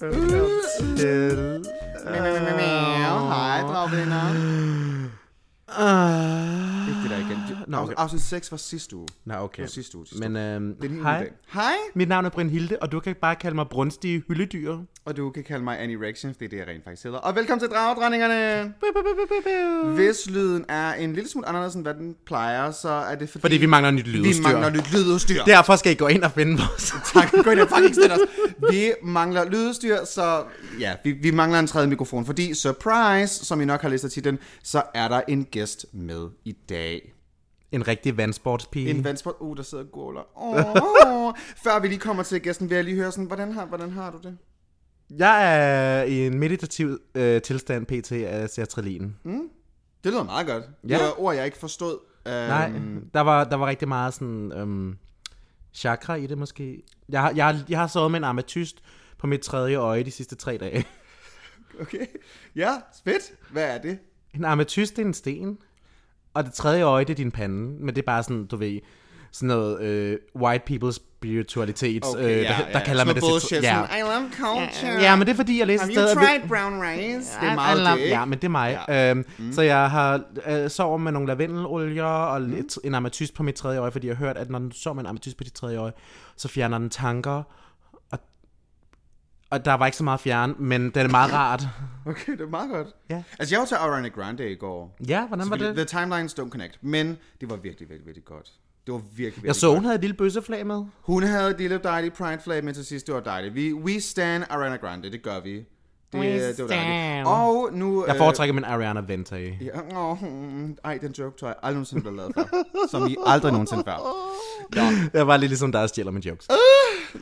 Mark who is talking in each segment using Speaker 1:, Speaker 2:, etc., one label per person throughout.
Speaker 1: velkommen til...
Speaker 2: Hej, dragvinder.
Speaker 1: Ikke det der igen.
Speaker 2: Nå,
Speaker 1: Nå,
Speaker 2: okay. afsnit 6 var sidste uge.
Speaker 1: Nå,
Speaker 2: Det
Speaker 1: okay.
Speaker 2: var sidste uge. Sidste
Speaker 1: Men
Speaker 2: uge.
Speaker 1: øhm,
Speaker 2: Det er en
Speaker 3: hej.
Speaker 2: hel dag. Hej,
Speaker 1: mit navn er Bryn Hilde, og du kan bare kalde mig brunstige hyldedyr.
Speaker 2: og du kan kalde mig Anorexian, for det er det, jeg rent faktisk hedder. Og velkommen til Dragdronningerne! Hvis lyden er en lille smule anderledes, end hvad den plejer, så er det fordi...
Speaker 1: Fordi vi mangler nyt
Speaker 2: vi
Speaker 1: lydudstyr.
Speaker 2: mangler nyt lydudstyr.
Speaker 1: Derfor skal I gå ind og finde vores...
Speaker 2: Tak, gå ind og fucking støt os. Vi mangler lydudstyr, så ja, vi, vi mangler en tredje mikrofon, fordi surprise, som I nok har læst af titlen, så er der en gæst med i dag.
Speaker 1: En rigtig vandsportspige.
Speaker 2: En vandsport. Uh, der sidder og gulver. Oh. Før vi lige kommer til gæsten, vil jeg lige høre sådan, hvordan har, hvordan har du det?
Speaker 1: Jeg er i en meditativ øh, tilstand pt. af sertralin. Mm.
Speaker 2: Det lyder meget godt. Ja.
Speaker 1: Ja.
Speaker 2: Det var ord, jeg ikke forstod. Um,
Speaker 1: Nej, der var, der var rigtig meget sådan... Øhm, chakra i det måske. Jeg, har- jeg, har- jeg har sovet med en ametyst på mit tredje øje de sidste tre dage.
Speaker 2: Okay. Ja, fedt. Hvad er det?
Speaker 1: En ametyst det er en sten, og det tredje øje, det er din pande. Men det er bare sådan, du ved, sådan noget øh, white people spiritualitet, okay, øh, der, der kalder man det sit-
Speaker 2: bullshit,
Speaker 1: ja.
Speaker 2: sådan, I love culture.
Speaker 1: ja, men det er fordi, jeg læser
Speaker 2: Have you
Speaker 1: stadig...
Speaker 2: tried brown rice? det er meget det, ikke?
Speaker 1: Ja, men det er mig. Ja. Øhm, mm. Så jeg har øh, sover med nogle lavendelolier og lidt, en ametyst på mit tredje øje, fordi jeg har hørt, at når du sover med en ametyst på dit tredje øje, så fjerner den tanker. Og, og der var ikke så meget fjern, men det er meget rart.
Speaker 2: Okay, det er meget godt.
Speaker 1: Ja.
Speaker 2: Altså, jeg var til Ariana Grande i går.
Speaker 1: Ja, hvordan var det?
Speaker 2: The timelines don't connect. Men det var virkelig, virkelig, virkelig godt. Det var virkelig, virkelig
Speaker 1: Jeg så,
Speaker 2: godt.
Speaker 1: hun havde et lille bøsseflag med.
Speaker 2: Hun havde et lille dejligt pride flag, men til sidst, det var dejligt. Vi, we stand Ariana Grande, det gør vi. Det,
Speaker 1: We
Speaker 2: det var dejligt.
Speaker 1: stand.
Speaker 2: Og nu...
Speaker 1: Jeg foretrækker min Ariana Vente.
Speaker 2: Øh, ja, åh, hmm, ej, den joke tror jeg aldrig nogensinde blev lavet før. som I aldrig nogensinde før. Nå,
Speaker 1: Jeg var lidt ligesom dig og stjæler mine jokes.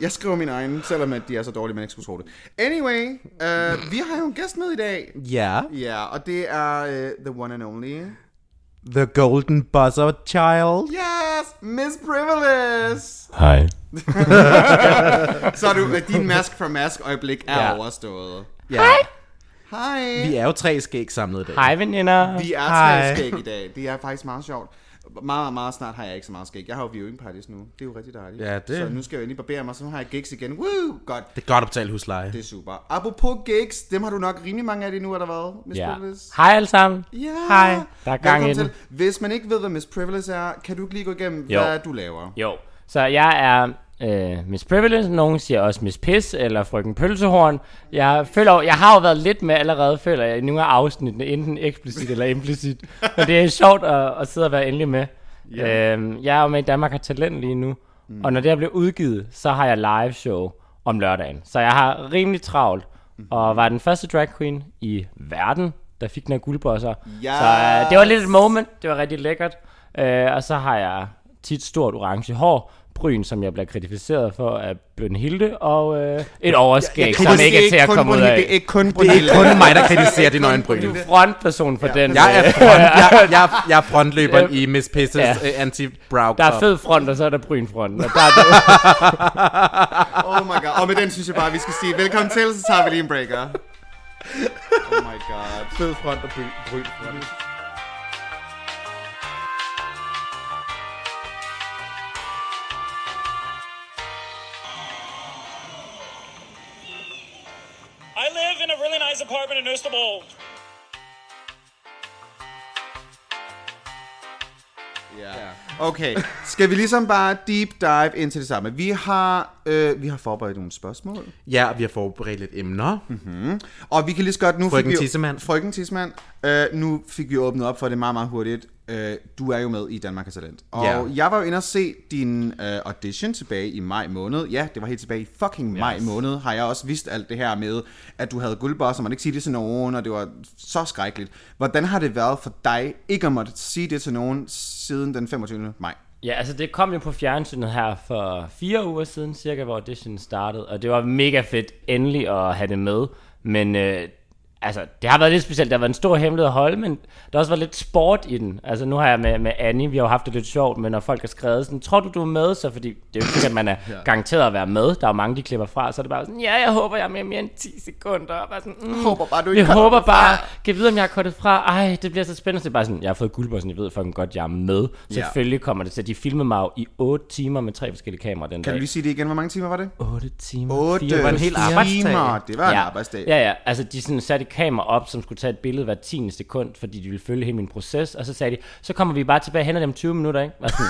Speaker 2: jeg skriver min egen, selvom at de er så dårlige, man ikke skulle tro det. Anyway, øh, vi har jo en gæst med i dag.
Speaker 1: Ja.
Speaker 2: Ja, og det er øh, the one and only...
Speaker 1: The Golden Buzzer Child.
Speaker 2: Yes! Miss Privilege!
Speaker 3: Hej.
Speaker 2: Så er du, at din mask fra mask øjeblik er ja.
Speaker 3: Ja.
Speaker 2: overstået.
Speaker 1: Ja. Hej.
Speaker 2: Hej!
Speaker 1: Vi er jo tre skæg samlet i dag.
Speaker 3: Hej, veninder.
Speaker 2: Vi er
Speaker 1: Hej.
Speaker 2: tre skæg i dag. Det er faktisk meget sjovt. Meget, meget snart har jeg ikke så meget skæg. Jeg har jo viewing parties nu. Det er jo rigtig dejligt.
Speaker 1: Ja, det-
Speaker 2: Så nu skal jeg jo endelig barbere mig, så nu har jeg gigs igen. Woo! Godt.
Speaker 1: Det er godt at betale husleje.
Speaker 2: Det er super. Apropos gigs, dem har du nok rimelig mange af det nu, eller hvad? Miss
Speaker 3: Ja.
Speaker 2: Privilege?
Speaker 3: Hej alle sammen.
Speaker 2: Ja.
Speaker 3: Hej. Der er gang
Speaker 2: Velkommen
Speaker 3: i den.
Speaker 2: til. Hvis man ikke ved, hvad Miss Privilege er, kan du ikke lige gå igennem,
Speaker 3: Jo.
Speaker 2: hvad du laver?
Speaker 3: Jo, så jeg er øh, Miss Privilege. Nogen siger også Miss Piss eller Frøken Pølsehorn. Jeg, føler, jo- jeg har jo været lidt med allerede, føler jeg, i nogle af afsnittene, enten eksplicit eller implicit. Men det er sjovt at, at sidde og være endelig med.
Speaker 2: Ja.
Speaker 3: Øhm, jeg er jo med i Danmark har talent lige nu. Mm. Og når det her bliver udgivet, så har jeg live show om lørdagen. Så jeg har rimelig travlt.
Speaker 2: Mm.
Speaker 3: Og var den første drag queen i verden, der fik den her guldbosser.
Speaker 2: Yes.
Speaker 3: Så øh, det var lidt et moment. Det var rigtig lækkert. Øh, og så har jeg tit stort orange hår. Bryn, som jeg bliver kritiseret for af Bøn Hilde. Og øh, et overskæg,
Speaker 1: jeg
Speaker 3: som ikke er til at
Speaker 2: kun
Speaker 3: komme ud
Speaker 2: Brunhilde, Det er
Speaker 3: af.
Speaker 2: ikke kun
Speaker 1: Det er
Speaker 2: Brunhilde.
Speaker 1: ikke kun mig, der kritiserer dine øjenbryn.
Speaker 3: Du er frontperson for den.
Speaker 1: Jeg er,
Speaker 3: øh,
Speaker 1: front, jeg, jeg, jeg er frontløberen
Speaker 3: Øh,
Speaker 1: i Miss Pisses
Speaker 3: ja.
Speaker 1: ja. anti-brow
Speaker 3: der er
Speaker 1: cup.
Speaker 3: fed front, og så er der bryn front. Og der er
Speaker 2: Oh my god. Og med den synes jeg bare, vi skal sige velkommen til, så tager vi lige en breaker. Oh my god.
Speaker 1: fed front og bryn front.
Speaker 4: I live in a really nice apartment in Istanbul.
Speaker 2: Yeah. Okay, skal vi ligesom bare deep dive ind til det samme? Vi har, øh, vi har forberedt nogle spørgsmål,
Speaker 1: Ja, og vi har forberedt lidt emner.
Speaker 2: og vi kan lige så godt nu...
Speaker 1: Frøken
Speaker 2: fik vi-
Speaker 1: Tissemand.
Speaker 2: Frøken Tissemand. Øh, nu fik vi åbnet op for det meget, meget hurtigt. Øh, du er jo med i Danmark har Talent. Og
Speaker 1: Ja.
Speaker 2: jeg var jo inde og se din øh, audition tilbage i maj måned. Ja, det var helt tilbage i fucking maj måned. Har jeg også vidst alt det her med, at du havde guldboss, og man ikke sige det til nogen, og det var så skrækkeligt. Hvordan har det været for dig ikke at måtte sige det til nogen siden den 25. maj?
Speaker 3: Ja, altså det kom jo på fjernsynet her for fire uger siden cirka, hvor auditionen startede, og det var mega fedt endelig at have det med, men øh, Altså, det har været lidt specielt. Det har været en stor hemmelighed at holde, men der har også været lidt sport i den. Altså, nu har jeg med, med Annie, vi har jo haft det lidt sjovt, men når folk har skrevet sådan, tror du, du er med? Så fordi, det er jo ikke sikkert, at man er garanteret at være med. Der er jo mange, de klipper fra, så er det bare sådan, ja, jeg håber, jeg er med mere end 10 sekunder. Og bare sådan, mm,
Speaker 2: Håber bare, du
Speaker 3: vi
Speaker 2: ikke cutter
Speaker 3: håber
Speaker 2: den
Speaker 3: bare, kan vide, om jeg har kortet fra. Ej, det bliver så spændende. Så det er bare sådan, jeg har fået guldbossen, jeg ved fucking godt, jeg er med. Selvfølgelig kommer det til. De filmede mig jo i 8 timer med tre forskellige kameraer
Speaker 2: Kan
Speaker 3: den
Speaker 2: du
Speaker 3: dag.
Speaker 2: lige sige det igen? Hvor mange timer var det?
Speaker 3: 8 timer.
Speaker 2: 8
Speaker 3: Fire-
Speaker 1: var en hel arbejdsdag.
Speaker 2: Det var en
Speaker 3: ja.
Speaker 2: arbejdsdag.
Speaker 3: Ja, ja. Altså, de sådan satte et kamera op, som skulle tage et billede hver 10. sekund, fordi de ville følge hele min proces. Og så sagde de, så kommer vi bare tilbage og henter dem 20 minutter, ikke? Og Sådan,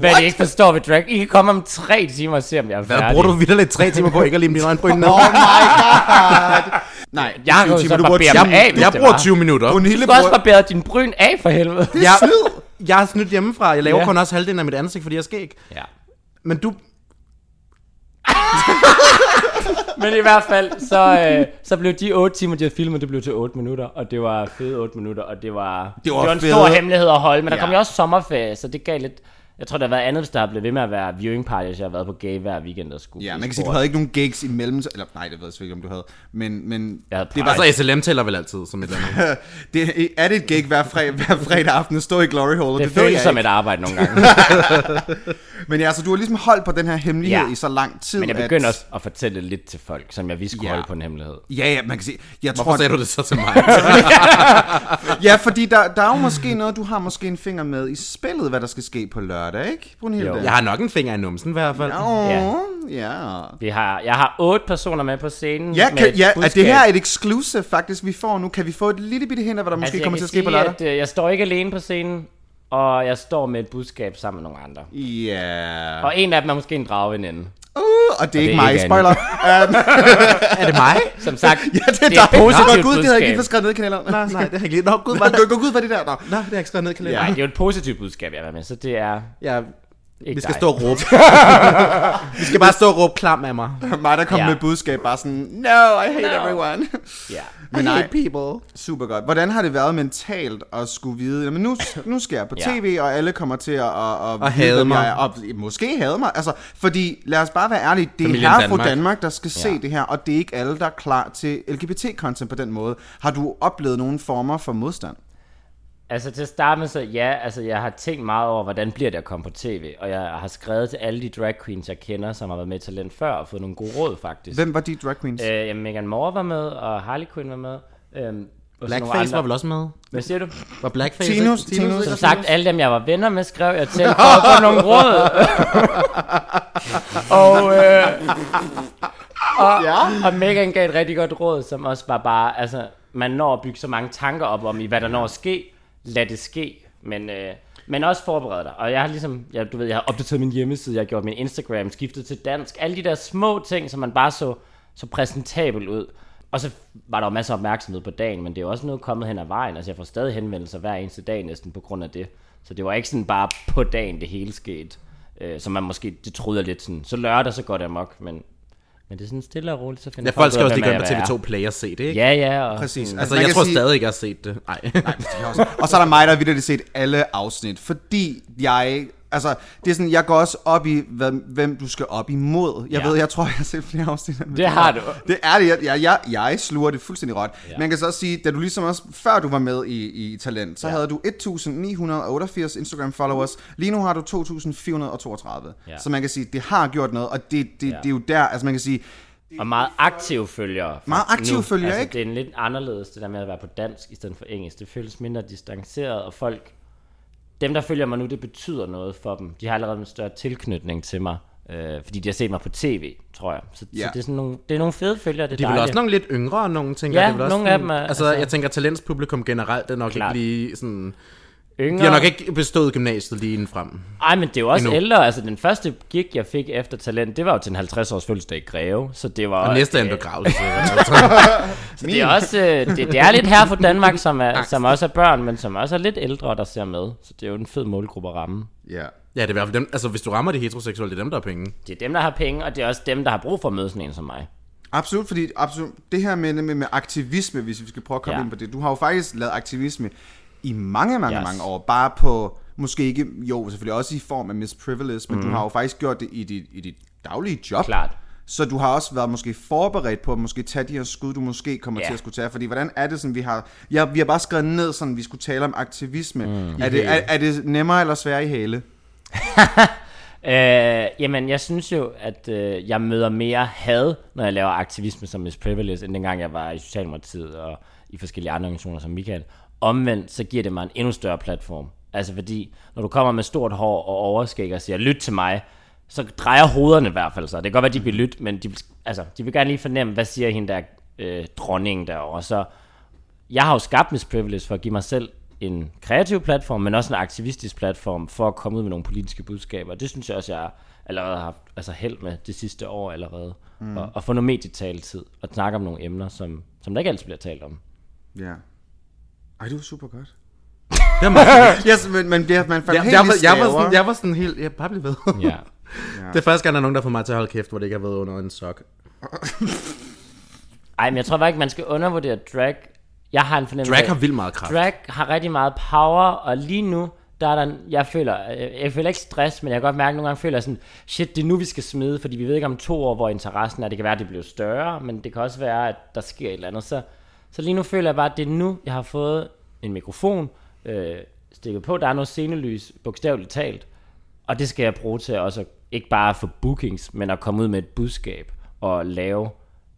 Speaker 3: hvad de ikke forstår ved drag. I kan komme om 3 timer og se, om jeg er
Speaker 1: Hvad
Speaker 3: færdig.
Speaker 1: bruger du vildt lidt tre timer på ikke at lime dine øjenbryn ned?
Speaker 2: Oh my god! Nej,
Speaker 3: Jeg har jo så
Speaker 2: du bruger
Speaker 3: barberet
Speaker 2: 20
Speaker 3: dem af, hvis
Speaker 1: Jeg
Speaker 3: det
Speaker 1: bruger
Speaker 3: var.
Speaker 1: 20 minutter.
Speaker 2: Hun
Speaker 3: Du
Speaker 2: lille
Speaker 3: skal også
Speaker 2: bror.
Speaker 3: barberet din bryn af, for helvede.
Speaker 1: Jeg, jeg er snydt hjemmefra. Jeg laver
Speaker 3: Ja.
Speaker 1: kun også halvdelen af mit ansigt, fordi jeg skal ikke.
Speaker 3: Ja.
Speaker 1: Men du...
Speaker 3: Men i hvert fald, så, øh, så blev de 8 timer, de havde filmet, det blev til 8 minutter, og det var fede 8 minutter, og det var,
Speaker 2: Det var
Speaker 3: det var en
Speaker 2: fede.
Speaker 3: stor hemmelighed at holde, men der
Speaker 2: Ja.
Speaker 3: kom jo også sommerferie, så det gav lidt... Jeg tror, der har været andet, hvis der er blevet ved med at være viewing parties, jeg har været på gay hver weekend og skulle.
Speaker 2: Ja,
Speaker 3: i
Speaker 2: man kan sige, du
Speaker 3: sport.
Speaker 2: havde ikke nogen gigs imellem. Eller nej, det ved jeg selvfølgelig, om du havde. Men, men
Speaker 3: Jeg havde
Speaker 2: det
Speaker 3: prejs.
Speaker 2: var,
Speaker 1: Altså, SLM tæller vel altid som et eller andet.
Speaker 2: det, er det et gig hver, fred, hver fredag aften at stå i Glory Hole? og
Speaker 3: Det,
Speaker 2: Det,
Speaker 3: det
Speaker 2: ved
Speaker 3: føles
Speaker 2: jeg
Speaker 3: som
Speaker 2: ikke.
Speaker 3: et arbejde nogle gange.
Speaker 2: Men ja, altså, du har ligesom holdt på den her hemmelighed
Speaker 3: Ja.
Speaker 2: i så lang tid.
Speaker 3: Men jeg
Speaker 2: at-
Speaker 3: begynder også at fortælle lidt til folk, som jeg vidste skulle
Speaker 2: Ja.
Speaker 3: holde på en hemmelighed.
Speaker 2: Ja, ja, man kan sige. Jeg
Speaker 1: Hvorfor
Speaker 2: tror,
Speaker 1: sagde du det så til mig?
Speaker 2: Ja, fordi der, der er jo måske noget, du har måske en finger med i spillet, hvad der skal ske på lørdag, ikke? Brunhilde?
Speaker 3: Jo.
Speaker 2: Jo.
Speaker 1: Jeg har nok en finger i numsen i hvert fald.
Speaker 2: ja.
Speaker 3: Vi har, jeg har otte personer med på scenen.
Speaker 2: Ja,
Speaker 3: med
Speaker 2: kan,
Speaker 3: et
Speaker 2: ja er
Speaker 3: budskab.
Speaker 2: det her er et exclusive faktisk, vi får nu? Kan vi få et lille bitte hint af, hvad der måske
Speaker 3: Altså, jeg
Speaker 2: kommer
Speaker 3: kan
Speaker 2: til at ske på
Speaker 3: sige,
Speaker 2: lørdag?
Speaker 3: at, øh, jeg står ikke alene på scenen, og jeg står med et budskab sammen med nogle andre.
Speaker 2: Ja.
Speaker 3: Og en af dem er måske en drageveninde.
Speaker 2: Uh, og det er ikke mig,
Speaker 3: ikke
Speaker 2: spoiler. Um,
Speaker 1: Er det mig?
Speaker 3: Som sagt,
Speaker 2: ja, det er,
Speaker 3: det er et
Speaker 2: dig.
Speaker 3: positivt
Speaker 2: Nå, Gud, det havde jeg ikke lige fået
Speaker 3: budskab.
Speaker 2: skrevet ned i kanalerne.
Speaker 1: Nej, nej, det har jeg ikke lige. Nå, gud, var det...
Speaker 2: Gå, gå, gud, hvad er det der? Nå.
Speaker 1: Nå, det har jeg ikke skrevet ned i kalenderen.
Speaker 3: Nej, det er jo et positivt budskab, jeg er med, så det er
Speaker 1: Ja,
Speaker 3: ikke
Speaker 1: vi skal
Speaker 3: dig.
Speaker 1: stå og råbe. vi skal bare stå og råbe klam af mig.
Speaker 2: Mig, der kom
Speaker 3: Ja.
Speaker 2: med et budskab, bare sådan, no, I hate
Speaker 3: No.
Speaker 2: everyone.
Speaker 3: Ja.
Speaker 1: Men
Speaker 2: nej.
Speaker 1: people.
Speaker 2: Super godt. Hvordan har det været mentalt at skulle vide, men nu, nu skal jeg på
Speaker 3: Ja.
Speaker 2: tv, og alle kommer til at... at, at vide,
Speaker 1: hade
Speaker 2: hvem jeg
Speaker 1: mig.
Speaker 2: er, Og måske hade mig. Altså, fordi, lad os bare være ærlige, det er
Speaker 1: Familien
Speaker 2: herre fra
Speaker 1: Danmark.
Speaker 2: Danmark, der skal se
Speaker 3: Ja.
Speaker 2: det her, og det er ikke alle, der er klar til LGBT-content på den måde. Har du oplevet nogle former for modstand?
Speaker 3: Altså til at starte med, så ja, altså jeg har tænkt meget over, hvordan bliver det at komme på tv, og jeg har skrevet til alle de drag queens, jeg kender, som har været med i Talent før, og fået nogle gode råd faktisk.
Speaker 2: Hvem var de drag queens?
Speaker 3: Øh, jamen, Megan Moore var med, og Harley Quinn var med. Øhm, og så nogle
Speaker 1: Blackface
Speaker 3: andre.
Speaker 1: var vel også med?
Speaker 3: Hvad siger du?
Speaker 1: Var Blackface
Speaker 2: Tinus,
Speaker 1: ikke?
Speaker 2: Tinus.
Speaker 1: ikke
Speaker 3: Som
Speaker 1: også
Speaker 3: sagt, alle dem, jeg var venner med, skrev jeg til for at få nogle råd. og, øh, og, ja. og Megan gav et rigtig godt råd, som også var bare, altså, man når at bygge så mange tanker op om, i hvad der når at ske, lad det ske, men... Øh, men også forberede dig. Og jeg har ligesom, jeg, du ved, jeg har opdateret min hjemmeside, jeg har gjort min Instagram, skiftet til dansk. Alle de der små ting, som man bare så, så præsentabel ud. Og så var der jo masser af opmærksomhed på dagen, men det er jo også noget kommet hen ad vejen. Altså jeg får stadig henvendelser hver eneste dag næsten på grund af det. Så det var ikke sådan bare på dagen, det hele skete. Øh, som man måske, det troede jeg lidt sådan, så lørdag, så går det amok, men, men det er sådan stille og roligt, så
Speaker 1: Ja,
Speaker 3: finder
Speaker 1: folk skal
Speaker 3: ud af,
Speaker 1: også lige gå
Speaker 3: hvem
Speaker 1: ind på
Speaker 3: jeg
Speaker 1: TV2
Speaker 3: er.
Speaker 1: Play og se det, ikke?
Speaker 3: Ja, ja, og
Speaker 2: Præcis.
Speaker 3: sådan-
Speaker 1: Altså,
Speaker 2: mm. man
Speaker 1: jeg
Speaker 2: kan
Speaker 1: tror
Speaker 2: sige-
Speaker 1: stadig ikke, jeg har set det. Nej.
Speaker 2: Jeg også. Og så er der mig, der har vildt set alle afsnit, fordi jeg... Altså, det er sådan, jeg går også op i, hvem, hvem du skal op imod. Jeg
Speaker 3: Ja.
Speaker 2: ja. ved, jeg tror, jeg har set flere afsnit. end
Speaker 3: Det har du.
Speaker 2: Det er det. Jeg, jeg, jeg, jeg sluger det fuldstændig råt. Ja. Man kan så også sige, da du ligesom også, før du var med i, i Talent, så ja. havde du 1988 Instagram followers. Lige nu har du 2432.
Speaker 3: Ja.
Speaker 2: Ja. Så man kan sige, det har gjort noget, og det, det,
Speaker 3: Ja.
Speaker 2: ja. det er jo der, altså man kan sige,
Speaker 3: Og meget aktive følgere. faktisk
Speaker 2: Meget aktive
Speaker 3: nu.
Speaker 2: følgere,
Speaker 3: altså,
Speaker 2: ikke?
Speaker 3: Det er en lidt anderledes, det der med at være på dansk i stedet for engelsk. Det føles mindre distanceret, og folk... Dem, der følger mig nu, det betyder noget for dem. De har allerede en større tilknytning til mig, øh, fordi de har set mig på tv, tror jeg. Så, ja.
Speaker 2: Ja.
Speaker 3: så det, er sådan nogle, det er nogle fede følgere, det er
Speaker 1: De er vel
Speaker 3: dejligt.
Speaker 1: også nogle lidt yngre, og nogle tænker.
Speaker 3: Ja,
Speaker 1: det er vel også
Speaker 3: nogle af
Speaker 1: sådan-
Speaker 3: dem er-
Speaker 1: Altså,
Speaker 3: altså-
Speaker 1: jeg tænker, talentspublikum generelt er nok
Speaker 3: Klart.
Speaker 1: ikke lige sådan...
Speaker 3: Yngre.
Speaker 1: De har nok ikke bestået gymnasiet lige indenfrem.
Speaker 3: Ej, men det er jo også
Speaker 1: Endnu.
Speaker 3: ældre. Altså, den første gig, jeg fik efter talent, det var jo til en 50-års fødselsdag i Greve, så det var...
Speaker 1: Og næste er en
Speaker 3: øh,
Speaker 1: begravelse.
Speaker 3: Så det er også øh, det, det er lidt her fra Danmark, som, er, som også er børn, men som også er lidt ældre, der ser med. Så det er jo en fed målgruppe at ramme.
Speaker 2: ja.
Speaker 1: ja, det er i hvert fald dem. Altså, hvis du rammer det heteroseksuelle, det er dem, der har penge.
Speaker 3: Det er dem, der har penge, og det er også dem, der har brug for at møde sådan en som mig.
Speaker 2: Absolut, fordi absolut, det her med, med, med aktivisme, hvis vi skal prøve at komme
Speaker 3: Ja.
Speaker 2: ja. ind på det. Du har jo faktisk lavet aktivisme i mange, mange,
Speaker 3: Yes.
Speaker 2: yes. mange år. Bare på, måske ikke, jo selvfølgelig også i form af Miss Privilege, men mm. du har jo faktisk gjort det i dit, i dit daglige job.
Speaker 3: Mhm. Klart.
Speaker 2: Så du har også været måske forberedt på at måske tage de her skud, du måske kommer
Speaker 3: Ja.
Speaker 2: til at skulle tage. Fordi hvordan er det sådan, vi har... Ja, vi har bare skrevet ned, sådan vi skulle tale om aktivisme. Mm. Er, det, er, er det nemmere eller sværere i hæle?
Speaker 3: Øh, jamen, jeg synes jo, at øh, jeg møder mere had, når jeg laver aktivisme som Miss Privilege, end dengang jeg var i Socialdemokratiet og i forskellige andre organisationer som Michael. Omvendt, så giver det mig en endnu større platform. Altså fordi, når du kommer med stort hår og overskæg og siger, lyt til mig, så drejer hovederne i hvert fald sig. Det kan godt være, at de bliver lyt, men de, vil- altså, de vil gerne lige fornemme, hvad siger hende der øh, dronning derovre. Og så, jeg har jo skabt Miss Privilege for at give mig selv en kreativ platform, men også en aktivistisk platform for at komme ud med nogle politiske budskaber. Det synes jeg også, jeg allerede har haft altså held med det sidste år allerede. Mm. Og, og få noget medietaltid og snakke om nogle emner, som, som der ikke altid bliver talt om.
Speaker 2: Ja. Ej, det var super godt.
Speaker 1: Det var meget
Speaker 2: Yes, men, men bliver man faldt
Speaker 1: jeg,
Speaker 2: helt
Speaker 1: jeg,
Speaker 2: i
Speaker 1: var, jeg, var
Speaker 2: staver.
Speaker 1: sådan, jeg var sådan helt... Jeg bare blev ved.
Speaker 3: Ja.
Speaker 1: Det er første gang, der er nogen, der får mig til at holde kæft, hvor det ikke har været under en sok.
Speaker 3: Ej, men jeg tror bare ikke, man skal undervurdere drag. Jeg har en fornemmelse
Speaker 1: Drag
Speaker 3: af-
Speaker 1: har vildt meget kraft.
Speaker 3: Drag har rigtig meget power, og lige nu, der er der, en- jeg føler, jeg, jeg føler ikke stress, men jeg kan godt mærke, at nogle gange føler jeg sådan, shit, det er nu, vi skal smide, fordi vi ved ikke om to år, hvor interessen er, det kan være, at det bliver større, men det kan også være, at der sker et eller andet. Så, så lige nu føler jeg bare, at det er nu, jeg har fået en mikrofon øh, stikket på, der er noget scenelys, bogstaveligt talt, og det skal jeg bruge til også, at- ikke bare for bookings, men at komme ud med et budskab og lave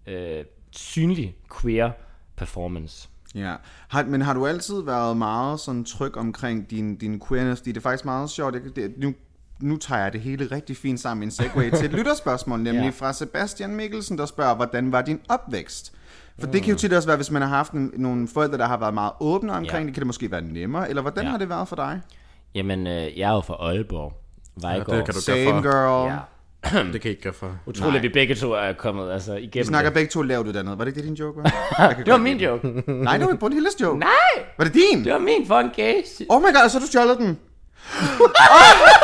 Speaker 3: øh, synlig queer performance.
Speaker 2: Ja, har, men har du altid været meget sådan tryg omkring din, din queerness? Fordi det er faktisk meget sjovt. Det, det, nu, nu tager jeg det hele rigtig fint sammen i en segue til et lytterspørgsmål, nemlig
Speaker 3: Ja.
Speaker 2: ja. fra Sebastian Mikkelsen, der spørger, hvordan var din opvækst? For det kan
Speaker 3: Mm.
Speaker 2: jo tit også være, hvis man har haft en, nogle forældre, der har været meget åbne omkring
Speaker 3: Ja.
Speaker 2: ja. det, kan det måske være nemmere, eller hvordan
Speaker 3: Ja.
Speaker 2: ja. har det været for dig?
Speaker 3: Jamen, øh, jeg er jo fra Aalborg. Vejgaard.
Speaker 1: det kan du
Speaker 2: Same girl. Ja.
Speaker 3: Ja.
Speaker 1: Det kan I ikke gøre for.
Speaker 3: Utroligt, at vi begge to er kommet altså, igennem
Speaker 2: Vi snakker
Speaker 3: det.
Speaker 2: begge to lavt uddannet. Var det ikke det, din joke var? Jeg kan
Speaker 3: Det var
Speaker 2: godt
Speaker 3: min
Speaker 2: lide
Speaker 3: joke.
Speaker 2: den. Nej, det var Brunhildes joke.
Speaker 3: Nej,
Speaker 2: Var det din?
Speaker 3: det var min fucking case.
Speaker 2: Oh my god, og så har du stjålet den. og,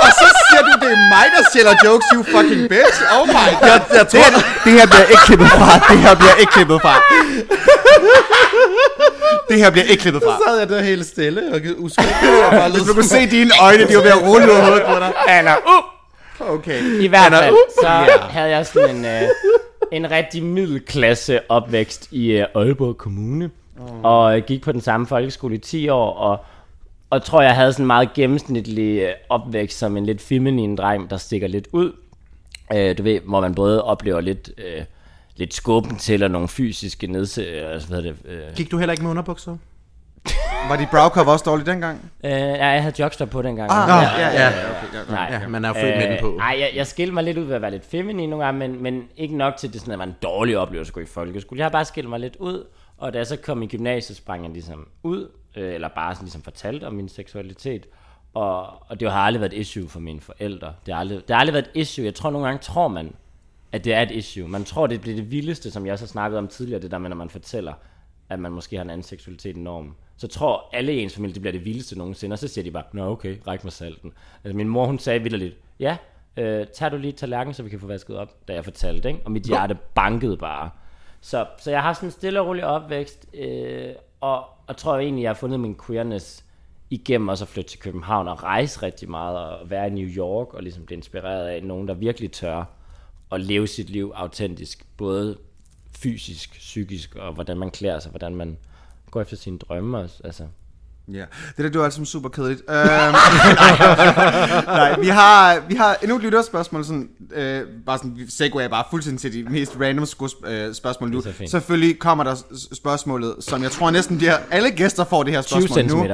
Speaker 2: og så siger du, det er mig, der stjæler jokes, you fucking bitch. Oh my god. Jeg, jeg tror, det, her- det her bliver ikke klippet fra. Det her bliver ikke klippet fra. Det her bliver ikke klippet fra.
Speaker 1: sad jeg der helt stille og uskyldig.
Speaker 2: Hvis du kunne se dine øjne, de var ved at rulle ud af hovedet på dig.
Speaker 3: Anna, uh!
Speaker 2: Okay.
Speaker 3: I hvert fald, så
Speaker 2: Ja.
Speaker 3: havde jeg sådan en, øh, en rigtig middelklasse opvækst i øh, Aalborg Kommune. Og øh, gik på den samme folkeskole i 10 år, og, og tror, jeg havde sådan en meget gennemsnitlig øh, opvækst som en lidt feminin dreng, der stikker lidt ud. øh, du ved, hvor man både oplever lidt, øh, lidt skubben til, og nogle fysiske nedse... Øh, altså, hvad hedder det, øh,
Speaker 1: Gik du heller ikke med underbukser?
Speaker 2: Var dit brow cover også dårligt dengang?
Speaker 3: øh, ja, jeg havde jogstop på dengang.
Speaker 2: Ah,
Speaker 1: Nå,
Speaker 2: ja, ja, ja. ja, okay, ja.
Speaker 3: Nej.
Speaker 1: Ja, man er jo født med den på.
Speaker 3: Nej, Øh, jeg, jeg skilte mig lidt ud ved at være lidt feminin nogle gange, men, men ikke nok til, at det sådan, at var en dårlig oplevelse at gå i folkeskole. Jeg har bare skilt mig lidt ud, og da jeg så kom i gymnasiet, sprang jeg ligesom ud, øh, eller bare sådan ligesom fortalte om min seksualitet. Og, og det har aldrig været et issue for mine forældre. Det har, aldrig, det har aldrig været et issue. Jeg tror, nogle gange tror man, at det er et issue. Man tror, det bliver det vildeste, som jeg også har snakket om tidligere, det der med, når man fortæller, at man måske har en anden seksualitet end normen. Så tror alle i ens familie, det bliver det vildeste nogensinde, og så siger de bare, nå okay, ræk mig salten. Altså min mor, hun sagde vitterligt, ja, øh, tager du lige tallerken, så vi kan få vasket op, da jeg fortalte, ikke? Og mit hjerte bankede bare. Så, så jeg har sådan en stille og rolig opvækst, øh, og, og tror egentlig, jeg har fundet min queerness igennem også at flytte til København og rejse rigtig meget og være i New York og ligesom blive inspireret af nogen, der virkelig tør at leve sit liv autentisk, både fysisk, psykisk og hvordan man klæder sig, hvordan man går efter sine drømme også. Altså,
Speaker 2: Ja, det der, det var altså super kedeligt. Øhm, nej, nej, vi har, vi har endnu et lytterspørgsmål, sådan, øh, bare sådan, vi segwayer bare fuldstændig til de mest random sku- øh, spørgsmål nu.
Speaker 3: så fint.
Speaker 2: Selvfølgelig kommer der s- spørgsmålet, som jeg tror næsten bliver, alle gæster får det her
Speaker 3: 20
Speaker 2: spørgsmål nu.
Speaker 3: cm.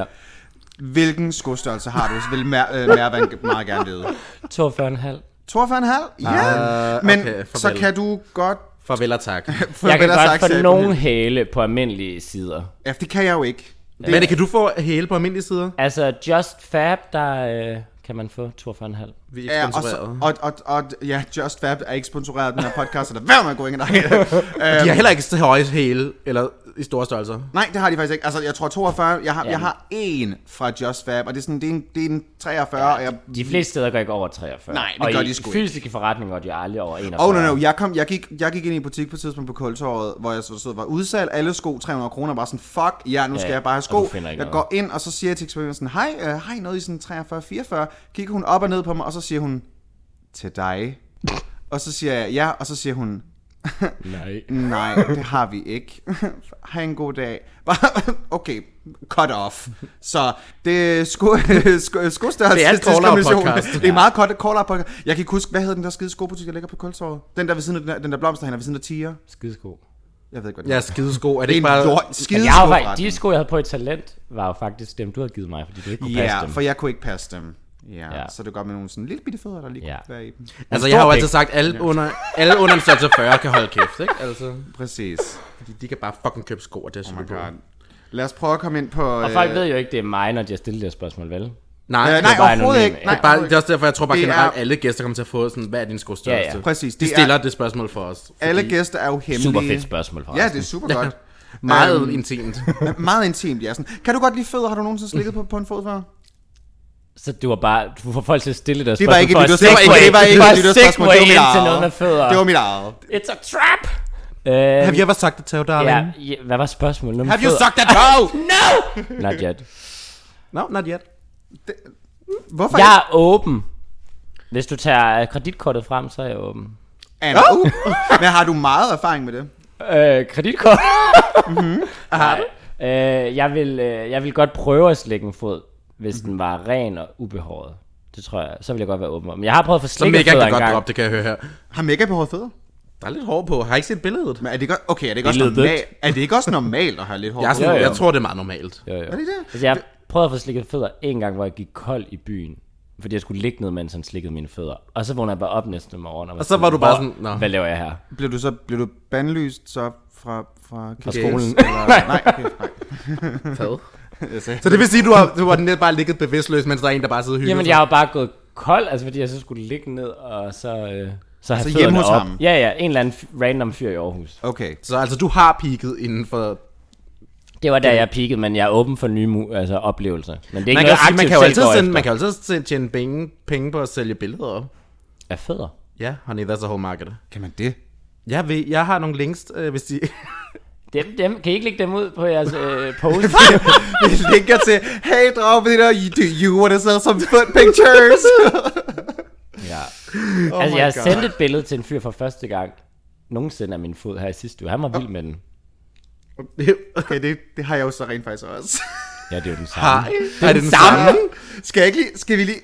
Speaker 2: Hvilken skostørrelse har du, vil Mer- øh, Mervan meget gerne vide.
Speaker 3: 42,5.
Speaker 2: 42,5? Ja,
Speaker 1: Ah,
Speaker 2: men
Speaker 1: okay,
Speaker 2: så
Speaker 1: farvel.
Speaker 2: kan du godt...
Speaker 1: Farvel og tak.
Speaker 2: få
Speaker 3: Jeg kan
Speaker 2: bedre
Speaker 3: godt
Speaker 2: sagt, sagde
Speaker 3: få
Speaker 2: jeg.
Speaker 3: nogen hæle på almindelige sider.
Speaker 2: Ja, det kan jeg jo ikke.
Speaker 1: det, Men kan du få hele på almindelige sider?
Speaker 3: Altså, Just Fab, der øh, kan man få 42,5.
Speaker 1: Vi er ikke
Speaker 2: Ja, og, så,
Speaker 1: sponsoreret.
Speaker 2: og, og, og, ja, Just Fab er ikke sponsoreret af den her podcast, så der vær med at gå ind og
Speaker 1: De har heller ikke så høje hæle, eller i store størrelser.
Speaker 2: Nej, det har de faktisk ikke. Altså, jeg tror 42. Jeg har,
Speaker 3: Jamen.
Speaker 2: jeg har en fra Just Fab, og det er sådan, det er en, det er en 43, og jeg...
Speaker 3: De fleste steder går ikke over 43.
Speaker 2: Nej, det
Speaker 3: og
Speaker 2: gør
Speaker 3: i
Speaker 2: de sgu ikke.
Speaker 3: fysiske forretninger går de aldrig over 41.
Speaker 2: Oh no no, jeg, kom, jeg, gik, jeg gik ind i en butik på et tidspunkt på Kultorvet, hvor jeg så, så var udsalg, alle sko 300 kroner, bare sådan, fuck, ja, nu skal
Speaker 3: Ja,
Speaker 2: jeg bare have
Speaker 3: og
Speaker 2: sko.
Speaker 3: du finder ikke
Speaker 2: Jeg
Speaker 3: noget.
Speaker 2: går ind, og så siger jeg til eksperimenten sådan, hej, øh, har I noget i sådan 43, 44? Kigger hun op og ned på mig, og så siger hun, til dig. Og så siger jeg ja, og så siger hun,
Speaker 3: Nej.
Speaker 2: nej, det har vi ikke. ha' en god dag. Bare, okay, cut off. Så det er sko, sko, sko
Speaker 1: Det er et call-out-podcast.
Speaker 2: Det er meget kort call podcast. Jeg kan ikke huske, hvad hedder den der skide skobutik, der ligger på Kultorvet? Den der ved siden af den der, den der blomsterhænder ved siden af Tia.
Speaker 3: Skidesko.
Speaker 2: Jeg ved ikke, hvad det
Speaker 1: Jeg
Speaker 2: er.
Speaker 1: er skidesko. Er det
Speaker 2: Det er
Speaker 1: ikke
Speaker 2: en
Speaker 1: bare...
Speaker 2: lort,
Speaker 3: Men
Speaker 2: skide
Speaker 3: jeg har,
Speaker 2: skoforretning.
Speaker 3: faktisk- de sko, jeg havde på et talent, var jo faktisk dem, du havde givet mig, fordi du ikke kunne
Speaker 2: Ja,
Speaker 3: passe dem.
Speaker 2: for jeg kunne ikke passe dem. Ja,
Speaker 3: Ja.
Speaker 2: ja. så det gør med nogle sådan lille bitte fødder, der lige
Speaker 3: Ja.
Speaker 2: kunne være i dem.
Speaker 1: Altså,
Speaker 3: En
Speaker 1: jeg har
Speaker 3: stor
Speaker 1: jo
Speaker 3: pik.
Speaker 1: altid sagt, at alle under, alle under en størrelse 40 kan holde kæft, ikke? Altså,
Speaker 2: Præcis.
Speaker 1: fordi de kan bare fucking købe sko, og det er
Speaker 2: Oh my
Speaker 1: super
Speaker 2: god. Lad os prøve at komme ind på...
Speaker 1: øh,
Speaker 3: Og folk ved jo ikke, det er mig, når de har stillet det her spørgsmål, vel?
Speaker 1: Nej,
Speaker 2: Øh,
Speaker 1: det
Speaker 2: nej,
Speaker 1: er bare,
Speaker 2: overhovedet
Speaker 3: anonym.
Speaker 2: ikke. Nej,
Speaker 1: det er bare, det
Speaker 2: overhovedet
Speaker 1: er også derfor, jeg tror bare
Speaker 2: Det er-
Speaker 1: generelt, alle gæster kommer til at få sådan, hvad er din skostørrelse?
Speaker 3: Ja, ja.
Speaker 2: Præcis,
Speaker 1: De
Speaker 2: det er-
Speaker 1: stiller det spørgsmål for os.
Speaker 2: ikke. Alle
Speaker 1: fordi-
Speaker 2: gæster er jo hemmelige.
Speaker 3: Super fedt spørgsmål for
Speaker 2: Ja, det er super godt.
Speaker 1: Meget
Speaker 2: Øhm,
Speaker 1: intimt.
Speaker 2: Men meget intimt, ja. Sådan, kan du godt lide fødder? Har du nogensinde slikket på, på en fod før?
Speaker 3: Så du var bare, du får folk til at stille deres
Speaker 2: Det var ikke et
Speaker 3: spørgsmål. for at
Speaker 2: lytterspørgsmål.
Speaker 3: segue-
Speaker 2: Det var ikke
Speaker 3: for at
Speaker 2: et lytterspørgsmål. Det var
Speaker 3: segue
Speaker 2: mit
Speaker 3: ind til noget med
Speaker 2: eget.
Speaker 3: fødder.
Speaker 2: Det var mit eget.
Speaker 3: It's a trap! Øh,
Speaker 1: Have you ever sucked a toe, darling?
Speaker 3: ja, ja, hvad var spørgsmålet?
Speaker 1: Have you sucked a toe?
Speaker 3: No! Not yet.
Speaker 1: no, not yet.
Speaker 2: Hvorfor
Speaker 3: Jeg
Speaker 2: ikke?
Speaker 3: er åben. Hvis du tager øh, kreditkortet frem, så er jeg åben.
Speaker 2: Anna, uh. Men har du meget erfaring med det?
Speaker 3: Øh, kreditkort? Nej. Øh, jeg, vil, øh, jeg vil godt prøve at slikke en fod, hvis mm-hmm. den var ren og ubehåret. Det tror jeg. Så vil jeg godt være åben om. Jeg har prøvet at få
Speaker 1: Så
Speaker 3: slikket
Speaker 1: mega
Speaker 3: fødder
Speaker 1: kan
Speaker 3: en
Speaker 1: godt
Speaker 3: gang.
Speaker 1: droppe, det kan jeg høre her.
Speaker 2: Har mega på hårde fødder?
Speaker 1: Der er lidt hår på. Har I ikke set billedet?
Speaker 2: Men er det ikke, okay, er det ikke, også,
Speaker 3: Billedet.
Speaker 2: normalt, er det ikke også normalt at have lidt hår
Speaker 1: Jeg, er
Speaker 2: på?
Speaker 1: sådan,
Speaker 3: Ja, ja.
Speaker 1: jeg tror, det er meget normalt.
Speaker 3: Jo, jo.
Speaker 2: Er det det?
Speaker 3: Altså, jeg har prøvet at få slikket fødder en gang, hvor jeg gik kold i byen. Fordi jeg skulle ligge ned, mens han slikkede mine fødder. Og så vågnede jeg bare op næste morgen. Og,
Speaker 1: Og så var du bare
Speaker 3: "Hvor-
Speaker 1: sådan, "Nå."
Speaker 3: Hvad laver jeg her?
Speaker 2: Blev du så blev du bandlyst så fra, fra, fra
Speaker 3: skolen.
Speaker 2: Eller, nej, okay, nej.
Speaker 1: Fad.
Speaker 2: Jeg sagde-
Speaker 1: Så det vil sige, du har, du har net bare ligget bevidstløs, mens der er en, der bare sidder og hygger
Speaker 3: Jamen,
Speaker 1: sig?
Speaker 3: jeg har jo bare gået kold, altså fordi jeg så skulle ligge ned, og så... Øh, så have
Speaker 2: Så
Speaker 3: fødderne
Speaker 2: hjemme hos
Speaker 3: op.
Speaker 2: ham?
Speaker 3: Ja, ja. En eller anden f- random fyr i Aarhus.
Speaker 2: Okay.
Speaker 1: Så altså, du har peaked inden for
Speaker 3: Det var der, jeg peakede, men jeg er åben for nye mu- altså, oplevelser. Men det er ikke
Speaker 1: man
Speaker 3: man
Speaker 1: kan,
Speaker 3: noget,
Speaker 1: sige, man,
Speaker 3: aktivt
Speaker 1: kan jo
Speaker 3: selv
Speaker 1: altid
Speaker 3: går
Speaker 1: sende,
Speaker 3: efter.
Speaker 1: man kan jo altid sende, tjene penge, penge på at sælge billeder.
Speaker 3: Er fødder.
Speaker 1: Ja, honey, that's a whole market.
Speaker 2: Kan man det?
Speaker 1: Jeg, ved, jeg har nogle links, øh, hvis de...
Speaker 3: Dem, dem, kan I ikke lægge dem ud på jeres øh, post?
Speaker 2: Oh Vi linker til, hey, drag på det der, you, do you want to sell some foot pictures?
Speaker 3: ja.
Speaker 2: oh
Speaker 3: altså,
Speaker 2: my
Speaker 3: jeg
Speaker 2: God.
Speaker 3: sendte et billede til en fyr for første gang nogensinde af min fod her i sidste uge. Han var vild med den.
Speaker 2: Okay, det, det har jeg jo så rent faktisk også.
Speaker 3: Ja, det er jo den samme.
Speaker 1: Hej. Er det den
Speaker 3: samme?
Speaker 1: samme?
Speaker 2: skal jeg ikke lige, skal vi lige,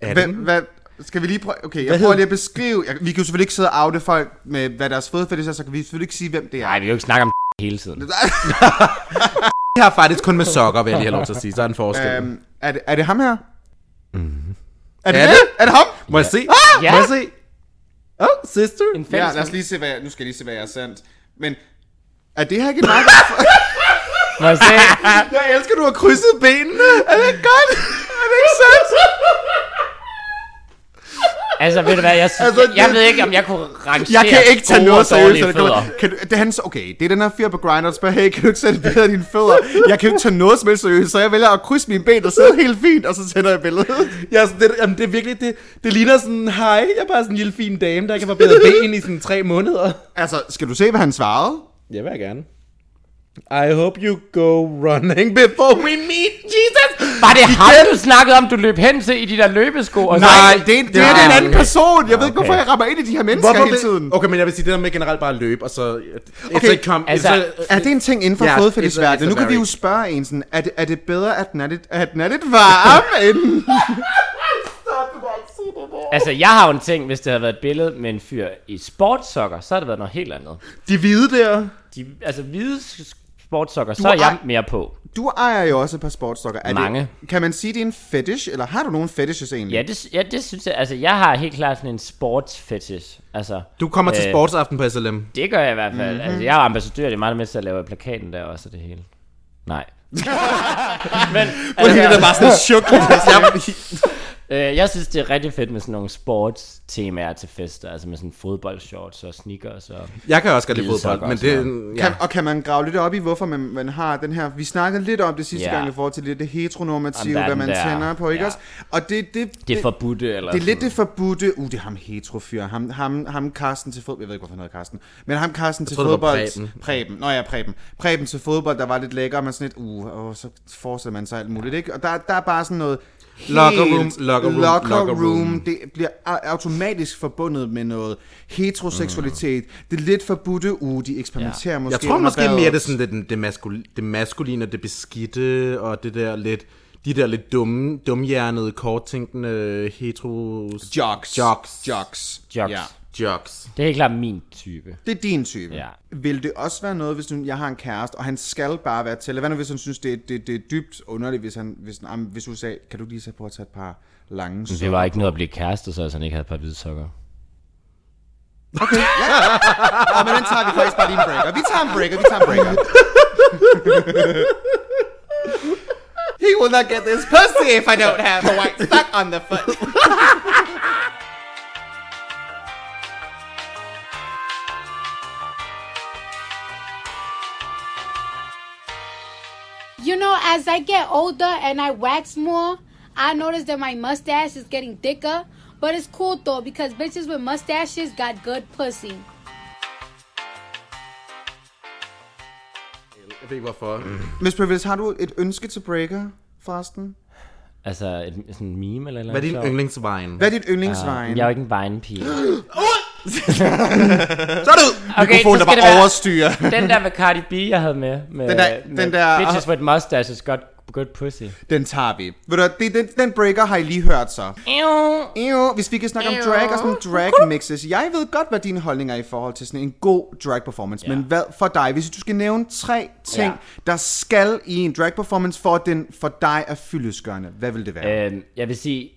Speaker 1: Er
Speaker 2: hvad,
Speaker 1: den?
Speaker 2: hvad, skal vi lige prøve, okay,
Speaker 1: Hvad
Speaker 2: jeg prøver
Speaker 1: hed-
Speaker 2: lige at beskrive, jeg, vi kan jo selvfølgelig ikke sidde og oute folk med, hvad deres fodfetish er, så kan vi selvfølgelig ikke sige, hvem det er.
Speaker 3: Nej, vi kan jo ikke snakke om hele tiden.
Speaker 1: Jeg har faktisk kun med sokker, vil jeg lige have lov til at sige. Så er der en forskel. Um,
Speaker 2: Øhm, er, det, er det ham her? Mm-hmm. Er det
Speaker 1: Er
Speaker 2: er det?
Speaker 1: det?
Speaker 2: Er det ham?
Speaker 1: Må jeg se?
Speaker 3: Ah, Ja.
Speaker 1: Må jeg se? Oh, sister.
Speaker 3: En
Speaker 2: Ja,
Speaker 3: fælles-
Speaker 2: lad os lige se, hvad jeg, nu skal jeg lige se, hvad jeg har sendt. Men, er det her ikke et meget godt fo-
Speaker 3: Må jeg se?
Speaker 1: Jeg elsker, du har krydset benene. Er det ikke godt? Er det ikke sandt?
Speaker 3: Altså, ved du hvad, jeg, synes,
Speaker 2: Altså,
Speaker 3: jeg, jeg
Speaker 2: det-
Speaker 3: ved ikke, om jeg kunne rangere
Speaker 2: Jeg kan ikke tage
Speaker 3: gode
Speaker 2: noget
Speaker 3: og dårlige
Speaker 2: seriøst, når det
Speaker 3: fødder.
Speaker 2: kommer. Kan du, det er hans, okay, det er den her fyr på Grindr, der spørger, hey, kan du ikke sætte et billede af dine fødder? Jeg kan jo ikke tage noget som helst seriøst, så jeg vælger at krydse mine ben, der sidder helt fint, og så sender jeg billedet.
Speaker 1: Ja, så det, jamen, det er virkelig, det, det ligner sådan, hej, jeg er bare sådan en lille fin dame, der ikke har barberet ben i sådan tre måneder.
Speaker 2: Altså, skal du se, hvad han svarede?
Speaker 1: Jeg vil jeg gerne. I hope you go running before we meet Jesus.
Speaker 3: Var det ham, du snakkede om, du løb hen til i de der løbesko? Og
Speaker 2: Nej,
Speaker 3: Så,
Speaker 2: det, er- det, det er
Speaker 1: nej,
Speaker 2: en anden
Speaker 1: okay.
Speaker 2: person. Jeg ved ikke,
Speaker 3: Okay.
Speaker 2: hvorfor jeg rammer ind i de her mennesker Hvorfor hele tiden.
Speaker 1: Okay, men jeg vil sige, det der med generelt bare at løbe, og så...
Speaker 2: Okay,
Speaker 1: Okay, kom,
Speaker 3: altså,
Speaker 1: altså, så,
Speaker 2: Er det en ting inden for
Speaker 1: Ja,
Speaker 2: yeah,
Speaker 1: it's a- it's a
Speaker 2: fodfældesverdenen? Nu kan vi jo
Speaker 1: very-
Speaker 2: spørge en sådan, er det, er det bedre, at den er lidt, at den er lidt varm end...
Speaker 3: altså, jeg har jo en ting, hvis det havde været et billede med en fyr i sportssokker, så havde det været noget helt andet.
Speaker 1: de hvide der...
Speaker 3: De, altså, hvide s- sportssokker, så er jeg
Speaker 2: ej-
Speaker 3: mere på.
Speaker 2: Du ejer jo også et par sportssokker. Er
Speaker 3: Mange.
Speaker 2: Det, kan man sige, det er en fetish, eller har du nogen fetishes egentlig?
Speaker 3: Ja det, ja, det synes jeg. Altså, jeg har helt klart sådan en sportsfetish. Altså,
Speaker 1: Du kommer til
Speaker 3: Øh.
Speaker 1: sportsaften på SLM.
Speaker 3: det gør jeg i hvert fald. Mm-hmm. Altså, jeg er ambassadør, det er meget det meste, jeg laver i plakaten der også, og det hele. Nej. Men,
Speaker 1: Det
Speaker 3: altså,
Speaker 1: er bare sådan chok.
Speaker 3: Øh, jeg synes, det er rigtig fedt med sådan nogle sportstemaer til fester, altså med sådan fodboldshorts og sneakers og...
Speaker 1: Jeg kan også godt lide
Speaker 3: Hvide
Speaker 1: fodbold,
Speaker 3: sokker
Speaker 1: men
Speaker 3: og
Speaker 1: det...
Speaker 3: sådan
Speaker 1: Ja.
Speaker 2: Kan, og kan man grave lidt op i, hvorfor man, man har den her... Vi snakkede lidt om det sidste
Speaker 3: Ja.
Speaker 2: yeah. gang i forhold til det, det heteronormative,
Speaker 3: Jamen, der er
Speaker 2: hvad
Speaker 3: den
Speaker 2: man
Speaker 3: der-
Speaker 2: tænder på, ikke
Speaker 3: ja.
Speaker 2: også? Og det, det,
Speaker 3: Det er forbudte, eller
Speaker 2: det er lidt
Speaker 3: sådan.
Speaker 2: det forbudte. Uh, det er ham heterofyr. Ham, ham, ham Karsten til fodbold. Jeg ved ikke, hvorfor han hedder Karsten. Men ham Karsten til
Speaker 1: troede, det var
Speaker 2: fodbold. Preben. Nå ja, Preben. Preben til fodbold, der var lidt lækker. og Man sådan lidt, uh, og så fortsætter man sig alt muligt, ikke? Og der, der er bare sådan noget...
Speaker 1: Locker room, locker room,
Speaker 2: locker
Speaker 1: locker room.
Speaker 2: room. Det bliver au- automatisk forbundet med noget heteroseksualitet. Mm. Det er lidt forbudte uge, de eksperimenterer ja. måske.
Speaker 1: Jeg tror
Speaker 2: under
Speaker 1: måske
Speaker 2: badet.
Speaker 1: mere, det er sådan lidt den- det, maskul- det maskuline og det beskidte, og det der lidt, de der lidt dumme, dumhjernede, korttænkende heteros...
Speaker 2: Jocks.
Speaker 1: Jocks.
Speaker 2: Jocks.
Speaker 3: Jocks.
Speaker 2: Ja.
Speaker 1: Jocks.
Speaker 3: Det er helt klart min type.
Speaker 2: Det er din type.
Speaker 3: Ja.
Speaker 2: Vil det også være noget, hvis nu jeg har en kæreste, og han skal bare være til? Hvad nu, hvis han synes, det er, det, det er dybt underligt, hvis, han, hvis, ah, men hvis du sagde, kan du lige så på at tage et par lange
Speaker 3: Det var ikke noget at blive kæreste, så altså, han ikke havde et par hvide sokker.
Speaker 2: Ja, men den tager vi faktisk bare lige en breaker. Vi tager en breaker, vi tager en breaker. He will not get this pussy if I don't have a white sock on the foot.
Speaker 5: You know, as I get older and I wax more, I notice that my mustache is getting thicker. But it's cool though because bitches with mustaches got good pussy.
Speaker 1: Jeg ved ikke hvorfor.
Speaker 2: Miss Privilege, har du et ønske til breaker, forresten?
Speaker 3: Altså, et, sådan en meme eller
Speaker 1: Hvad er
Speaker 3: noget.
Speaker 1: din yndlingsvejn?
Speaker 2: Hvad er dit yndlingsvejen?
Speaker 3: Jeg er jo ikke en vinepige.
Speaker 2: Så er det ud!
Speaker 3: Okay,
Speaker 2: Mikrofonen, der
Speaker 3: så skal
Speaker 2: bare
Speaker 3: det være-
Speaker 2: overstyrer.
Speaker 3: Den der med Cardi B, jeg havde med. med
Speaker 2: Den der-
Speaker 3: med
Speaker 2: den der-
Speaker 3: Bitches with mustaches got good pussy.
Speaker 2: Den tager vi. Ved du, hvad, det, den, den breaker har I lige hørt så. Ew. Hvis vi kan snakke om drag og sådan drag mixes. Jeg ved godt, hvad dine holdninger er i forhold til sådan en god drag performance.
Speaker 3: Ja.
Speaker 2: Men hvad for dig? Hvis du skal nævne tre ting,
Speaker 3: Ja.
Speaker 2: der skal i en drag performance, for at den for dig er fyldesgørende. Hvad vil det være?
Speaker 3: Øhm, jeg vil sige,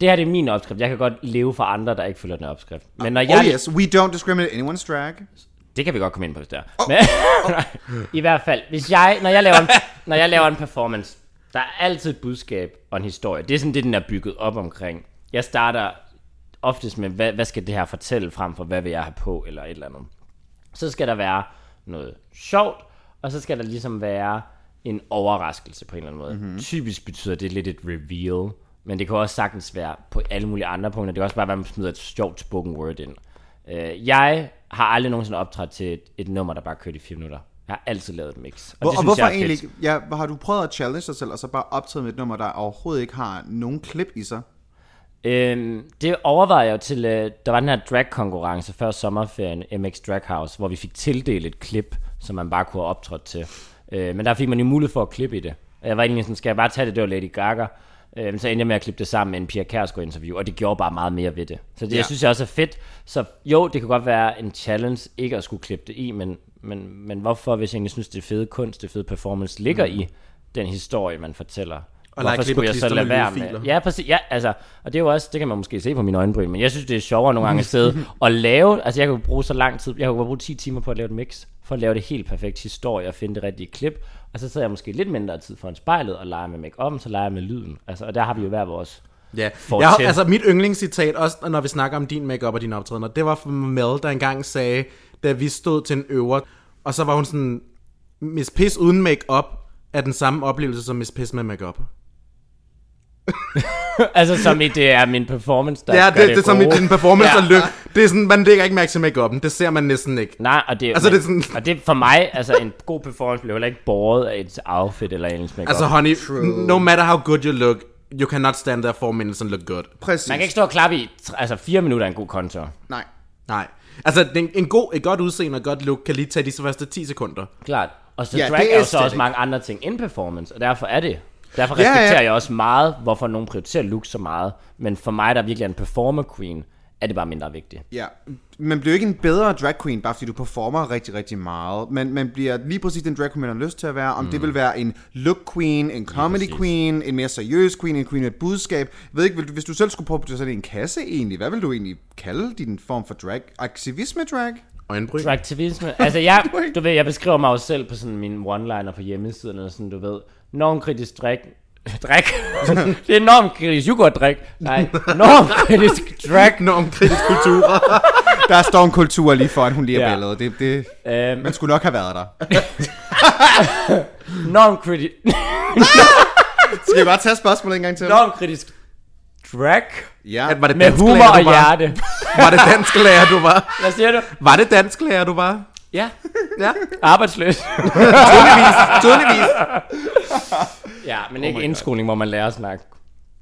Speaker 3: det her det er min opskrift. Jeg kan godt leve for andre, der ikke følger den opskrift. Men når jeg...
Speaker 2: oh yes, we don't discriminate anyone's drag.
Speaker 3: Det kan vi godt komme ind på, hvis det er. Men, I hvert fald, hvis jeg, når, jeg laver en, når jeg laver en performance, der er altid et budskab og en historie. Det er sådan det, den er bygget op omkring. Jeg starter oftest med, hvad, hvad skal det her fortælle, frem for hvad vil jeg have på, eller et eller andet. Så skal der være noget sjovt, og så skal der ligesom være en overraskelse på en eller anden måde.
Speaker 2: Mhm.
Speaker 3: Mm-hmm. Typisk betyder det lidt et reveal, men det kan også sagtens være på alle mulige andre punkter. Det kan også bare være, at man smider et sjovt spoken word ind. Øh, jeg har aldrig nogensinde optrådt til et, et nummer, der bare kørte i 4 minutter. Jeg har altid lavet et mix. Og,
Speaker 2: Hvor,
Speaker 3: det
Speaker 2: og
Speaker 3: synes
Speaker 2: hvorfor
Speaker 3: jeg er fedt.
Speaker 2: egentlig ikke- ja, har du prøvet at challenge dig selv, og så bare optage med et nummer, der overhovedet ikke har nogen klip i sig?
Speaker 3: Øhm, det overvejede jeg jo til, øh, der var den her drag-konkurrence før sommerferien, MX Drag House, hvor vi fik tildelt et klip, som man bare kunne have optrådt til. Øh, men der fik man jo mulighed for at klippe i det. Og Jeg var egentlig sådan, skal jeg bare tage det, det var Lady Gaga. Øh, men så endte jeg med at klippe det sammen med en Pia Kærsgaard interview, og det gjorde bare meget mere ved det. Så det, ja.
Speaker 2: Ja.
Speaker 3: jeg synes jeg også er fedt. Så jo, det kan godt være en challenge ikke at skulle klippe det i, men, men, men hvorfor, hvis jeg egentlig synes, det fede kunst, det fede performance ligger mm. i den historie, man fortæller.
Speaker 1: Og lege
Speaker 3: hvorfor
Speaker 1: klip og
Speaker 3: skulle jeg så
Speaker 1: klister med
Speaker 3: lade være med?
Speaker 1: lydfiler.
Speaker 3: Ja, præcis. Ja, altså, og det er jo også, det kan man måske se på mine øjenbryn, men jeg synes, det er sjovere nogle gange at sidde og lave, altså jeg kunne bruge så lang tid, jeg kunne bruge 10 timer på at lave et mix, for at lave det helt perfekt historie og finde det rigtige klip, og så sidder jeg måske lidt mindre tid foran spejlet og leger med make så leger jeg med lyden, altså, og der har vi jo hver vores.
Speaker 1: Ja,
Speaker 3: Fortæl.
Speaker 1: jeg, har- altså mit yndlingscitat, også når vi snakker om din makeup og dine optrædener, det var fra Mel, der engang sagde, da vi stod til en øver, og så var hun sådan, Miss Piss uden makeup er den samme oplevelse som Miss Piss med makeup.
Speaker 3: altså som i, det er min performance, der
Speaker 1: Ja, det,
Speaker 3: gør
Speaker 1: det, det er som i
Speaker 3: gode.
Speaker 1: din performance
Speaker 3: Ja.
Speaker 1: ja. lykke. Det er sådan, man lægger ikke mærke til makeupen. Det ser man næsten ikke.
Speaker 3: Nej, og det,
Speaker 1: Altså, det er sådan-
Speaker 3: og det for mig, altså en god performance bliver heller ikke båret af et outfit eller ens make
Speaker 1: Altså
Speaker 3: altså,
Speaker 1: honey, no matter how good you look, you cannot stand there four minutes and look good.
Speaker 2: Præcis.
Speaker 3: Man kan ikke stå og klappe i, tr- altså fire minutter er en god kontor.
Speaker 2: Nej.
Speaker 1: Nej. Altså, en, en god, et godt udseende og et godt look kan lige tage de første 10 sekunder.
Speaker 3: Klart. Og så
Speaker 2: Ja,
Speaker 3: ja, drag
Speaker 2: det
Speaker 3: er
Speaker 2: er
Speaker 3: jo så også
Speaker 2: aesthetic.
Speaker 3: mange andre ting end performance, og derfor er det. Derfor respekterer ja,
Speaker 2: ja.
Speaker 3: ja. jeg også meget, hvorfor nogen prioriterer look så meget. Men for mig, der virkelig er en performer queen, er det bare mindre vigtigt.
Speaker 2: Ja, man bliver ikke en bedre drag queen, bare fordi du performer rigtig, rigtig meget. Men man bliver lige præcis den drag queen, man har lyst til at være. Om mm. det vil være en look queen, en comedy queen, en mere seriøs queen, en queen med et budskab. Jeg ved ikke, vil du, hvis du selv skulle prøve at sådan en kasse egentlig, hvad vil du egentlig kalde din form for drag? Aktivisme drag?
Speaker 1: Øjenbryn.
Speaker 3: Dragtivisme. Altså jeg, du ved, jeg beskriver mig jo selv på sådan min one-liner på hjemmesiden, eller sådan, du ved, normkritisk drik, drik. det er normkritisk yoghurtdrik. Nej, normkritisk drag.
Speaker 1: Enormt kritisk kultur.
Speaker 2: Der er står en kultur lige foran, hun lige er
Speaker 3: Ja.
Speaker 2: billedet. Det, det,
Speaker 3: Øhm,
Speaker 2: man skulle nok have været der.
Speaker 3: normkritisk,
Speaker 2: Skal vi bare tage spørgsmålet en gang til?
Speaker 3: normkritisk drag
Speaker 2: Ja,
Speaker 1: At var det
Speaker 3: med
Speaker 1: dansk
Speaker 3: humor
Speaker 1: lærer,
Speaker 3: og
Speaker 1: du var?
Speaker 3: hjerte.
Speaker 1: Var det dansk lærer, du var?
Speaker 3: Hvad siger du?
Speaker 1: Var det dansk lærer, du var?
Speaker 3: Ja,
Speaker 1: Ja,
Speaker 3: arbejdsløs.
Speaker 1: tydeligvis. tydeligvis.
Speaker 3: Ja, men ikke indskoling, hvor man lærer at snakke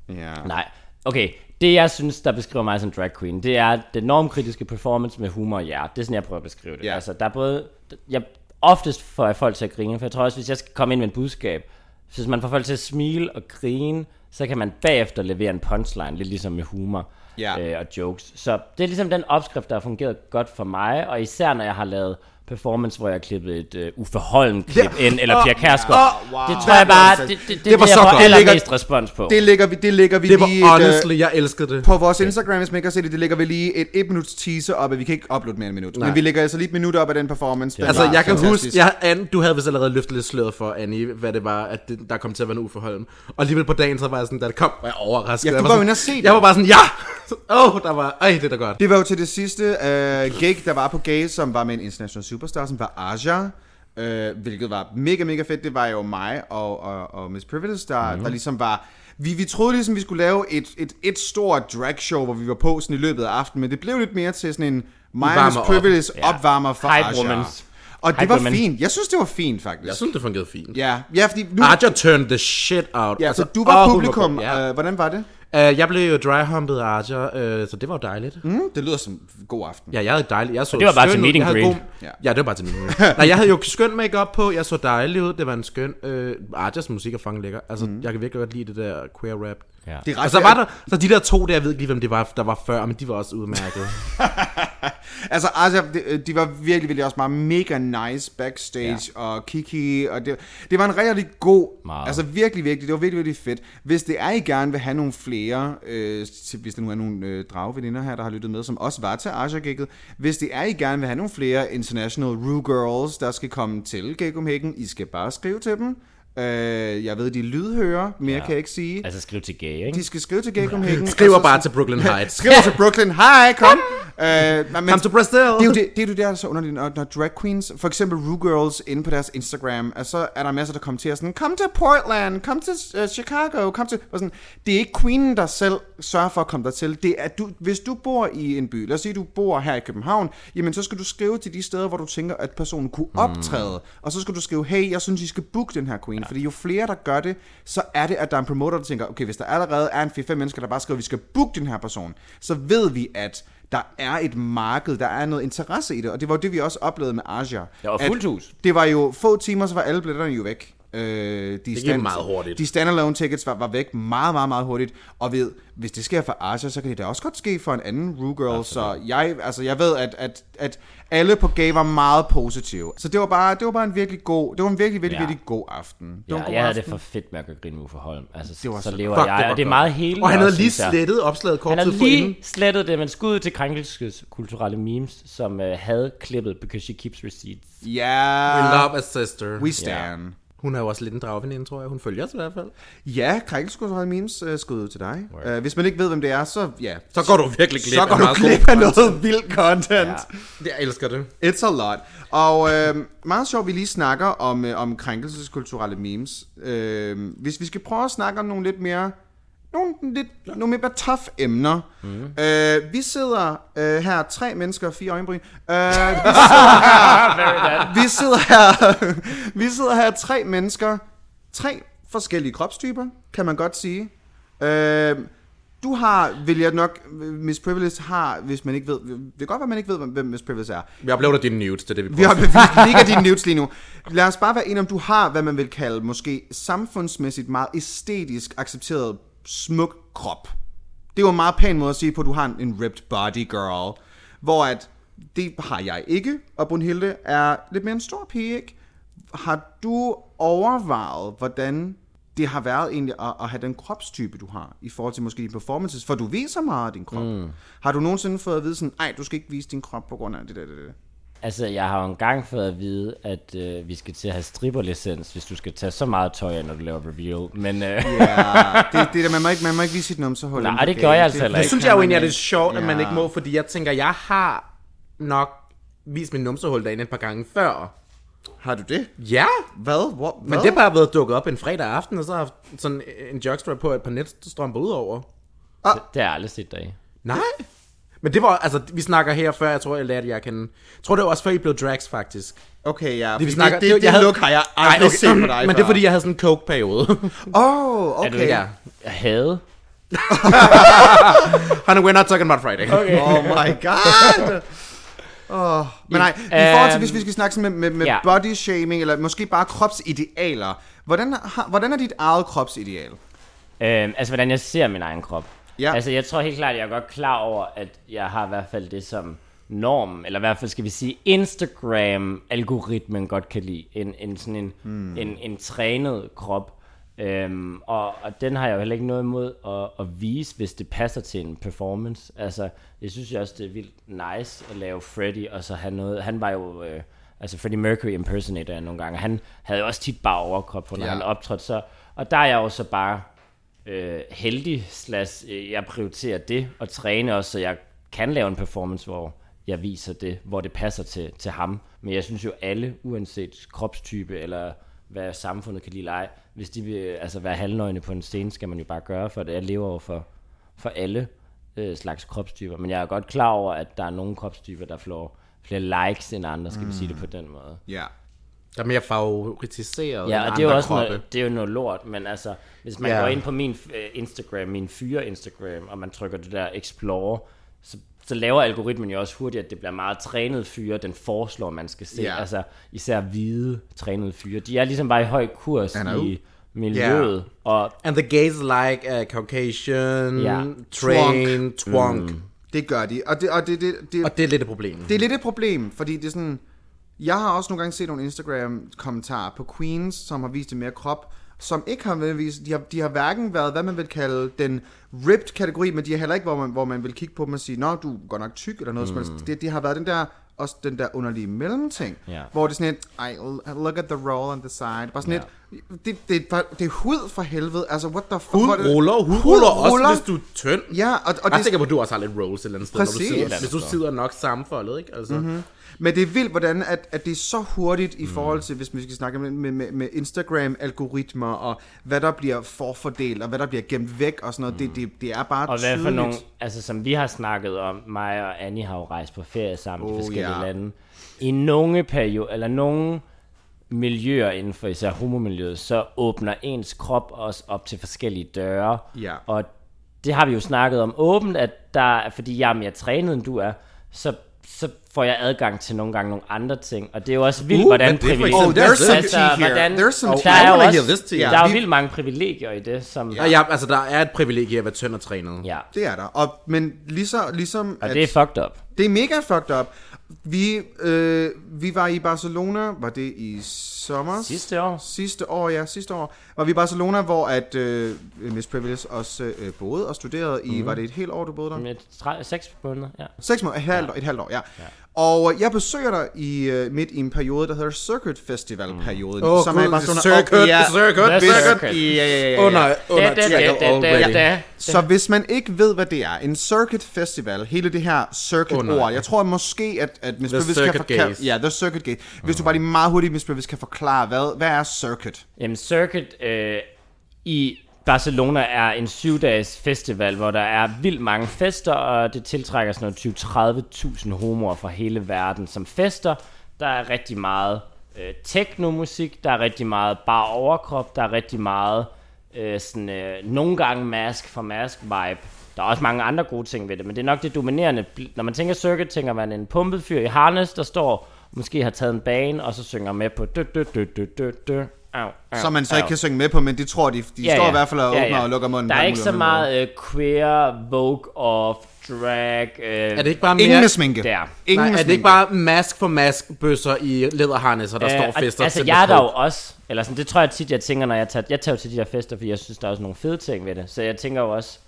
Speaker 2: Ja.
Speaker 3: Nej. Okay, det jeg synes, der beskriver mig som drag queen, det er den normkritiske performance med humor og hjerte. Det er sådan, jeg prøver at beskrive det.
Speaker 2: Ja.
Speaker 3: Altså, der er både... Jeg, oftest får jeg folk til at grine, for jeg tror også, hvis jeg skal komme ind med et budskab, så hvis man får folk til at smile og grine, så kan man bagefter levere en punchline, lidt ligesom med humor
Speaker 2: Ja.
Speaker 3: øh, og jokes. Så det er ligesom den opskrift, der har fungeret godt for mig, og især når jeg har lavet performance, hvor jeg har klippet et øh, Uffe Holm-klip
Speaker 1: Ja.
Speaker 3: ind, eller
Speaker 1: Åh,
Speaker 3: Pia Kærsgaard.
Speaker 2: åh, wow.
Speaker 3: Det tror jeg bare, det, det, det, det, det
Speaker 2: var
Speaker 3: jeg
Speaker 2: så
Speaker 3: får
Speaker 2: godt. Det ligger-
Speaker 3: allermest respons på.
Speaker 2: Det lægger vi, det lægger vi
Speaker 1: Det var
Speaker 2: lige et, øh,
Speaker 1: honestly, jeg elskede det.
Speaker 2: på vores Instagram, hvis man ikke har set det, det lægger vi lige et 1 minuts teaser op, at vi kan ikke uploade mere end et minut. Men vi lægger altså lige et minut op af den performance. Den
Speaker 1: Altså,
Speaker 2: var
Speaker 1: jeg kan
Speaker 2: fantastisk.
Speaker 1: huske, jeg, Anne, du havde vist allerede løftet lidt sløret for, Annie, hvad det var, at det, der kom til at være en uforholden. Og alligevel på dagen, så var jeg sådan, da det kom, var jeg overrasket.
Speaker 2: Ja, du
Speaker 1: jeg
Speaker 2: var jo
Speaker 1: sådan-
Speaker 2: inde og se det.
Speaker 1: Jeg var bare sådan, ja! Åh, oh, der var, ej, det er da godt.
Speaker 2: Det var jo til det sidste øh, gig, der var på Gay, som var med en international superstar, som var Aja. Øh, hvilket var mega, mega fedt. Det var jo mig og, og, og Miss Privilege, der, mm. der ligesom var... Vi, vi troede ligesom, vi skulle lave et, et, et stort dragshow, hvor vi var på sådan i løbet af aftenen, men det blev lidt mere til sådan en mig og Miss
Speaker 1: Varmer op.
Speaker 2: Privilege
Speaker 3: Ja.
Speaker 2: opvarmer for
Speaker 3: Hype
Speaker 2: Aja.
Speaker 3: womans.
Speaker 2: Og det
Speaker 3: Hype
Speaker 2: var
Speaker 3: women.
Speaker 2: fint. Jeg synes, det var fint, faktisk.
Speaker 1: Jeg synes, Ah, det fungerede fint.
Speaker 2: Ja, ja fordi nu...
Speaker 1: Arja turned the shit out.
Speaker 2: Ja, altså, så du var
Speaker 1: åh, hun
Speaker 2: publikum.
Speaker 1: på-
Speaker 2: ja.
Speaker 1: ja.
Speaker 2: øh, Mhm. hvordan var det?
Speaker 1: Øh, jeg blev jo dryhumpet af Arja, øh, så det var jo dejligt. Mm.
Speaker 2: Det lyder som god aften.
Speaker 1: Ja, jeg havde dejligt. Jeg så
Speaker 3: det var bare
Speaker 1: skøn
Speaker 3: til
Speaker 1: ud.
Speaker 3: meet and
Speaker 1: Jeg havde
Speaker 3: greet.
Speaker 1: God...
Speaker 2: Ja.
Speaker 1: Ja, det var bare til meeting greet. Nej, jeg havde jo skøn makeup på. Jeg så dejlig ud. Det var en skøn... Øh, Arjas musik er fucking lækker. Altså, mm. jeg kan virkelig godt lide det der queer rap.
Speaker 3: Ja.
Speaker 2: Det er ret,
Speaker 1: Og så var der, så de der to der, jeg ved ikke lige, hvem det var, der var før, men de var også udmærket.
Speaker 2: Altså, altså de, de var virkelig, virkelig også bare mega nice backstage, ja. og Kiki, og det, det var en rigtig god,
Speaker 3: Meget.
Speaker 2: altså virkelig, virkelig, det var virkelig, virkelig fedt. Hvis det er, I gerne vil have nogle flere, øh, til, hvis der nu er nogle øh, drageveninder her, der har lyttet med, som også var til Aja Gigget, hvis det er, I gerne vil have nogle flere International Rue Girls, der skal komme til Copenhagen, I skal bare skrive til dem. Øh, jeg ved, de lydhører, mere ja. kan jeg ikke sige.
Speaker 3: Altså skriv til gay, ikke?
Speaker 2: De skal skrive til Copenhagen.
Speaker 1: Skriver bare til Brooklyn Heights.
Speaker 2: Skriver til Brooklyn, hej, kom! Øh, men-
Speaker 1: Kom til Brazil!
Speaker 2: det er jo det, det, er jo det der er så underligt, når, når drag queens, for eksempel Rue Girls, inde på deres Instagram, og så er der masser, der kommer til at sådan, kom til Portland, kom til uh, Chicago, kom til... Og sådan, det er ikke queenen, der selv sørger for at komme dertil. Det er, du, hvis du bor i en by, lad os sige, du bor her i København, jamen så skal du skrive til de steder, hvor du tænker, at personen kunne optræde. Mm. Og så skal du skrive, hey, jeg synes, I skal booke den her queen. Ja. Fordi jo flere, der gør det, så er det, at der er en promoter, der tænker, okay, hvis der allerede er en 4-5 mennesker, der bare skriver, vi skal booke den her person, så ved vi, at der er et marked, der er noget interesse i det, og det var jo det, vi også oplevede med Aja.
Speaker 3: Der var
Speaker 2: At
Speaker 3: fuldt hus.
Speaker 2: Det var jo få timer, så var alle billetterne jo væk. Øh, de det gik
Speaker 1: meget hurtigt.
Speaker 2: De standalone tickets var, var væk meget, meget, meget hurtigt, og ved, hvis det sker for Aja, så kan det da også godt ske for en anden Rue Girl, så jeg, altså, jeg ved, at, at, at alle på gay var meget positive. Så det var bare, det var bare en virkelig god, det var en virkelig, virkelig,
Speaker 3: Ja.
Speaker 2: ja. virkelig god aften. Det var en
Speaker 3: Ja,
Speaker 2: god
Speaker 3: jeg havde
Speaker 2: aften.
Speaker 3: det for fedt med at gøre grin med Uffe Holm. Altså,
Speaker 2: Det var
Speaker 3: så,
Speaker 2: så-
Speaker 3: lever
Speaker 1: Fuck,
Speaker 3: jeg,
Speaker 1: det var
Speaker 3: og det er
Speaker 1: godt.
Speaker 3: meget hele.
Speaker 1: Og han havde lige slettet opslaget kort
Speaker 3: Han
Speaker 1: tid
Speaker 3: havde
Speaker 1: forinden.
Speaker 3: lige slettet det, men skud ud til krænkelseskulturelle memes, som øh, havde klippet Because She Keeps Receipts.
Speaker 1: We
Speaker 2: Ja,
Speaker 1: love a sister.
Speaker 2: we stand. Yeah.
Speaker 1: Hun er jo også lidt en dragveninde, tror jeg. Hun følger os i hvert fald.
Speaker 2: Ja, krænkelseskulturelle memes øh, skud ud til dig. Øh, hvis man ikke ved, hvem det er, så ja.
Speaker 1: Så går du virkelig glip
Speaker 2: så
Speaker 1: af
Speaker 2: går du
Speaker 1: meget god
Speaker 2: glip af noget vild content.
Speaker 1: Jeg elsker det.
Speaker 2: Ja. It's a lot. Og øh, meget sjovt, vi lige snakker om, øh, om krænkelseskulturelle memes. Øh, hvis vi skal prøve at snakke om nogle lidt mere... Nogle, lidt, nogle mere tough emner. Mm. Øh, vi sidder øh, her, tre mennesker og fire øjenbryn. Øh, vi vi sidder her, vi sidder her tre mennesker, tre forskellige kropstyper, kan man godt sige. Øh, du har, vil jeg nok, øh, Miss Privilege har, hvis man ikke ved, det kan godt være, man ikke ved, hvem Miss Privilege er.
Speaker 1: Jeg uploader dine nudes, det er det, vi
Speaker 2: Vi
Speaker 1: prøver.
Speaker 2: har vi ligger dine nudes lige nu. Lad os bare være enige om, du har, hvad man vil kalde, måske samfundsmæssigt meget æstetisk accepteret smuk krop. Det er jo en meget pæn måde at sige på, at du har en, en ripped body girl. Hvor at, det har jeg ikke, og Brunhilde er lidt mere en stor pige, ikke? Har du overvejet, hvordan det har været egentlig at, at have den kropstype, du har, i forhold til måske dine performances, for du viser meget af din krop. Mm. Har du nogensinde fået at vide sådan, nej, du skal ikke vise din krop på grund af det der, det der?
Speaker 3: Altså, jeg har jo engang fået at vide, at øh, vi skal til at have stripperlicens, hvis du skal tage så meget tøj af, når du laver reveal. Men øh,
Speaker 2: Ja, det, det der, man må ikke, man må ikke vise sit numsehul.
Speaker 3: Nej,
Speaker 2: inde på
Speaker 3: det
Speaker 2: gaden.
Speaker 3: gjorde jeg altså heller
Speaker 1: Det
Speaker 3: ikke.
Speaker 1: synes jeg jo egentlig er lidt sjovt, at man
Speaker 2: Ja.
Speaker 1: ikke må, fordi jeg tænker, jeg har nok vist min numsehul derinde et par gange før.
Speaker 2: Har du det?
Speaker 1: Ja,
Speaker 2: Hvad? Hvor,
Speaker 1: men det er bare blevet dukket op en fredag aften, og så har jeg haft sådan en jockstrap på et par netstrømper ud over.
Speaker 3: det har jeg aldrig set dig i.
Speaker 1: Nej. Men det var, altså, vi snakker her før, jeg tror, jeg lærte jer at kende. Jeg tror, det var også før, I blev drags, faktisk.
Speaker 2: Okay, ja.
Speaker 1: Det,
Speaker 2: fordi det, det, det look har jeg aldrig set på dig
Speaker 1: Men det er, fordi jeg havde sådan en coke-periode.
Speaker 2: Åh, oh, okay.
Speaker 3: ikke-
Speaker 1: ja.
Speaker 3: Jeg havde.
Speaker 1: Honey, we're not talking about Friday. Okay.
Speaker 2: Oh my god! Oh, men nej, i forhold til, hvis vi skal snakke sådan med, med, med
Speaker 3: Øhm, Ja.
Speaker 2: yeah. body shaming, eller måske bare kropsidealer, hvordan, har, hvordan er dit eget kropsideal?
Speaker 3: Øhm, altså, hvordan jeg ser min egen krop.
Speaker 2: Ja.
Speaker 3: Altså, jeg tror helt klart, jeg er godt klar over, at jeg har i hvert fald det som norm, eller i hvert fald skal vi sige, Instagram-algoritmen godt kan lide. En, en sådan en, mm. en, en trænet krop. Øhm, og, og den har jeg jo heller ikke noget imod at, at vise, hvis det passer til en performance. Altså, jeg synes jo også, det er vildt nice at lave Freddy, og så have noget... Han var jo... Øh, altså, Freddie Mercury impersonator nogle gange. Han havde jo også tit bare overkrop, for når
Speaker 2: Ja.
Speaker 3: ja. han optrådte så... Og der er jeg jo så bare øh, heldig, slash, øh, jeg prioriterer det og træne også, så jeg kan lave en performance, hvor jeg viser det, hvor det passer til, til ham. Men jeg synes jo alle, uanset kropstype eller hvad samfundet kan lide eller ej, hvis de vil øh, altså, være halvnøgne på en scene, skal man jo bare gøre for det. Jeg lever jo for, for alle øh, slags kropstyper, men jeg er godt klar over, at der er nogle kropstyper, der får flere likes end andre, skal mm. vi sige det på den måde.
Speaker 2: Ja.
Speaker 1: Der er mere favoritiseret
Speaker 3: Ja,
Speaker 1: end
Speaker 3: og det er jo
Speaker 1: andre
Speaker 3: også
Speaker 1: kroppe.
Speaker 3: noget, det er jo noget lort, men altså, hvis man
Speaker 1: Ja.
Speaker 3: ja. går ind på min øh, Instagram, min fyre Instagram, og man trykker det der explore, så, så laver algoritmen jo også hurtigt, at det bliver meget trænet fyre, den foreslår, man skal se.
Speaker 2: Ja.
Speaker 3: Ja. Altså, især hvide trænede fyre. De er ligesom bare i høj kurs
Speaker 2: know.
Speaker 3: i miljøet, ja. og
Speaker 1: And the gays like uh, Caucasian,
Speaker 3: Ja.
Speaker 1: train, twonk. twonk. Mm.
Speaker 2: Det gør de, og det, og det, det, det,
Speaker 1: Og det er lidt et problem.
Speaker 2: det er lidt et problem, fordi det er sådan... Jeg har også nogle gange set nogle Instagram-kommentarer på Queens, som har vist det mere krop, som ikke har nødvendigvis... De har, de har hverken været, hvad man vil kalde den ripped kategori, men de har heller ikke, hvor man, hvor man vil kigge på dem og sige, nå, du er godt nok tyk, eller noget mm. som helst. Det, det har været den der også den der underlige mellemting,
Speaker 3: Ja.
Speaker 2: hvor det er sådan et, "Ej, l- look at the roll on the side. Bare sådan
Speaker 3: Ja.
Speaker 2: et, det, det, er bare- det er hud for helvede. Altså, what the fuck?
Speaker 1: Hud
Speaker 2: hvor er det-
Speaker 1: ruller, hud
Speaker 2: Hud
Speaker 1: ruller også, hvis du er tynd.
Speaker 2: Ja, og, og
Speaker 1: Jeg er
Speaker 2: det,
Speaker 1: sikker på, at du også har lidt rolls et eller andet sted, når
Speaker 2: Præcis. Mhm.
Speaker 1: du sidder,
Speaker 2: Ja,
Speaker 1: hvis du sidder nok sammenfoldet, ikke? Altså, mm-hmm.
Speaker 2: Men det er vildt, hvordan at, at det er så hurtigt i forhold til, hvis vi skal snakke med, med, med- med Instagram-algoritmer, og hvad der bliver forfordelt, og hvad der bliver gemt væk, og sådan noget. Det, det, det er bare
Speaker 3: Mm. Og hvad
Speaker 2: tydeligt.
Speaker 3: for nogle, altså som vi har snakket om, mig og Annie har jo rejst på ferie sammen oh, i
Speaker 2: Oh,
Speaker 3: forskellige
Speaker 2: ja.
Speaker 3: yeah. lande. I nogle perioder, eller nogle miljøer inden for især homomiljøet, så åbner ens krop også op til forskellige døre.
Speaker 2: Ja.
Speaker 3: Og det har vi jo snakket om åbent, at der, fordi jeg er mere trænet end du er, så, så får jeg adgang til nogle gange nogle andre ting. Og det er jo også vildt,
Speaker 1: Uh,
Speaker 3: uh, hvordan
Speaker 1: men det er for
Speaker 3: privilegier...
Speaker 1: eksempel-
Speaker 3: Altså,
Speaker 2: Oh, there's some tea here.
Speaker 3: hvordan,
Speaker 2: There's some
Speaker 3: der
Speaker 2: tea.
Speaker 1: I
Speaker 3: er
Speaker 1: wanna
Speaker 3: jo
Speaker 1: hear this
Speaker 3: også,
Speaker 1: tea.
Speaker 3: der er jo
Speaker 2: Vi-
Speaker 3: vildt mange privilegier i det, som...
Speaker 1: ja. ja, altså, der er et privilegie at være tynd og trænet.
Speaker 3: ja.
Speaker 2: Det er der. Og, men ligeså, ligesom...
Speaker 3: Og det er fucked up.
Speaker 2: det er mega fucked up. Vi, øh, vi var i Barcelona, var det i sommer?
Speaker 3: Sidste år.
Speaker 2: Sidste år, ja, sidste år. Var vi i Barcelona, hvor at øh, Miss Privilege også øh, boede og studerede i... Mm. Var det et helt år, du boede der?
Speaker 3: Med tre- seks måneder, ja.
Speaker 2: Seks måneder, et halvt, ja. et halvt år, ja. ja. Og øh, jeg besøger dig i, øh, midt i en periode, der hedder Circuit Festival-perioden.
Speaker 1: Mm. Åh,
Speaker 2: som
Speaker 1: gud,
Speaker 2: er i Barcelona.
Speaker 1: circuit,
Speaker 2: ja,
Speaker 1: circuit,
Speaker 3: That's
Speaker 1: circuit.
Speaker 3: circuit.
Speaker 2: Ja, ja, ja, ja.
Speaker 1: Under, under
Speaker 3: Da, da,
Speaker 1: tackle
Speaker 3: da, da, da,
Speaker 1: already.
Speaker 3: da.
Speaker 2: Så hvis man ikke ved, hvad det er, en circuit festival, hele det her circuit-ord,
Speaker 1: nej.
Speaker 2: jeg tror måske, at, at Miss
Speaker 1: The
Speaker 2: Privis kan
Speaker 1: circuit
Speaker 2: forklare...
Speaker 1: gaze. Mm.
Speaker 2: Ja, The Circuit Gate. Hvis du bare lige meget hurtigt, Miss Privis kan forklare, hvad, hvad er circuit?
Speaker 3: Jamen, Circuit øh, i Barcelona er en syvdages festival, hvor der er vildt mange fester, og det tiltrækker sådan noget 20-30.000 homoer fra hele verden som fester. Der er rigtig meget øh, teknomusik, der er rigtig meget bare overkrop, der er rigtig meget øh, sådan, øh, nogle gange mask for mask vibe. Der er også mange andre gode ting ved det, men det er nok det dominerende. Bl- Når man tænker circuit, tænker man en pumpet fyr i harness, der står måske har taget en bane, og så synger med på dø dø dø dø dø dø. Au, au,
Speaker 2: Som man så
Speaker 3: au.
Speaker 2: ikke kan synge med på, men det tror de. De ja, står i hvert fald og åbner ja, ja. og lukker munden.
Speaker 3: Der
Speaker 2: på
Speaker 3: er
Speaker 2: alt
Speaker 3: ikke
Speaker 2: muligt
Speaker 3: så
Speaker 2: andet.
Speaker 3: meget øh, queer, vogue of drag. Øh,
Speaker 1: Er det ikke bare mere...
Speaker 2: Ingen med sminke.
Speaker 3: der.
Speaker 2: Ingen
Speaker 1: Nej, er
Speaker 2: med
Speaker 1: det
Speaker 2: sminke.
Speaker 1: ikke bare mask for mask bøsser i læderharnesser, der står
Speaker 3: og-
Speaker 1: fester
Speaker 3: Altså,
Speaker 1: til
Speaker 3: jeg er
Speaker 1: Miss
Speaker 3: der jo
Speaker 1: Hope?
Speaker 3: også, eller sådan, det tror jeg tit, jeg tænker, når jeg tager, jeg tager jo til de her fester, fordi jeg synes, der er også nogle fede ting ved det. Så jeg tænker jo også,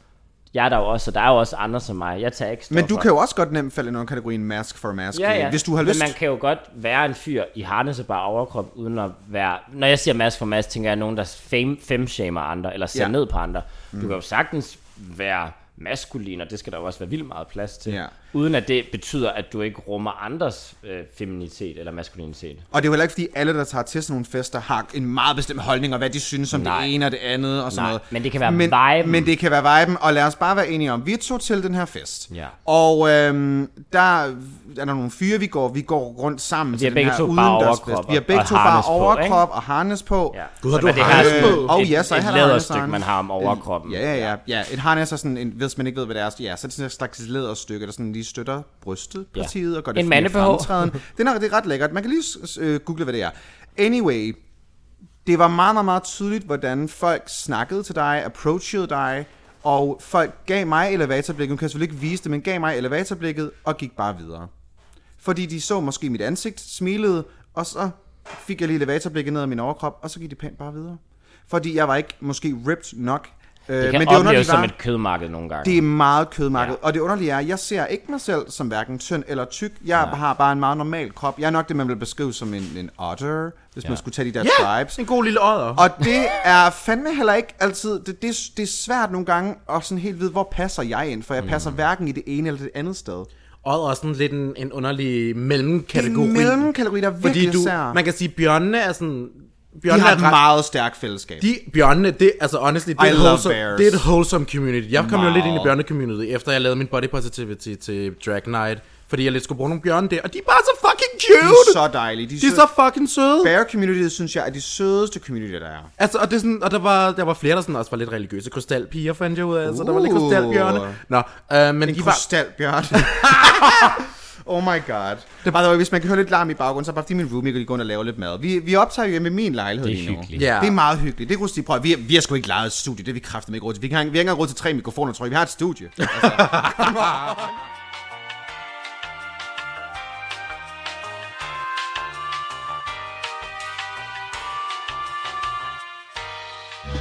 Speaker 3: jeg er der jo også, og der er jo også andre som mig. Jeg tager ikke
Speaker 2: Men du
Speaker 3: stoffer.
Speaker 2: kan jo også godt nemt falde ind under kategorien mask for mask,
Speaker 3: Ja, ja.
Speaker 2: Øh, hvis du har
Speaker 3: Men
Speaker 2: lyst.
Speaker 3: man kan jo godt være en fyr i harness og bare overkrop, uden at være... Når jeg siger mask for mask, tænker jeg nogen, der fame, femshamer andre, eller ser
Speaker 2: Ja. Mm.
Speaker 3: ja. ned på andre. Du kan jo sagtens være maskulin, og det skal der jo også være vildt meget plads til.
Speaker 2: Ja.
Speaker 3: Uden at det betyder, at du ikke rummer andres øh, feminitet eller maskulinitet.
Speaker 2: Og det er jo heller ikke, fordi alle, der tager til sådan nogle fester, har en meget bestemt holdning, og hvad de synes om
Speaker 3: Nej.
Speaker 2: det ene og det andet, og sådan
Speaker 3: Nej,
Speaker 2: noget.
Speaker 3: men det kan være
Speaker 2: men,
Speaker 3: viben.
Speaker 2: Men det kan være viben, og lad os bare være enige om, vi tog til den her fest.
Speaker 3: Ja.
Speaker 2: Og øhm, der er der nogle fyre, vi går, vi går rundt sammen
Speaker 3: har
Speaker 2: til den
Speaker 3: begge
Speaker 2: her
Speaker 3: to bare
Speaker 2: udendørsfest.
Speaker 3: overkrop
Speaker 2: Vi har
Speaker 3: og-
Speaker 2: begge
Speaker 3: og
Speaker 2: to bare
Speaker 3: harness på,
Speaker 2: overkrop og harness på.
Speaker 3: Ja.
Speaker 1: Gud, har
Speaker 3: Men
Speaker 1: du
Speaker 3: det
Speaker 1: harness
Speaker 3: sådan
Speaker 1: på?
Speaker 3: Et,
Speaker 2: Oh, yes, I
Speaker 3: et
Speaker 2: had
Speaker 3: læderstykke,
Speaker 2: harness.
Speaker 3: man har om overkroppen.
Speaker 2: Ja, ja, ja. ja et harness er sådan, en, hvis man ikke ved, hvad det er, ja, så er det sådan et slags læderstykke, der sådan lige støtter brystet, partiet, ja. og gør det
Speaker 3: En
Speaker 2: fint i
Speaker 3: mande-BH.
Speaker 2: fremtræden. Det er, nok- det er ret lækkert. Man kan lige s- s- øh, google, hvad det er. Anyway, det var meget, meget, meget tydeligt, hvordan folk snakkede til dig, approachede dig, og folk gav mig elevatorblikket. Nu kan jeg selvfølgelig ikke vise det, men gav mig elevatorblikket og gik bare videre. Fordi de så måske mit ansigt, smilede, og så fik jeg lige elevatorblikket ned af min overkrop, og så gik de pænt bare videre. Fordi jeg var ikke måske ripped nok. Øh,
Speaker 3: Det kan
Speaker 2: er jo, når de
Speaker 3: opleves som
Speaker 2: var-
Speaker 3: et kødmarked nogle gange.
Speaker 2: det er meget kødmarked.
Speaker 3: Ja.
Speaker 2: Ja. Og det underlige er, at jeg ser ikke mig selv som hverken tynd eller tyk. Jeg ja. har bare en meget normal krop. Jeg er nok det, man vil beskrive som en, en otter, hvis ja. man skulle tage de der
Speaker 1: Ja,
Speaker 2: stripes.
Speaker 1: en god lille odder.
Speaker 2: Og det er fandme heller ikke altid... Det, det, det er svært nogle gange at sådan helt vide, hvor passer jeg ind? For jeg passer hverken i det ene eller det andet sted.
Speaker 1: Odder er sådan lidt en, en underlig
Speaker 2: Det er
Speaker 1: mellemkategori.
Speaker 2: en mellemkategori, der er
Speaker 1: Fordi
Speaker 2: virkelig
Speaker 1: du,
Speaker 2: sær.
Speaker 1: man kan sige, bjørnene er sådan...
Speaker 2: de
Speaker 1: Bjørnene
Speaker 2: har
Speaker 1: er
Speaker 2: et
Speaker 1: ret-
Speaker 2: meget stærkt fællesskab.
Speaker 1: De bjørnene, det, altså honestly, det
Speaker 2: I
Speaker 1: er, et
Speaker 2: love
Speaker 1: wholesome,
Speaker 2: bears.
Speaker 1: det er et wholesome community. Jeg kom jo lidt ind i
Speaker 2: Meget.
Speaker 1: bjørne-community, efter jeg lavede min body positivity til Drag Night, fordi jeg lidt skulle bruge nogle bjørne der, og de er bare så fucking
Speaker 2: de
Speaker 1: cute!
Speaker 2: er så dejlige. De er,
Speaker 1: de er
Speaker 2: så...
Speaker 1: så fucking søde!
Speaker 2: Bear community, synes jeg, er de sødeste community, der er.
Speaker 1: Altså, og, det er sådan, og der, var, der var flere, der sådan også var lidt religiøse. Krystalpiger fandt jeg ud af, så der var lidt
Speaker 2: Uh.
Speaker 1: krystalbjørne. Nå, øh, men
Speaker 2: En
Speaker 1: de var...
Speaker 2: krystalbjørn. oh my god. Det er bare, hvis man kan høre lidt larm i baggrunden, så er det bare fordi min roomie kan gå ind og lave lidt mad. Vi, vi optager jo hjemme i min lejlighed
Speaker 3: Det er
Speaker 2: lige nu.
Speaker 3: hyggeligt.
Speaker 1: Ja.
Speaker 2: Det er meget hyggeligt. Det kunne sige, prøv, at- vi, vi har sgu ikke lejet et studie, det er vi kræfter ikke råd til. Vi, kan, vi har ikke engang råd til tre mikrofoner, tror jeg. Vi har et studie.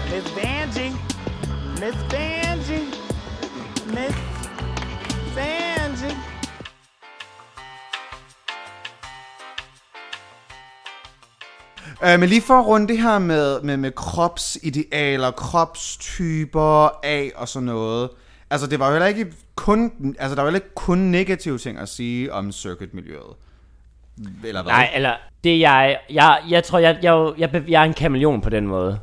Speaker 6: Miss Vanjie. Miss Vanjie. Miss Vanjie.
Speaker 2: Øh, men lige for at runde det her med, med, med kropsidealer, kropstyper af og sådan noget. Altså, det var jo heller ikke kun, altså, der var heller ikke kun negative ting at sige om circuitmiljøet. Eller hvad?
Speaker 3: Nej, eller det er jeg, jeg, jeg tror, jeg, jeg, jeg, bev- jeg er en kameleon på den måde.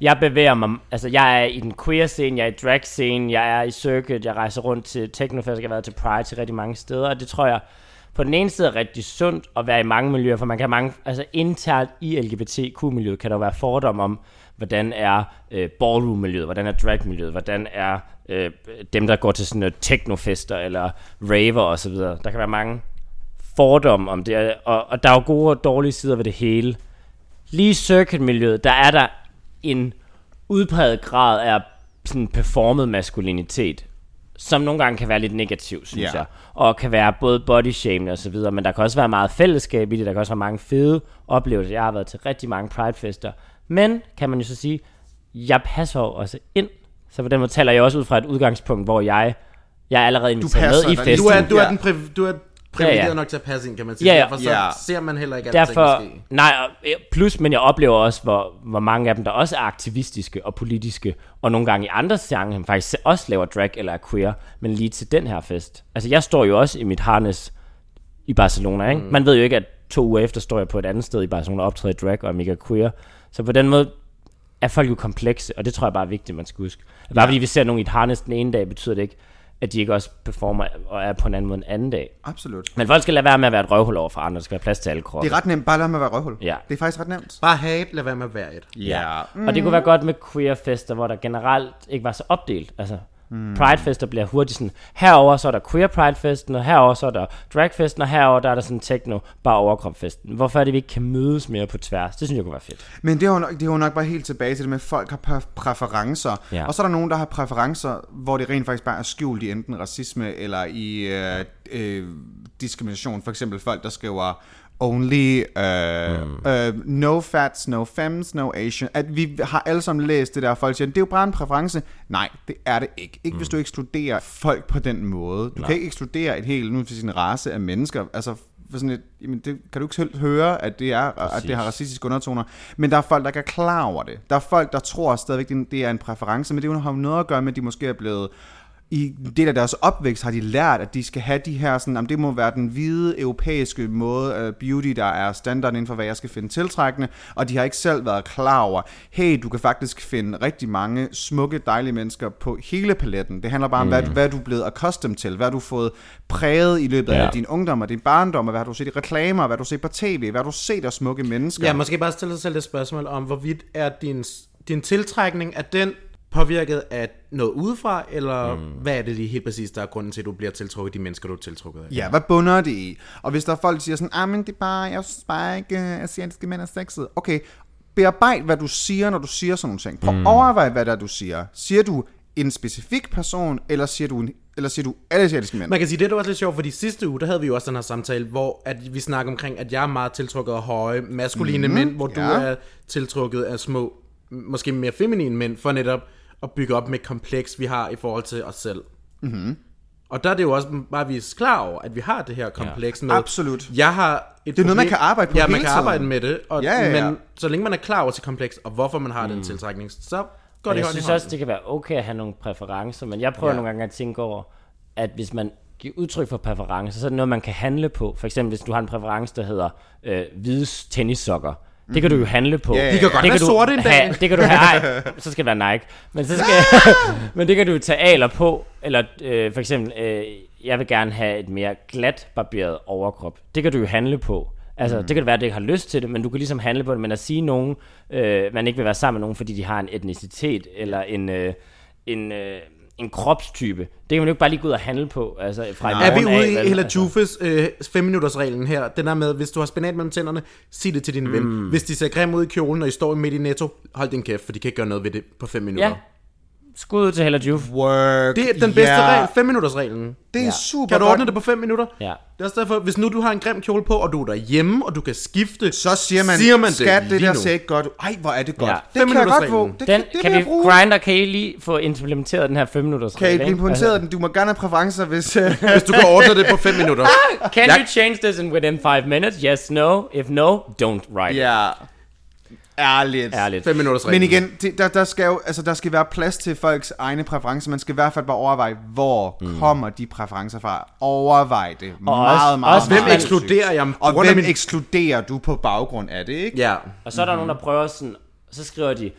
Speaker 3: Jeg bevæger mig, altså jeg er i den queer scene, jeg er i drag scene, jeg er i circuit, jeg rejser rundt til Teknofest, jeg har været til Pride til rigtig mange steder, og det tror jeg på den ene side er rigtig sundt at være i mange miljøer, for man kan have mange, altså internt i LGBTQ-miljøet kan der jo være fordom om, hvordan er øh, ballroom-miljøet, hvordan er drag-miljøet, hvordan er øh, dem, der går til sådan noget teknofester eller raver osv. Der kan være mange fordom om det, og, og der er jo gode og dårlige sider ved det hele. Lige i circuitmiljøet, der er der en udpræget grad af sådan performet maskulinitet, som nogle gange kan være lidt negativ, synes
Speaker 2: Ja.
Speaker 3: jeg, og kan være både body shaming og så videre, men der kan også være meget fællesskab i det, der kan også være mange fede oplevelser. Jeg har været til rigtig mange Pride-fester, men kan man jo så sige, jeg passer jo også ind, så på den måde taler jeg også ud fra et udgangspunkt, hvor jeg, jeg er allerede inviteret
Speaker 2: passer
Speaker 3: med i
Speaker 2: dig.
Speaker 3: festen.
Speaker 1: Du er, du er,
Speaker 2: Ja.
Speaker 1: den priv, du er privilegeret
Speaker 3: Altså, Ja, ja.
Speaker 1: nok til at passe ind, kan man sige.
Speaker 3: Ja, ja.
Speaker 1: Derfor så
Speaker 2: Ja.
Speaker 1: ser man heller ikke alting
Speaker 3: derfor,
Speaker 1: ske.
Speaker 3: nej, og, øh, plus, men jeg oplever også, hvor, hvor mange af dem, der også er aktivistiske og politiske, og nogle gange i andre sange, faktisk se- også laver drag eller er queer, men lige til den her fest. Altså, jeg står jo også i mit harness i Barcelona, ikke? Mm. Man ved jo ikke, at to uger efter står jeg på et andet sted i Barcelona og optræder i drag og er mega queer. Så på den måde er folk jo komplekse, og det tror jeg bare er vigtigt, man skal huske. Bare fordi vi ser nogen i et harness den ene dag, betyder det ikke, at de ikke også performer og er på en anden måde en anden dag.
Speaker 2: Absolut.
Speaker 3: Men folk skal lade være med at være et røvhul over for andre. Der skal være plads til alle kroppe.
Speaker 2: Det er ret nemt, bare lad mig være røvhul.
Speaker 3: Ja.
Speaker 2: Det er faktisk ret nemt.
Speaker 1: Bare hate, lad være med at være et.
Speaker 2: Ja.
Speaker 3: Mm. Og det kunne være godt med queer-fester, hvor der generelt ikke var så opdelt. Altså, mm. Pride-fester bliver hurtigt sådan, herover så er der queer Pride-festen, og herover så er der drag-festen, og herover der er der sådan techno bare overkrop-festen. Hvorfor er det, vi ikke kan mødes mere på tværs? Det synes jeg kunne være fedt.
Speaker 2: Men det er, jo nok, det er jo nok bare helt tilbage til det med, at folk har præ- præferencer.
Speaker 3: Ja.
Speaker 2: Og så er der nogen, der har præferencer, hvor det rent faktisk bare er skjult i enten racisme eller i øh, øh, diskrimination. For eksempel folk, der skriver only, øh, mm. øh, no fats, no femmes, no Asian. At vi har alle sammen læst det der, og folk siger, det er jo bare en præference. Nej, det er det ikke. Ikke mm. hvis du ekskluderer folk på den måde. Du Nej. kan ikke ekskludere et helt, nu for sin race af mennesker. Altså, for sådan et, jamen det, kan du ikke selv høre, at det, er, at det har racistiske undertoner. Men der er folk, der ikke er klar over det. Der er folk, der tror stadigvæk, det er en- det er en præference, men det har jo noget at gøre med, at de måske er blevet i en del af deres opvækst har de lært, at de skal have de her, sådan, jamen, det må være den hvide europæiske måde af beauty, der er standarden inden for, hvad jeg skal finde tiltrækkende, og de har ikke selv været klar over, hey, du kan faktisk finde rigtig mange smukke, dejlige mennesker på hele paletten. Det handler bare om, mm. hvad, hvad du er blevet accustomed til, hvad du har fået præget i løbet ja.
Speaker 3: Ja.
Speaker 2: af din ungdom og din barndom, og hvad har du set i reklamer, hvad har du set på tv, hvad har du set af smukke mennesker.
Speaker 1: Ja, måske bare stille dig selv et spørgsmål om, hvorvidt er din, din tiltrækning, er den påvirket af noget udefra, eller mm. hvad er det lige helt præcis, der er grunden til, at du bliver tiltrukket af de mennesker, du er tiltrukket af?
Speaker 2: Ja, hvad bunder det i? Og hvis der er folk, der siger sådan, ah, men det er bare, jeg synes bare ikke, øh, asiatiske mænd er sexede. Okay, bearbejd, hvad du siger, når du siger sådan nogle ting. Prøv mm. overvej, hvad der er, du siger. Siger du en specifik person, eller siger du, en, eller siger du alle asiatiske mænd?
Speaker 1: Man kan sige, det er også lidt sjovt, fordi sidste uge, der havde vi jo også den her samtale, hvor at vi snakker omkring, at jeg er meget tiltrukket af høje, maskuline mm, mænd, hvor ja. du
Speaker 2: Mhm. ja.
Speaker 1: er tiltrukket af små, måske mere feminine mænd, for netop at bygge op med kompleks, vi har i forhold til os selv. Mm-hmm.
Speaker 2: Mhm.
Speaker 1: Og der er det jo også bare, vi er klar over, at vi har det her kompleks ja. med...
Speaker 2: Absolut.
Speaker 1: Jeg har et
Speaker 2: Det er noget, man kan arbejde på
Speaker 1: Ja, man
Speaker 2: hele
Speaker 1: kan
Speaker 2: tiden.
Speaker 1: arbejde med det, og,
Speaker 2: Ja, ja, ja.
Speaker 1: men så længe man er klar over til kompleks, og hvorfor man har mm. den tiltrækning, så går
Speaker 3: Men
Speaker 1: det hånd i
Speaker 3: jeg synes
Speaker 1: hånd.
Speaker 3: også, det kan være okay at have nogle præferencer, men jeg prøver ja. nogle gange at tænke over, at hvis man giver udtryk for præferencer, så er det noget, man kan handle på. For eksempel, hvis du har en præference, der hedder øh, hvide tennissokker. Det kan du jo handle på.
Speaker 2: ja, ja. De kan
Speaker 1: godt
Speaker 3: det
Speaker 1: være
Speaker 3: du
Speaker 1: sorte en dag.
Speaker 3: have- Det kan du have. Ej, så skal det være Nike. Men, så skal,
Speaker 2: Ah!
Speaker 3: men det kan du tage aler på. Eller øh, for eksempel, øh, jeg vil gerne have et mere glat barberet overkrop. Det kan du jo handle på. Altså, mm. det kan det være, at du ikke har lyst til det, men du kan ligesom handle på det. Men at sige nogen, øh, man ikke vil være sammen med nogen, fordi de har en etnicitet, eller en, øh, en, øh, en kropstype, det kan man jo ikke bare lige gå ud og handle på. Altså, fra i
Speaker 1: Er vi
Speaker 3: morgen af,
Speaker 1: ude i
Speaker 3: vel?
Speaker 1: Hella
Speaker 3: Altså.
Speaker 1: Jufes 5-minutters-reglen her? Den er med, hvis du har spinat mellem tænderne, sig det til din mm. ven. Hvis de ser grim ud i kjolen, og I står midt i netto, hold din kæft, for de kan ikke gøre noget ved det på 5 minutter.
Speaker 3: Ja. Altså, Skud ud til Hella Juf.
Speaker 2: Work.
Speaker 1: Det er den bedste
Speaker 2: Ja,
Speaker 1: regel, 5-minutters-reglen.
Speaker 2: Det er ja. super
Speaker 1: Kan du
Speaker 2: godt.
Speaker 1: ordne det på 5 minutter?
Speaker 3: Ja.
Speaker 1: Det er også derfor, hvis nu du har en grim kjole på, og du er derhjemme, og du kan skifte,
Speaker 2: Så siger man,
Speaker 1: siger man
Speaker 2: skat, det,
Speaker 1: det lige
Speaker 2: der
Speaker 1: nu.
Speaker 2: ser ikke godt ud. Ej, hvor er det godt.
Speaker 3: Ja.
Speaker 2: Det kan jeg godt
Speaker 1: Femminuttersreglen.
Speaker 2: bruge. Det,
Speaker 3: Den,
Speaker 2: det
Speaker 3: kan
Speaker 2: vil
Speaker 3: vi,
Speaker 2: jeg bruge.
Speaker 3: grinder, kan I lige få implementeret den her Altså, 5 minutters
Speaker 2: Kan I blive
Speaker 1: Altså-
Speaker 2: implementeret den? Du må gerne have præferencer, hvis... øh,
Speaker 1: Hvis du kan ordne det på 5 minutter.
Speaker 3: Can you change this in within 5 minutes? Yes, no. If no, don't write. Yeah.
Speaker 2: Ja. Ærligt.
Speaker 3: Ærligt.
Speaker 1: 5 minutters reglen.
Speaker 2: Men igen, det, der, der, skal jo, altså, der skal være plads til folks egne præferencer. Man skal i hvert fald bare overveje, hvor mm. kommer de præferencer fra. Overvej det og meget,
Speaker 3: også-
Speaker 2: også, meget,
Speaker 3: også
Speaker 2: meget.
Speaker 1: Hvem
Speaker 3: Man-
Speaker 1: ekskluderer jeg?
Speaker 2: og
Speaker 1: Rundt om
Speaker 2: hvem min... ekskluderer du på baggrund af det, ikke?
Speaker 1: Ja.
Speaker 3: Og så er der mm-hmm. nogen, der prøver sådan, så skriver de,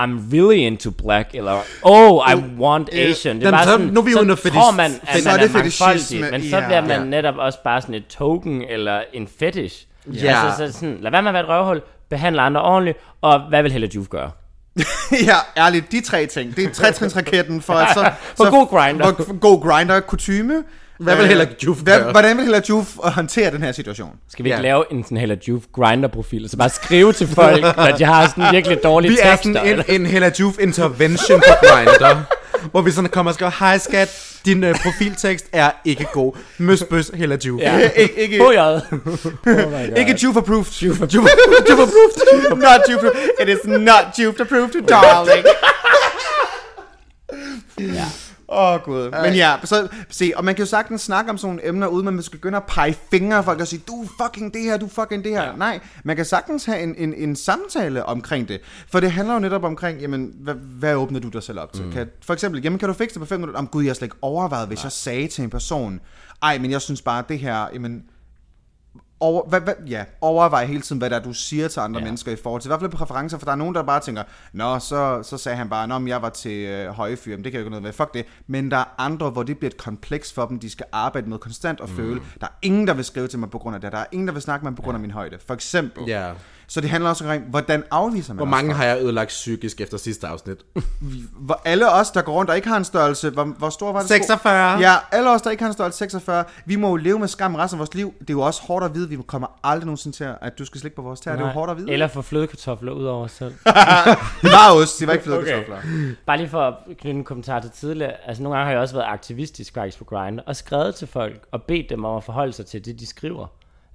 Speaker 3: I'm really into black, eller oh, I want Asian. Det er
Speaker 1: Jamen,
Speaker 3: bare
Speaker 1: så-
Speaker 3: sådan,
Speaker 1: nu er vi
Speaker 3: så
Speaker 1: ude i noget
Speaker 3: tror
Speaker 1: fetish-
Speaker 3: man, at
Speaker 2: Så er
Speaker 3: man er,
Speaker 2: det
Speaker 3: mangfoldig,
Speaker 2: fetishisme,
Speaker 3: men så
Speaker 2: ja.
Speaker 3: bliver man
Speaker 2: Ja.
Speaker 3: netop også bare sådan et token, eller en fetish.
Speaker 1: Ja.
Speaker 3: Altså, så sådan, lad være med at være et røvhul, behandle andre ordentligt, og hvad vil Hella Juf gøre?
Speaker 2: ja, ærligt, de tre ting. Det er trætrinsraketten for at så...
Speaker 3: Hvor
Speaker 2: så
Speaker 3: god grinder.
Speaker 2: Hvor god grinder kutume.
Speaker 1: Hvad vil Hella Joof gøre?
Speaker 2: Hvordan vil Hella Juf håndtere den her situation?
Speaker 3: Skal vi ikke
Speaker 1: Ja.
Speaker 3: lave en sådan Hella Juf grinder-profil, og så bare skrive til folk, at jeg har sådan virkelig dårlige
Speaker 1: Vi er
Speaker 3: tekster?
Speaker 1: sådan
Speaker 3: eller-
Speaker 1: en, en Hella Juf intervention på Grindr, hvor vi sådan kommer og skriver, hej skat, din øh, profiltekst er ikke god. Møs bøs Hella Juf. Ja.
Speaker 2: Ikke, ikke,
Speaker 3: Bojad.
Speaker 2: Ikke Juve approved. Juve approved. Juve approved. not Juve approved. It is not Juve approved, darling. Åh, oh, gud. Men ja, så se, og man kan jo sagtens snakke om sådan nogle emner, uden at man skal begynde at pege fingre af folk og sige, du er fucking det her, du er fucking det her. Ja. Nej, man kan sagtens have en, en, en samtale omkring det. For det handler jo netop omkring, jamen, hvad, hvad åbner du dig selv op til? Mm. Kan, for eksempel, jamen, kan du fikse det på fem minutter? Om gud, jeg har slet ikke overvejet, hvis Nej. jeg sagde til en person, ej, men jeg synes bare, det her, jamen, over, hvad, hvad, ja, overvej hele tiden, hvad der du siger til andre ja. mennesker i forhold til, i hvert fald præferencer, for der er nogen, der bare tænker, nå, så, så sagde han bare, nå, men jeg var til øh, høje fyr, men det kan jeg jo ikke noget med, fuck det. Men der er andre, hvor det bliver et kompleks for dem, de skal arbejde med konstant og
Speaker 1: Mm.
Speaker 2: føle, der er ingen, der vil skrive til mig på grund af det, der er ingen, der vil snakke med mig på grund af min højde, for eksempel.
Speaker 1: Ja.
Speaker 2: Så det handler også omkring, hvordan afviser man
Speaker 1: Hvor
Speaker 2: os?
Speaker 1: mange har jeg ødelagt psykisk efter sidste afsnit?
Speaker 2: hvor alle os, der går rundt og ikke har en størrelse, hvor, hvor stor var det?
Speaker 1: 46.
Speaker 2: Ja, alle os, der ikke har en størrelse 46, vi må jo leve med skam resten af vores liv. Det er jo også hårdt at vide, vi kommer aldrig nogensinde til, at- at du skal slikke på vores tæer. Det er jo hårdt at vide.
Speaker 3: Eller få flødekartofler ud over os selv.
Speaker 2: Det var ost, det var ikke flødekartofler. Okay.
Speaker 3: Bare lige for at knytte en kommentar til tidligere. Altså nogle gange har jeg også været aktivistisk faktisk på Grindr, og skrevet til folk og bedt dem om at forholde sig til det, de skriver.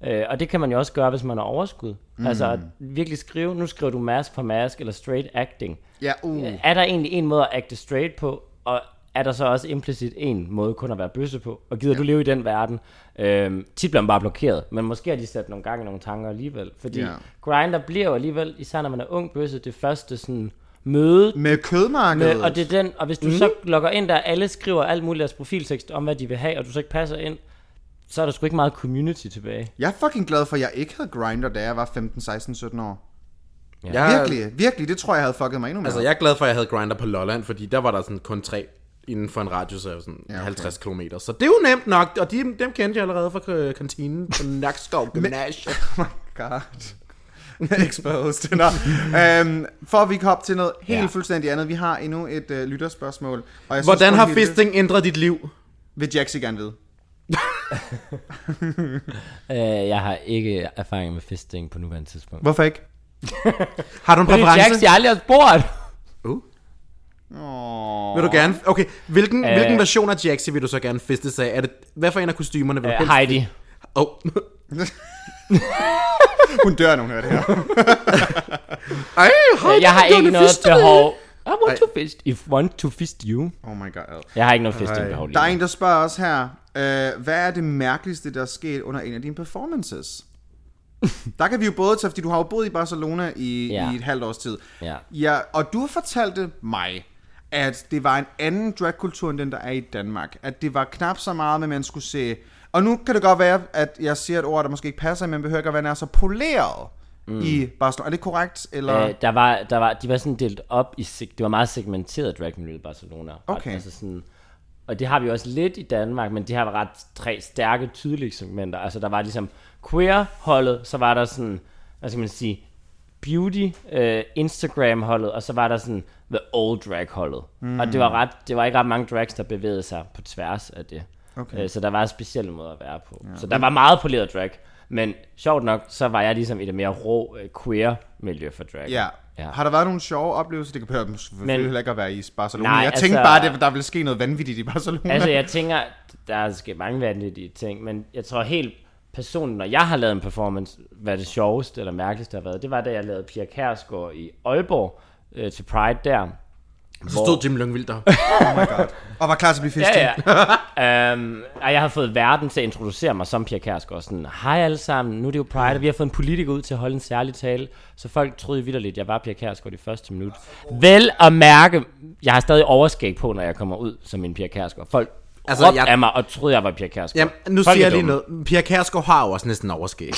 Speaker 3: Øh, og det kan man jo også gøre, hvis man har overskud. Mm. Altså virkelig skrive, nu skriver du mask for mask, eller straight acting.
Speaker 2: Ja, uh.
Speaker 3: Er der egentlig en måde at acte straight på, og er der så også implicit en måde kun at være bøsse på? Og gider ja. du leve i den verden? Øhm, tit bliver man bare blokeret, men måske har de sat nogle gange nogle tanker alligevel. Fordi
Speaker 2: Ja.
Speaker 3: ja. grinder bliver jo alligevel, især når man er ung bøsse, det første sådan møde
Speaker 2: Med kødmarkedet.
Speaker 3: med, og det er den, og hvis du mm. så logger ind der, alle skriver alt muligt deres profiltekst om, hvad de vil have, og du så ikke passer ind, så er der sgu ikke meget community tilbage.
Speaker 2: Jeg er fucking glad for, at jeg ikke havde grinder, da jeg var 15, 16, 17 år.
Speaker 1: Jeg,
Speaker 2: Virkelig, virkelig. Det tror jeg havde fucket mig endnu mere.
Speaker 1: Altså, jeg er glad for, at jeg havde grinder på Lolland, fordi der var der sådan kun tre inden for en radius af sådan ja,
Speaker 2: okay.
Speaker 1: okay. 50 km. Så det er jo nemt nok, og de, dem kendte jeg allerede fra øh, kantinen på Nakskov Gymnasium.
Speaker 2: Oh my god. Exposed. Nå. Øhm, for at vi kan hoppe til noget helt ja.
Speaker 3: Ja.
Speaker 2: fuldstændig andet. Vi har endnu et øh, lytterspørgsmål. Og jeg
Speaker 1: Hvordan
Speaker 2: kun,
Speaker 1: har
Speaker 2: Hilde-
Speaker 1: fisting ændret dit liv?
Speaker 2: Vil Jaxi gerne vide.
Speaker 3: Øh, jeg har ikke erfaring med fisting på nuværende tidspunkt.
Speaker 2: Hvorfor ikke?
Speaker 1: Har du en
Speaker 3: Fordi Jax,
Speaker 1: præference?
Speaker 3: jeg aldrig har spurgt.
Speaker 2: Oh.
Speaker 1: Vil du gerne... Okay, hvilken,
Speaker 3: Øh.
Speaker 1: hvilken version af Jaxi vil du så gerne fiste sig af? Er det, hvad for en af kostymerne vil du
Speaker 3: Øh,
Speaker 1: helst...
Speaker 3: Heidi.
Speaker 1: Oh.
Speaker 2: Hun dør, når hun hører det her.
Speaker 1: Ej, Heidi,
Speaker 3: Øh, Jeg har
Speaker 1: du
Speaker 3: ikke
Speaker 1: vil
Speaker 3: noget
Speaker 1: fiste
Speaker 3: behov. I want to fist. If want to fist you.
Speaker 2: Oh my god.
Speaker 3: Jeg har ikke noget fisting behov
Speaker 2: Der er
Speaker 3: lige.
Speaker 2: en, der spørger os her. Øh, hvad er det mærkeligste, der er sket under en af dine performances? der kan vi jo både tage, fordi du har jo boet i Barcelona i, ja.
Speaker 3: Ja.
Speaker 2: i et halvt års tid.
Speaker 3: Ja.
Speaker 2: ja. Og du fortalte mig, at det var en anden dragkultur end den, der er i Danmark. At det var knap så meget, med at man skulle se... Og nu kan det godt være, at jeg siger et ord, der måske ikke passer, men behøver ikke at være nær så poleret mm. i Barcelona. Er det korrekt? Eller?
Speaker 3: Øh, der var, der var, de var sådan delt op i, seg- det var meget segmenteret dragmiljøet i Barcelona. Ret-
Speaker 2: Okay.
Speaker 3: Altså sådan, og det har vi også lidt i Danmark, men de har ret tre stærke, tydelige segmenter. Altså der var ligesom queer-holdet, så var der sådan, hvad skal man sige, beauty, øh, Instagram-holdet, og så var der sådan the old drag-holdet. Mm. Og det var, ret, det var ikke ret mange drags, der bevægede sig på tværs af det.
Speaker 2: Okay.
Speaker 3: Øh, så der var specielle måder at være på. Ja. Så der var meget poleret drag. Men sjovt nok, så var jeg ligesom i det mere rå øh, queer-miljø for drag.
Speaker 2: Ja. ja.
Speaker 3: Ja.
Speaker 2: Har der været nogle sjove oplevelser? Det kan behøve dem selvfølgelig
Speaker 3: Men-
Speaker 2: heller ikke at være i Barcelona. Nej,
Speaker 3: Nej,
Speaker 2: jeg tænkte
Speaker 3: altså-
Speaker 2: bare, at der ville ske noget vanvittigt i Barcelona.
Speaker 3: Altså, jeg tænker, der er sket mange vanvittige ting, men jeg tror helt personligt, når jeg har lavet en performance, hvad det sjoveste eller mærkeligste har været, det var, da jeg lavede Pia Kærsgaard i Aalborg øh, til Pride der.
Speaker 1: Så stod Jim Lyngvild der.
Speaker 2: Og var klar til at blive fisket.
Speaker 3: Ja, ja. øhm, og jeg har fået verden til at introducere mig som Pia Kærsgaard. Sådan, hej alle sammen, nu er det jo Pride, og vi har fået en politiker ud til at holde en særlig tale. Så folk troede vidderligt, jeg var Pia Kærsgaard de første minut. Vel at mærke, jeg har stadig overskæg på, når jeg kommer ud som en Pia Kærsgaard. Folk
Speaker 1: Altså,
Speaker 3: altså, råbte
Speaker 1: jeg-
Speaker 3: jeg... af mig og troede, jeg var Pia Kærsgaard.
Speaker 1: Jamen, nu
Speaker 3: Folk
Speaker 1: siger
Speaker 3: er
Speaker 1: jeg lige
Speaker 3: dumme.
Speaker 1: noget. Pia Kærsgaard har jo også næsten overskæg.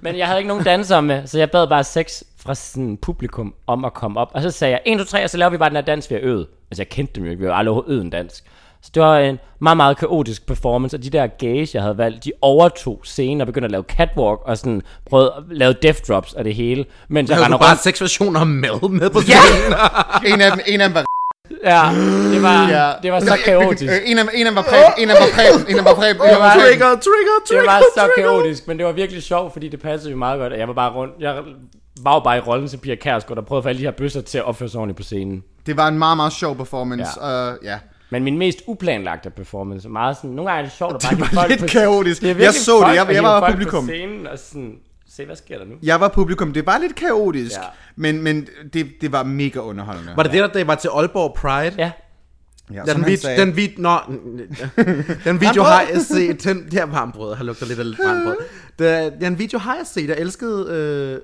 Speaker 3: Men jeg havde ikke nogen dansere med, så jeg bad bare seks fra sådan publikum om at komme op. Og så sagde jeg, 1, 2, 3, og så laver vi bare den her dans, vi har øvet. Altså, jeg kendte dem jo ikke, vi har jo aldrig øvet en dansk. Så det var en meget, meget kaotisk performance, og de der gage, jeg havde valgt, de overtog scenen og begyndte at lave catwalk og sådan prøvede at lave death drops og det hele. Mens jeg
Speaker 1: Der er
Speaker 3: render
Speaker 1: jo bare
Speaker 3: rundt.
Speaker 1: seks versioner af Mel med på
Speaker 3: Ja!
Speaker 2: En af dem, en af dem var...
Speaker 3: ja, det var,
Speaker 2: Ja.
Speaker 3: det var så kaotisk.
Speaker 2: Øh, En af, en af dem var præb, en af dem var præb, en af dem var præb. en af dem var præb.
Speaker 1: Trigger, trigger,
Speaker 3: Det
Speaker 1: trigger,
Speaker 3: var så
Speaker 1: trigger.
Speaker 3: kaotisk, men det var virkelig sjovt, fordi det passede jo meget godt, og jeg var bare rundt. Jeg var jo bare i rollen til Pia Kærsgaard, der prøvede at få alle de her bøsser til at opføre sig ordentligt på scenen.
Speaker 2: Det var en meget, meget sjov performance. Ja. Uh, ja.
Speaker 3: Men min mest uplanlagte performance er meget sådan, nogle gange er det sjovt at bare
Speaker 2: Det
Speaker 3: hive
Speaker 2: var
Speaker 3: folk
Speaker 2: lidt
Speaker 3: på-
Speaker 2: kaotisk.
Speaker 3: Det er
Speaker 2: Jeg
Speaker 3: virkelig
Speaker 2: så det.
Speaker 3: folk
Speaker 2: Jeg-
Speaker 3: at
Speaker 2: jeg
Speaker 3: hive
Speaker 2: var
Speaker 3: folk på
Speaker 2: publikum.
Speaker 3: scenen og sådan, se hvad sker der nu?
Speaker 2: Jeg var publikum, det var lidt kaotisk, ja.
Speaker 3: Ja.
Speaker 2: men, men det, det var mega underholdende.
Speaker 1: Var det det, der det var til Aalborg Pride?
Speaker 3: Ja,
Speaker 2: Ja, som
Speaker 1: Den,
Speaker 2: han
Speaker 1: vid,
Speaker 2: sagde.
Speaker 1: den, vid, nå, den video har jeg set Den der varmbrød har lugter lidt af lidt varmbrød den, den video har jeg set Jeg elskede øh,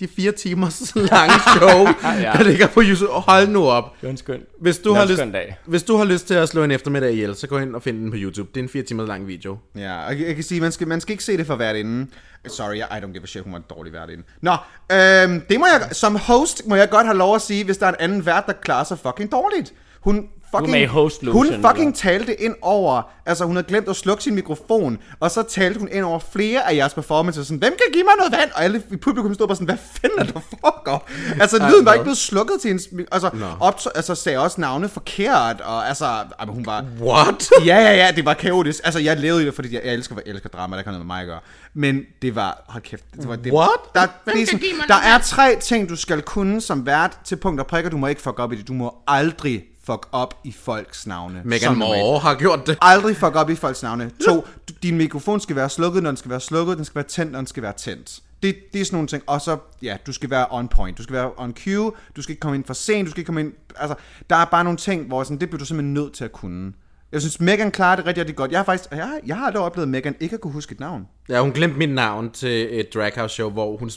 Speaker 1: de fire timers lange show ja.
Speaker 3: Ja.
Speaker 1: Der ligger på YouTube Hold nu op
Speaker 3: det var en skøn.
Speaker 1: hvis du,
Speaker 3: Nå,
Speaker 1: har
Speaker 3: skøn
Speaker 1: lyst,
Speaker 3: dag.
Speaker 1: hvis du har lyst til at slå en eftermiddag ihjel Så gå ind og find den på YouTube Det er en fire timers lang video
Speaker 2: Ja, og jeg, jeg kan sige, man skal, man skal ikke se det for hvert inden. Sorry, I don't give a shit, hun var en dårlig vært inden. Nå, øhm, det må jeg, som host må jeg godt have lov at sige, hvis der er en anden vært, der klarer sig fucking dårligt. Hun fucking,
Speaker 3: med i host
Speaker 2: hun
Speaker 3: lotion,
Speaker 2: fucking
Speaker 3: eller?
Speaker 2: talte ind over, altså hun havde glemt at slukke sin mikrofon, og så talte hun ind over flere af jeres performances, sådan, hvem kan give mig noget vand? Og alle i publikum stod bare sådan, hvad fanden er der foregår? Altså, lyden var ikke blevet slukket til hendes, mi- altså, op, altså sagde også navne forkert, og altså, ej, men hun var,
Speaker 1: What?
Speaker 2: Ja, ja, ja, det var kaotisk. Altså, jeg levede i det, fordi jeg, jeg elsker, jeg elsker drama, der kan noget med mig at gøre. Men det var, hold kæft, det var det.
Speaker 1: What?
Speaker 2: Der, det er sådan, der er tre ting, du skal kunne som vært til punkt og prikker. Du må ikke fuck op i det. Du må aldrig fuck op i folks navne.
Speaker 1: Megan
Speaker 2: Som normalt.
Speaker 1: Moore har gjort det
Speaker 2: Aldrig fuck op i folks navne. To, du- din mikrofon skal være slukket, når den skal være slukket, den skal være tændt, når den skal være tændt. Det, det er sådan nogle ting. Og så, ja, du skal være on point, du skal være on cue, du skal ikke komme ind for sent, du skal ikke komme ind... Altså, der er bare nogle ting, hvor sådan, det bliver du simpelthen nødt til at kunne. Jeg synes, Megan klarer det rigtig, rigtig godt. Jeg har faktisk... Jeg, har- jeg har dog oplevet Megan ikke at kunne huske et navn.
Speaker 1: Ja, hun glemte mit navn til et draghouse show, hvor hun...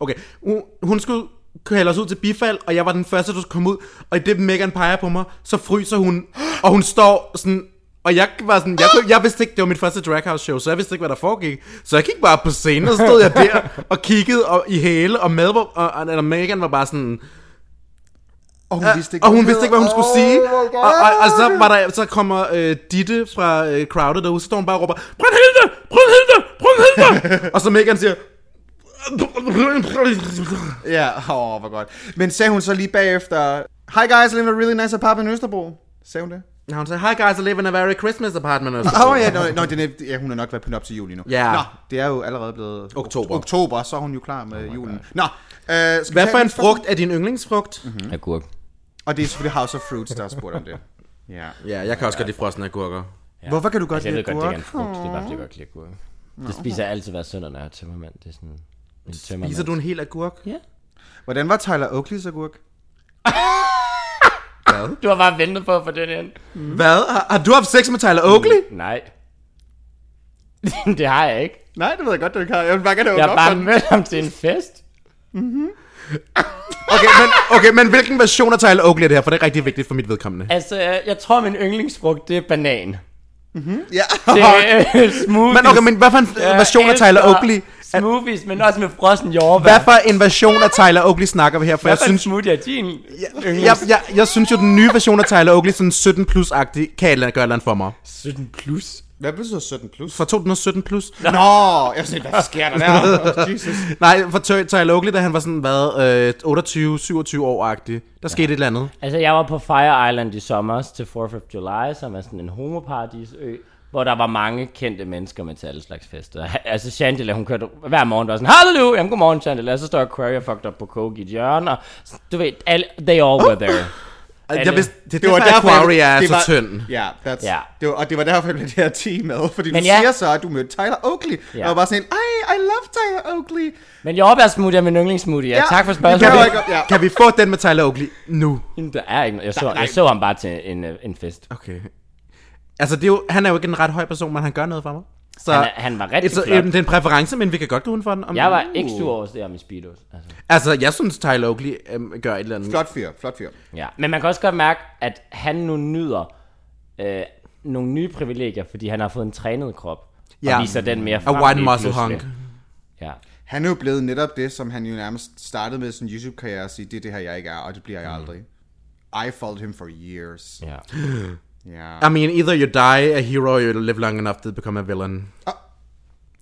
Speaker 1: Okay, hun, hun skulle kalder os ud til bifald, og jeg var den første, der kom ud, og i det Megan peger på mig, så fryser hun, og hun står sådan, og jeg var sådan, jeg, kunne- jeg vidste ikke, det var mit første drag house show, så jeg vidste ikke, hvad der foregik. Så jeg gik bare på scenen, og så stod jeg der og kiggede og, i hæle, og, med, og, og, og Megan var bare sådan,
Speaker 2: Og hun vidste ikke,
Speaker 1: og hun vidste ikke, hvad hun skulle
Speaker 2: Oh
Speaker 1: sige.
Speaker 2: my God.
Speaker 1: Og, og, og så, var der, så kommer øh, Ditte fra øh, Crowded derude, så står hun bare og råber, Brunhilde! Brunhilde! Brunhilde! og så Megan siger,
Speaker 2: Ja, åh, hvor godt. Men sagde hun så lige bagefter, Hi guys, I live in a really nice apartment in Østerbro. Sagde hun det?
Speaker 1: Nå, hun sagde, hi guys, I live in a very Christmas apartment. Og så-
Speaker 2: Åh oh, ja, no, no, den er, ja, hun har nok været pyntet op til jul lige nu.
Speaker 1: Ja.
Speaker 2: Nå, det er jo allerede blevet
Speaker 1: Oktober.
Speaker 2: oktober så er hun jo klar med oh julen. Nå, øh, skal vi
Speaker 1: Hvad
Speaker 2: tage
Speaker 1: for en
Speaker 2: næste spørgsmål?
Speaker 1: frugt er din yndlingsfrugt? Mm-hmm.
Speaker 3: Agurk.
Speaker 2: Og det er selvfølgelig House of Fruits, der har spurgt om det. Ja.
Speaker 1: Ja, jeg kan også godt lide frosne agurker.
Speaker 3: Ja.
Speaker 2: Hvorfor kan du godt
Speaker 3: altså, jeg
Speaker 2: lide
Speaker 3: ved godt, det ikke er en
Speaker 2: agurk?
Speaker 3: frugt. Det er bare, fordi jeg godt kan lide agurk. Det spiser jeg altid hver søndag, når jeg er tømmermand. Det er sådan en tømmermand.
Speaker 1: Viser du en hel agurk?
Speaker 3: Ja.
Speaker 2: Hvordan var Tyler Oakley's agurk?
Speaker 3: Du har bare ventet på at få den ind.
Speaker 1: Hvad? Har, har du haft sex med Tyler Oakley?
Speaker 2: Mm.
Speaker 3: Nej. det har jeg ikke.
Speaker 2: Nej, det ved jeg godt, du ikke har. Jeg vil bare gerne
Speaker 3: Jeg har bare mødt ham til en fest.
Speaker 1: Okay, men, okay, men hvilken version af Tyler Oakley er det her? For det er rigtig vigtigt for mit vedkommende.
Speaker 3: Altså, øh, jeg tror, min yndlingsfrugt, det er banan.
Speaker 2: Mhm. Ja.
Speaker 3: Det er øh, smoothies.
Speaker 1: Men okay, men hvad for en
Speaker 3: Jeg
Speaker 1: øh, version af Tyler
Speaker 3: elsker
Speaker 1: Oakley? er-
Speaker 3: Smoothies, men også med frossen jordbær.
Speaker 1: Hvad for en version af Tyler Oakley snakker vi her? For
Speaker 3: Hvad
Speaker 1: jeg
Speaker 3: for en
Speaker 1: synes,
Speaker 3: smoothie er din yndlings?
Speaker 1: jeg, jeg, jeg synes jo, den nye version af Tyler Oakley, sådan 17 plus-agtig, kan et eller andet gøre et eller andet for mig.
Speaker 3: 17 plus.
Speaker 2: Hvad betyder 17 plus?
Speaker 1: Fra 2017 plus.
Speaker 2: Nå, jeg sagde, hvad sker der der? Jesus.
Speaker 1: Nej, for Ty- Tyler Oakley, da han var sådan, hvad, øh, 28-27 år-agtig, der skete et eller andet.
Speaker 3: Altså, jeg var på Fire Island i sommer til 4th of July, som er sådan en homoparadisø, hvor der var mange kendte mennesker med til alle slags fester. Altså, Chandela, hun kørte hver morgen, der var sådan, Halleluja, jamen godmorgen, Chandela. Og så står Aquaria fucked up på coke i et hjørne, og du ved, alle, they all were there.
Speaker 1: Jeg
Speaker 3: det-
Speaker 1: vidste, det, det, det var derfor, Aquaria er så tynd.
Speaker 2: Ja, that's,
Speaker 3: Ja.
Speaker 2: Det var, og det var derfor, jeg blev det her team Fordi Men
Speaker 3: Men
Speaker 2: du ja.
Speaker 3: ja.
Speaker 2: siger så, at du mødte Tyler Oakley. Ja. Og jeg var bare sådan, helt, ej, I love Tyler Oakley.
Speaker 3: Men jordbærsmoothie er min yndlingssmoothie, ja.
Speaker 2: Ja,
Speaker 3: Tak for
Speaker 2: det kan jeg
Speaker 3: spørgsmålet.
Speaker 2: ikke- Ja.
Speaker 1: Kan vi få den med Tyler Oakley nu?
Speaker 3: Jamen, Der er ikke noget. Jeg så, jeg så ham bare til en, øh, en fest.
Speaker 1: Okay. Altså, det er jo, han er jo ikke en ret høj person, men han gør noget for mig. Så
Speaker 3: Han, er- han var rigtig
Speaker 1: så,
Speaker 3: flot.
Speaker 1: øh, det er en præference, men vi kan godt gå uden for den. Om
Speaker 3: Jeg var ikke sur over det her med Speedos. Altså.
Speaker 1: Altså, jeg synes, Tyler Oakley øhm, gør et eller andet.
Speaker 2: Flot fyr, flot fyr.
Speaker 3: Ja, men man kan også godt mærke, at han nu nyder øh, nogle nye privilegier, fordi han har fået en trænet krop. Ja.
Speaker 1: Ja.
Speaker 3: Og viser den mere frem.
Speaker 1: Og white
Speaker 3: lige
Speaker 1: muscle
Speaker 3: pludselig.
Speaker 1: hunk.
Speaker 3: Ja.
Speaker 2: Han er jo blevet netop det, som han jo nærmest startede med sin YouTube-karriere og sige, det er det her, jeg ikke er, og det bliver jeg aldrig. I followed him for years.
Speaker 3: ja.
Speaker 2: Ja.
Speaker 1: I mean, either you die a hero, or you live long enough to become a villain.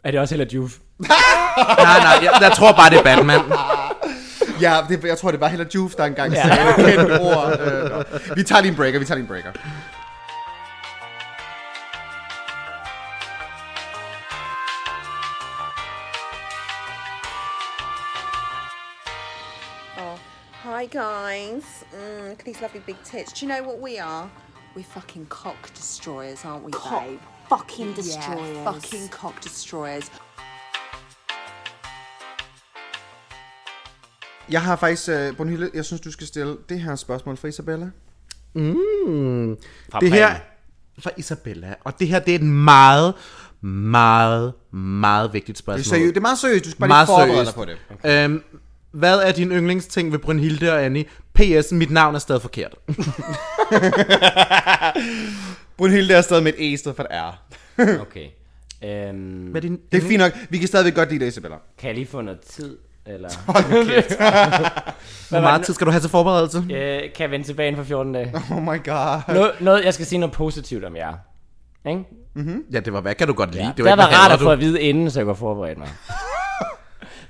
Speaker 3: Er det også heller Juve?
Speaker 1: nej, nej, jeg, jeg tror bare, det er Batman.
Speaker 2: Ja, det, jeg tror, det var heller Juve, der engang ja. sagde et kendt ord. Øh, nå. vi tager lige en breaker, vi tager lige en breaker.
Speaker 7: Oh, hi guys. Mm, look at these lovely big tits. Do you know what we are?
Speaker 8: We're fucking cock destroyers, aren't we,
Speaker 7: Cock
Speaker 8: babe?
Speaker 7: fucking
Speaker 8: Yeah,
Speaker 7: fucking
Speaker 8: fucking cock destroyers.
Speaker 2: Jeg har faktisk, uh, Brunhilde, jeg synes, du skal stille det her spørgsmål for Isabella.
Speaker 1: Mm.
Speaker 3: Fra
Speaker 1: Det her
Speaker 3: Bremen.
Speaker 1: fra Isabella, og det her det er et meget, meget, meget vigtigt
Speaker 2: Det er,
Speaker 1: spørgsmål.
Speaker 2: seriøst, det er meget seriøst, du skal bare
Speaker 1: Meget
Speaker 2: lige forberede dig
Speaker 1: seriøst.
Speaker 2: på det.
Speaker 1: Okay. Øhm, hvad er din yndlingsting ved Brynhilde og Annie? P.S. Mit navn er stadig forkert.
Speaker 2: Brunhilde er stadig med et E i stedet for et R.
Speaker 3: Okay. Øhm,
Speaker 1: Hvad er din
Speaker 2: Det er fint nok, vi kan stadigvæk godt lide dig, Isabella.
Speaker 3: kan jeg lige få noget tid? Eller?
Speaker 1: Hvor meget tid skal du have til forberedelse? Yeah.
Speaker 3: Øh, kan jeg vende tilbage inden for 14 dage?
Speaker 2: Oh my god.
Speaker 3: Noget, noget, jeg skal sige noget positivt om jer. Ikke?
Speaker 1: Ja, det var hvad kan du godt lide?
Speaker 3: Ja.
Speaker 1: Det
Speaker 3: Det var,
Speaker 1: ikke, hvad
Speaker 3: rart at
Speaker 1: hader
Speaker 3: få
Speaker 1: du?
Speaker 3: at vide inden, så jeg kunne forberede mig.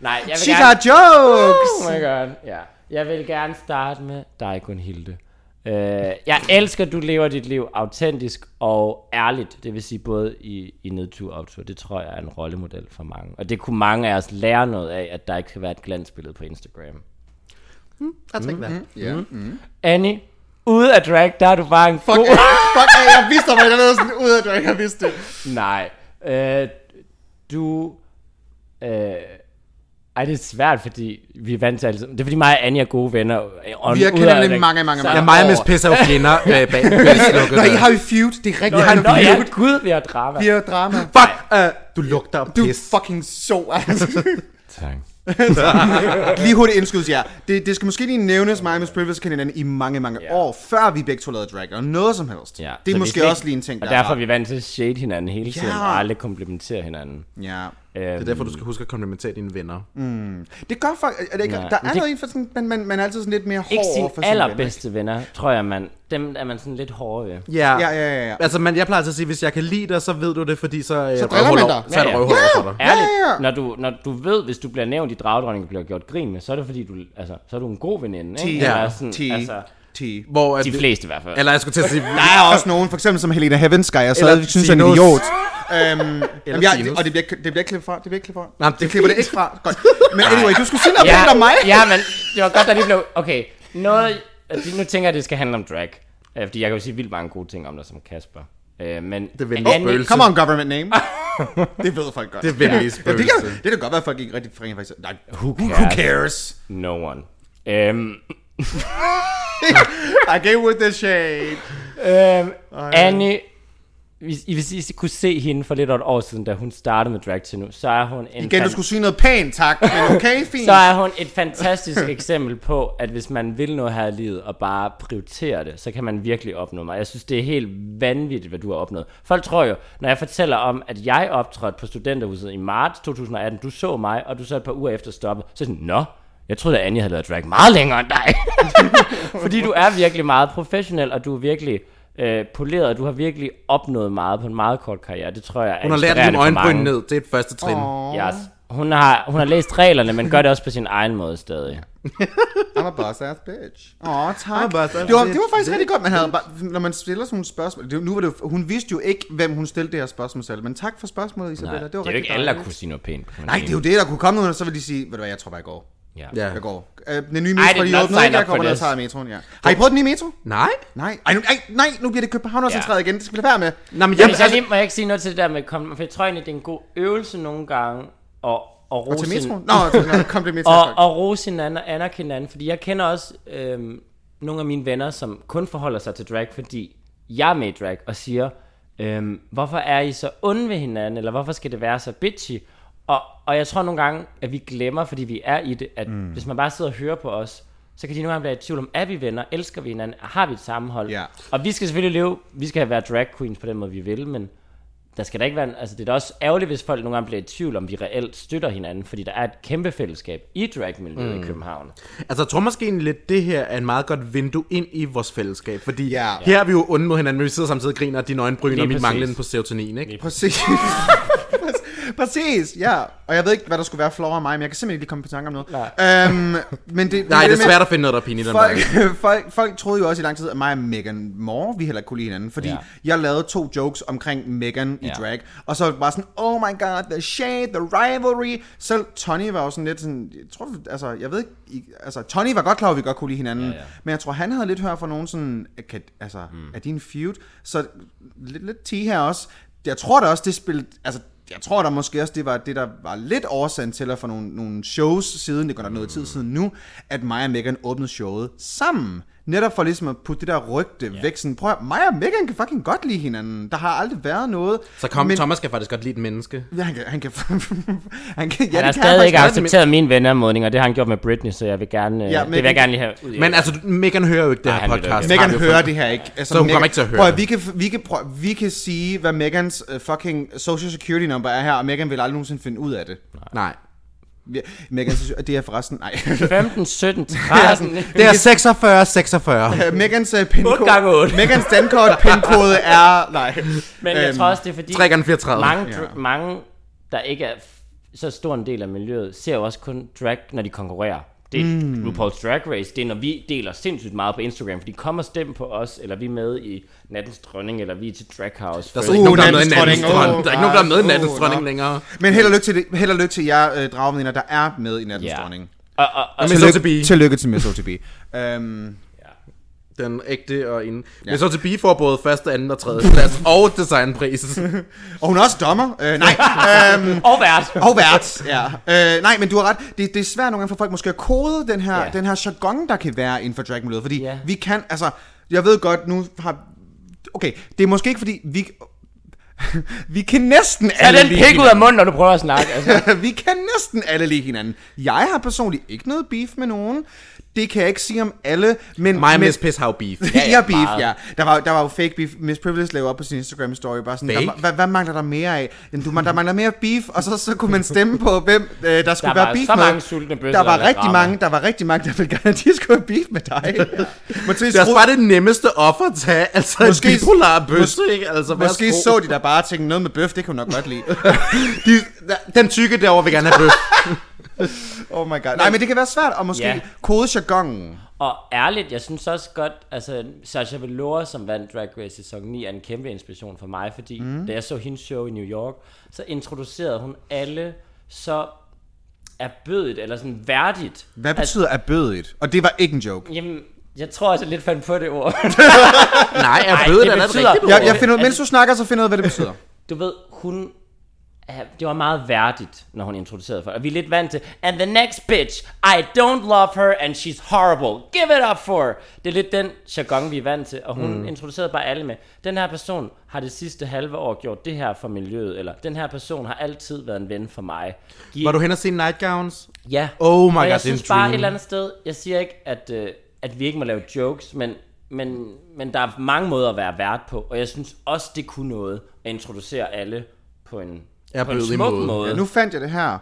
Speaker 3: Nej, jeg vil
Speaker 2: She
Speaker 3: gerne...
Speaker 2: got jokes!
Speaker 3: Oh my god, ja. Jeg vil gerne starte med dig, Gunhilde. Øh, jeg elsker, at du lever dit liv autentisk og ærligt. Det vil sige både i, i nedtur og optur. Det tror jeg er en rollemodel for mange. Og det kunne mange af os lære noget af, at der ikke skal være et glansbillede på Instagram.
Speaker 2: Mm.
Speaker 1: Jeg tænker, hvad?
Speaker 2: Ja. Mm.
Speaker 3: Annie, ude af drag, der er du bare en
Speaker 2: Fuck,
Speaker 3: god...
Speaker 2: af, fuck af, jeg vidste, at der lavede sådan ud af, at jeg ikke havde vidst det.
Speaker 3: Nej. Øh, du... Øh, ej, det er svært, fordi vi er vant til altid. Det er fordi mig og Anja er gode venner. Øh, og-
Speaker 2: Vi har
Speaker 3: ud
Speaker 2: kendt
Speaker 3: af-
Speaker 2: hinanden i mange, mange,
Speaker 3: Så-
Speaker 2: mange
Speaker 1: Ja, mig og Miss
Speaker 3: Over.
Speaker 1: Piss er jo fjender øh, bag bag-
Speaker 2: Nå, I har jo feud, det er rigtigt. I har jo
Speaker 3: Nå
Speaker 2: feud.
Speaker 3: ja, gud, vi har drama.
Speaker 2: Vi har jo drama.
Speaker 1: Fuck! øh, du lugter af
Speaker 2: Du
Speaker 1: pis.
Speaker 2: fucking så, altså.
Speaker 3: Tak.
Speaker 2: Lige hurtigt indskuds, ja. Det, det skal måske lige nævnes, mig og Miss Privilege kendte hinanden i mange, mange
Speaker 3: Ja.
Speaker 2: år, før vi begge to lavede drag, og noget som helst.
Speaker 3: Ja,
Speaker 2: det
Speaker 3: så
Speaker 2: er
Speaker 3: vi
Speaker 2: måske
Speaker 3: slet ikke-
Speaker 2: også lige en ting,
Speaker 3: Og
Speaker 2: der er
Speaker 3: derfor er
Speaker 2: ret.
Speaker 3: vi vant til at shade hinanden hele tiden,
Speaker 2: Ja.
Speaker 3: og aldrig komplimentere hinanden.
Speaker 2: Ja.
Speaker 3: Øh.
Speaker 1: Det er derfor, du skal huske at komplimentere dine venner.
Speaker 2: Det gør faktisk... Er det ikke,
Speaker 3: Nej,
Speaker 2: der
Speaker 3: men
Speaker 2: er
Speaker 3: det-
Speaker 2: noget i for sådan... Man, man, man er altid sådan lidt mere hård
Speaker 3: Ikke
Speaker 2: over for
Speaker 3: sine
Speaker 2: sine venner, ikke?
Speaker 3: allerbedste venner, tror jeg, man. Dem er man sådan lidt hårdere ved.
Speaker 1: Ja,
Speaker 2: Ja, ja, ja, ja.
Speaker 1: Altså, men jeg plejer altid at sige, hvis jeg kan lide dig, så ved du det, fordi så, øh,
Speaker 2: Så driller man
Speaker 1: røvhuller-
Speaker 2: dig.
Speaker 1: så er det
Speaker 3: Ja, ja.
Speaker 1: røvhul for dig.
Speaker 3: Ærligt,
Speaker 2: ja, ja.
Speaker 3: Når, du, når du ved, hvis du bliver nævnt i dragdronningen og bliver gjort grin med, så er det fordi, du, altså, så er du en god veninde. Ikke?
Speaker 1: Ja.
Speaker 3: Eller sådan,
Speaker 2: T,
Speaker 3: altså,
Speaker 2: T.
Speaker 1: Hvor, at
Speaker 3: de
Speaker 1: vi-
Speaker 3: fleste i hvert fald.
Speaker 1: Eller jeg skulle til at sige...
Speaker 2: Der er også nogen, for eksempel som Helena Heavensky, jeg stadig
Speaker 1: Eller
Speaker 2: synes, han er en
Speaker 1: Sinus.
Speaker 2: idiot. Øhm, jamen, jeg,
Speaker 1: Sinus.
Speaker 2: og det bliver, det bliver ikke klippet fra, det bliver ikke klippet fra.
Speaker 1: Nej, men det er
Speaker 2: det klipper det
Speaker 1: fint.
Speaker 2: ikke fra. Godt. Men anyway, du skulle sige noget pænt om mig.
Speaker 3: ja, men det var godt, der lige blev... Okay, noget... altså, Nu tænker jeg, at det skal handle om drag. Øh, Fordi jeg kan jo sige vildt mange gode ting om dig som Kasper. Øh, men
Speaker 1: Det vil nok spøgelse.
Speaker 2: Come on, government name. det ved folk godt.
Speaker 1: Det er venlige
Speaker 2: Ja, det,
Speaker 1: spøgelse.
Speaker 2: kan, det kan godt være, at folk ikke rigtig ringer faktisk. Nej,
Speaker 3: Who cares?
Speaker 2: who cares?
Speaker 3: No one. Øhm,
Speaker 2: I gave with the shade.
Speaker 3: øhm, Anne, hvis I, hvis I kunne se hende for lidt over et år siden, da hun startede med drag til nu, så er hun en
Speaker 2: Igen, du
Speaker 3: fan-
Speaker 2: skulle sige noget pænt, tak. Men okay, fint.
Speaker 3: så er hun et fantastisk eksempel på, at hvis man vil noget her i livet, og bare prioriterer det, så kan man virkelig opnå mig. Jeg synes, det er helt vanvittigt, hvad du har opnået. Folk tror jo, når jeg fortæller om, at jeg optrådte på studenterhuset i marts 2018, du så mig, og du så et par uger efter stoppede, så er jeg sådan, nå, jeg troede, at Anja havde lavet drag meget længere end dig. Fordi du er virkelig meget professionel, og du er virkelig øh, poleret, og du har virkelig opnået meget på en meget kort karriere. Det tror jeg er
Speaker 1: Hun har lært at
Speaker 3: inspirerende
Speaker 1: hive
Speaker 3: for
Speaker 1: øjenbryn
Speaker 3: mange.
Speaker 1: ned. Det er et første trin.
Speaker 3: Yes. Hun har, hun har læst reglerne, men gør det også på sin egen måde stadig.
Speaker 2: I'm a boss ass bitch. Åh, tak.
Speaker 1: I'm a boss ass
Speaker 2: det, var, det
Speaker 1: bitch.
Speaker 2: var faktisk rigtig godt, man havde, bare- når man stiller sådan nogle spørgsmål. Det, nu var det, jo- hun vidste jo ikke, hvem hun stillede det her spørgsmål selv, men tak for spørgsmålet, Isabella.
Speaker 3: Nej,
Speaker 2: det
Speaker 3: det,
Speaker 2: var
Speaker 3: er jo
Speaker 2: rigtig
Speaker 3: ikke alle, der
Speaker 2: dejligt.
Speaker 3: kunne sige noget pænt. kan man
Speaker 2: Nej,
Speaker 3: sige.
Speaker 2: det er jo det, der kunne komme nogen, og så ville de sige, ved du hvad, jeg tror bare, jeg går.
Speaker 3: Ja.
Speaker 1: Ja.
Speaker 2: Jeg går. Øh, den nye
Speaker 3: Ej,
Speaker 2: metro,
Speaker 3: det er
Speaker 2: de
Speaker 3: not
Speaker 2: åbnede,
Speaker 3: sign
Speaker 2: ikke?
Speaker 3: up
Speaker 2: jeg
Speaker 3: for
Speaker 2: kommer ned og
Speaker 3: this.
Speaker 2: tager metroen, ja. Har I prøvet den nye metro?
Speaker 1: Nej.
Speaker 2: Nej. Ej, nu, ej, nej, nu bliver det København også centreret igen. Det skal vi lade være med.
Speaker 1: Nå, men jeg,
Speaker 3: Jeg, vil så
Speaker 1: altså,
Speaker 3: lige, må jeg ikke sige noget til det der med kom, for jeg tror egentlig, det er en god øvelse nogle gange at, at
Speaker 2: Til
Speaker 3: rose,
Speaker 2: metroen?
Speaker 3: hin-
Speaker 2: Nå, til- nå, kom det metro.
Speaker 3: og,
Speaker 2: folk.
Speaker 3: og rose hinanden og anerkende hinanden, fordi jeg kender også øhm, nogle af mine venner, som kun forholder sig til drag, fordi jeg er med i drag og siger, øhm, hvorfor er I så onde ved hinanden, eller hvorfor skal det være så bitchy? Og, og jeg tror nogle gange, at vi glemmer, fordi vi er i det, at mm. hvis man bare sidder og hører på os, så kan de nogle gange blive i tvivl om, er vi venner, elsker vi hinanden, har vi et sammenhold?
Speaker 2: Ja.
Speaker 3: Og vi skal selvfølgelig leve, vi skal være drag queens på den måde, vi vil, men der skal da ikke være en, altså det er da også ærgerligt, hvis folk nogle gange bliver i tvivl, om vi reelt støtter hinanden, fordi der er et kæmpe fællesskab i dragmiljøet mm. i København.
Speaker 1: altså, jeg tror måske egentlig lidt, det her er en meget godt vindue ind i vores fællesskab. Fordi
Speaker 2: Ja.
Speaker 1: her er vi jo onde mod hinanden, men vi sidder samtidig og griner, og dine øjenbryn
Speaker 3: Lige
Speaker 1: og mit
Speaker 3: præcis.
Speaker 1: manglende på serotonin, ikke?
Speaker 2: Præcis. Præcis, ja. Og jeg ved ikke, hvad der skulle være flov af mig, men jeg kan simpelthen ikke lige komme på tanke om noget. Nej, øhm, men det,
Speaker 1: Nej,
Speaker 2: men
Speaker 1: det er
Speaker 2: med-
Speaker 1: svært at finde noget, der er pinligt om dig.
Speaker 2: Folk, folk, folk troede jo også i lang tid, at mig og Megan Moore, vi heller ikke kunne lide hinanden, fordi ja.
Speaker 3: Ja.
Speaker 2: jeg lavede to jokes omkring Megan i
Speaker 3: Ja.
Speaker 2: drag, og så var det bare sådan, oh my god, the shade, the rivalry. Selv Tony var jo sådan lidt sådan, jeg tror, altså, jeg ved ikke, I, altså, Tony var godt klar over, at vi godt kunne lide hinanden, ja, ja. men jeg tror, han havde lidt hørt fra nogen sådan, kan, altså, mm. er din feud? Så lidt, lidt tea her også. Jeg tror da også, det spillede, altså, jeg tror der måske også, det var det, der var lidt årsagen til at for nogle, nogle shows siden, det går der noget tid siden nu, at mig og Megan åbnede showet sammen. Netop for ligesom at putte det der rygte yeah. væk. Sådan, prøv at, høre, mig og Megan kan fucking godt lide hinanden. Der har aldrig været noget.
Speaker 1: Så kom,
Speaker 2: men,
Speaker 1: Thomas skal faktisk godt lide et menneske.
Speaker 2: Ja, han kan... Han kan, han kan ja, det kan
Speaker 3: Ja, han har
Speaker 2: han
Speaker 3: stadig ikke
Speaker 2: faktisk godt.
Speaker 3: accepteret min venneanmodning, og det har han gjort med Britney, så jeg vil gerne,
Speaker 2: Ja,
Speaker 3: ja, det
Speaker 2: men-
Speaker 3: vil jeg gerne lige have ud i.
Speaker 1: Men altså, Megan hører jo ikke det
Speaker 3: Nej,
Speaker 1: her
Speaker 3: han lytter
Speaker 1: podcast.
Speaker 3: ikke.
Speaker 2: Megan
Speaker 1: Radio-
Speaker 2: hører det her ikke. Altså,
Speaker 1: Så hun
Speaker 2: Megan-
Speaker 1: kommer ikke til at høre
Speaker 2: Prøv,
Speaker 1: det.
Speaker 2: vi, kan, vi, kan, prøv, vi kan sige, hvad Megans uh, fucking social security number er her, og Megan vil aldrig nogensinde finde ud af det.
Speaker 1: Nej.
Speaker 2: Ja, Megan, det er forresten... Nej.
Speaker 3: 15, 17, 13,
Speaker 1: Det er 46, 46.
Speaker 2: Megans uh, pinkode...
Speaker 3: Otte gange otte.
Speaker 2: Megans dankort pinkode er... Nej. Øhm,
Speaker 3: men jeg tror også, det er fordi,
Speaker 1: 3 gange 34.
Speaker 3: mange, dr- mange, der ikke er f- så stor en del af miljøet, ser jo også kun drag, når de konkurrerer. Det er mm. RuPaul's Drag Race, det er når vi deler sindssygt meget på Instagram, for de kommer og stemmer på os, eller vi er med i Nattens Dronning, eller vi er til Drag House.
Speaker 1: Der er
Speaker 3: Friends.
Speaker 1: slet ikke nogen, der er med i
Speaker 2: Uh, nattens
Speaker 1: nattens
Speaker 2: dronning. Uh,
Speaker 1: dronning. Der er ikke nogen, der er med i
Speaker 2: Åh,
Speaker 1: nattens
Speaker 2: nå.
Speaker 1: dronning længere.
Speaker 2: Men held og lykke til, det, held og lykke til jer, uh, dragevenner, der er med i Nattens
Speaker 3: Ja.
Speaker 2: Dronning.
Speaker 3: Og, og, og,
Speaker 1: Miss OTB.
Speaker 2: tillykke til Miss OTB. øhm,
Speaker 1: Den ægte og inden. Ja. Men så til B får både første, anden og tredje plads og designpris.
Speaker 2: og hun er også dommer. Øh, nej. øhm,
Speaker 3: og vært.
Speaker 2: Og vært, ja. Øh, nej, men du har ret. Det, det er svært nogle gange for folk måske at kode den her,
Speaker 3: Ja.
Speaker 2: den her jargon, der kan være inden for dragmiljøet. Fordi
Speaker 3: Ja.
Speaker 2: vi kan, altså, jeg ved godt, nu har... Okay, det er måske ikke fordi, vi... Vi kan næsten
Speaker 3: Er
Speaker 2: alle
Speaker 3: den
Speaker 2: lide
Speaker 3: pik ud af munden, når du prøver at snakke? Altså,
Speaker 2: vi kan næsten alle lide hinanden. Jeg har personligt ikke noget beef med nogen. Det kan jeg ikke sige om alle, men...
Speaker 1: Mig og
Speaker 2: men,
Speaker 1: Miss Piss har jo beef.
Speaker 2: Ja, ja, beef,
Speaker 3: meget.
Speaker 2: ja. Der var, der var jo fake beef. Miss Privilege lavede op på sin Instagram-story, bare sådan, der,
Speaker 1: Fake?
Speaker 2: hvad, hvad mangler der mere af? Jamen, du, man- der mangler mere beef, og så, så kunne man stemme på, hvem øh, der skulle
Speaker 3: Der var
Speaker 2: være beef
Speaker 3: så
Speaker 2: med.
Speaker 3: mange sultne bøsser,
Speaker 2: der var
Speaker 3: der
Speaker 2: rigtig
Speaker 3: drama.
Speaker 2: mange, der var rigtig mange, der ville gerne, at de skulle have beef med dig. Mathias
Speaker 1: Det er også
Speaker 2: Skro-
Speaker 1: bare det nemmeste offer at tage, altså
Speaker 2: Måske-
Speaker 1: måske, en bipolar bøsse,
Speaker 2: mås-
Speaker 1: ikke? Altså,
Speaker 2: Måske
Speaker 1: værsgo.
Speaker 2: så de der bare og tænkte, noget med bøf, det kan hun nok godt lide.
Speaker 1: de, den tykke derovre vil gerne have bøf.
Speaker 2: oh my god. Nej, men det kan være svært, og måske
Speaker 3: Ja.
Speaker 2: kode jargonen.
Speaker 3: Og ærligt, jeg synes også godt, altså Sasha Velour, som vandt Drag Race sæson 9, er en kæmpe inspiration for mig, fordi mm. da jeg så hendes show i New York, så introducerede hun alle så erbødigt, eller sådan værdigt. Altså,
Speaker 2: Hvad betyder erbødigt? Og det var ikke en joke.
Speaker 3: Jamen, jeg tror også, jeg lidt fandt på det ord.
Speaker 1: Nej, jeg
Speaker 3: Ej,
Speaker 1: ved,
Speaker 3: det
Speaker 1: det er et
Speaker 3: betyder-
Speaker 1: rigtigt
Speaker 2: Jeg,
Speaker 3: Ordet.
Speaker 2: jeg finder ud, mens
Speaker 3: Altså-
Speaker 2: du snakker, så finder jeg ud af, hvad det betyder.
Speaker 3: Du ved, hun... ja, Det var meget værdigt, når hun introducerede for. Og vi er lidt vant til, and the next bitch, I don't love her, and she's horrible. Give it up for her. Det er lidt den jargon, vi er vant til. Og hun mm. introducerede bare alle med, den her person har det sidste halve år gjort det her for miljøet, eller den her person har altid været en ven for mig. Giv,
Speaker 1: Var du hen og se Nightgowns?
Speaker 3: Ja.
Speaker 1: Oh my
Speaker 3: og
Speaker 1: God, det er
Speaker 3: jeg
Speaker 1: en
Speaker 3: synes
Speaker 1: dream.
Speaker 3: bare et eller andet sted, jeg siger ikke, at, øh, at vi ikke må lave jokes, men, men, men der er mange måder at være vært på, og jeg synes også, det kunne noget at introducere alle på en, på en
Speaker 1: Erbødig
Speaker 3: smuk
Speaker 1: måde.
Speaker 3: måde.
Speaker 2: Ja,
Speaker 3: måde.
Speaker 2: nu fandt jeg det her.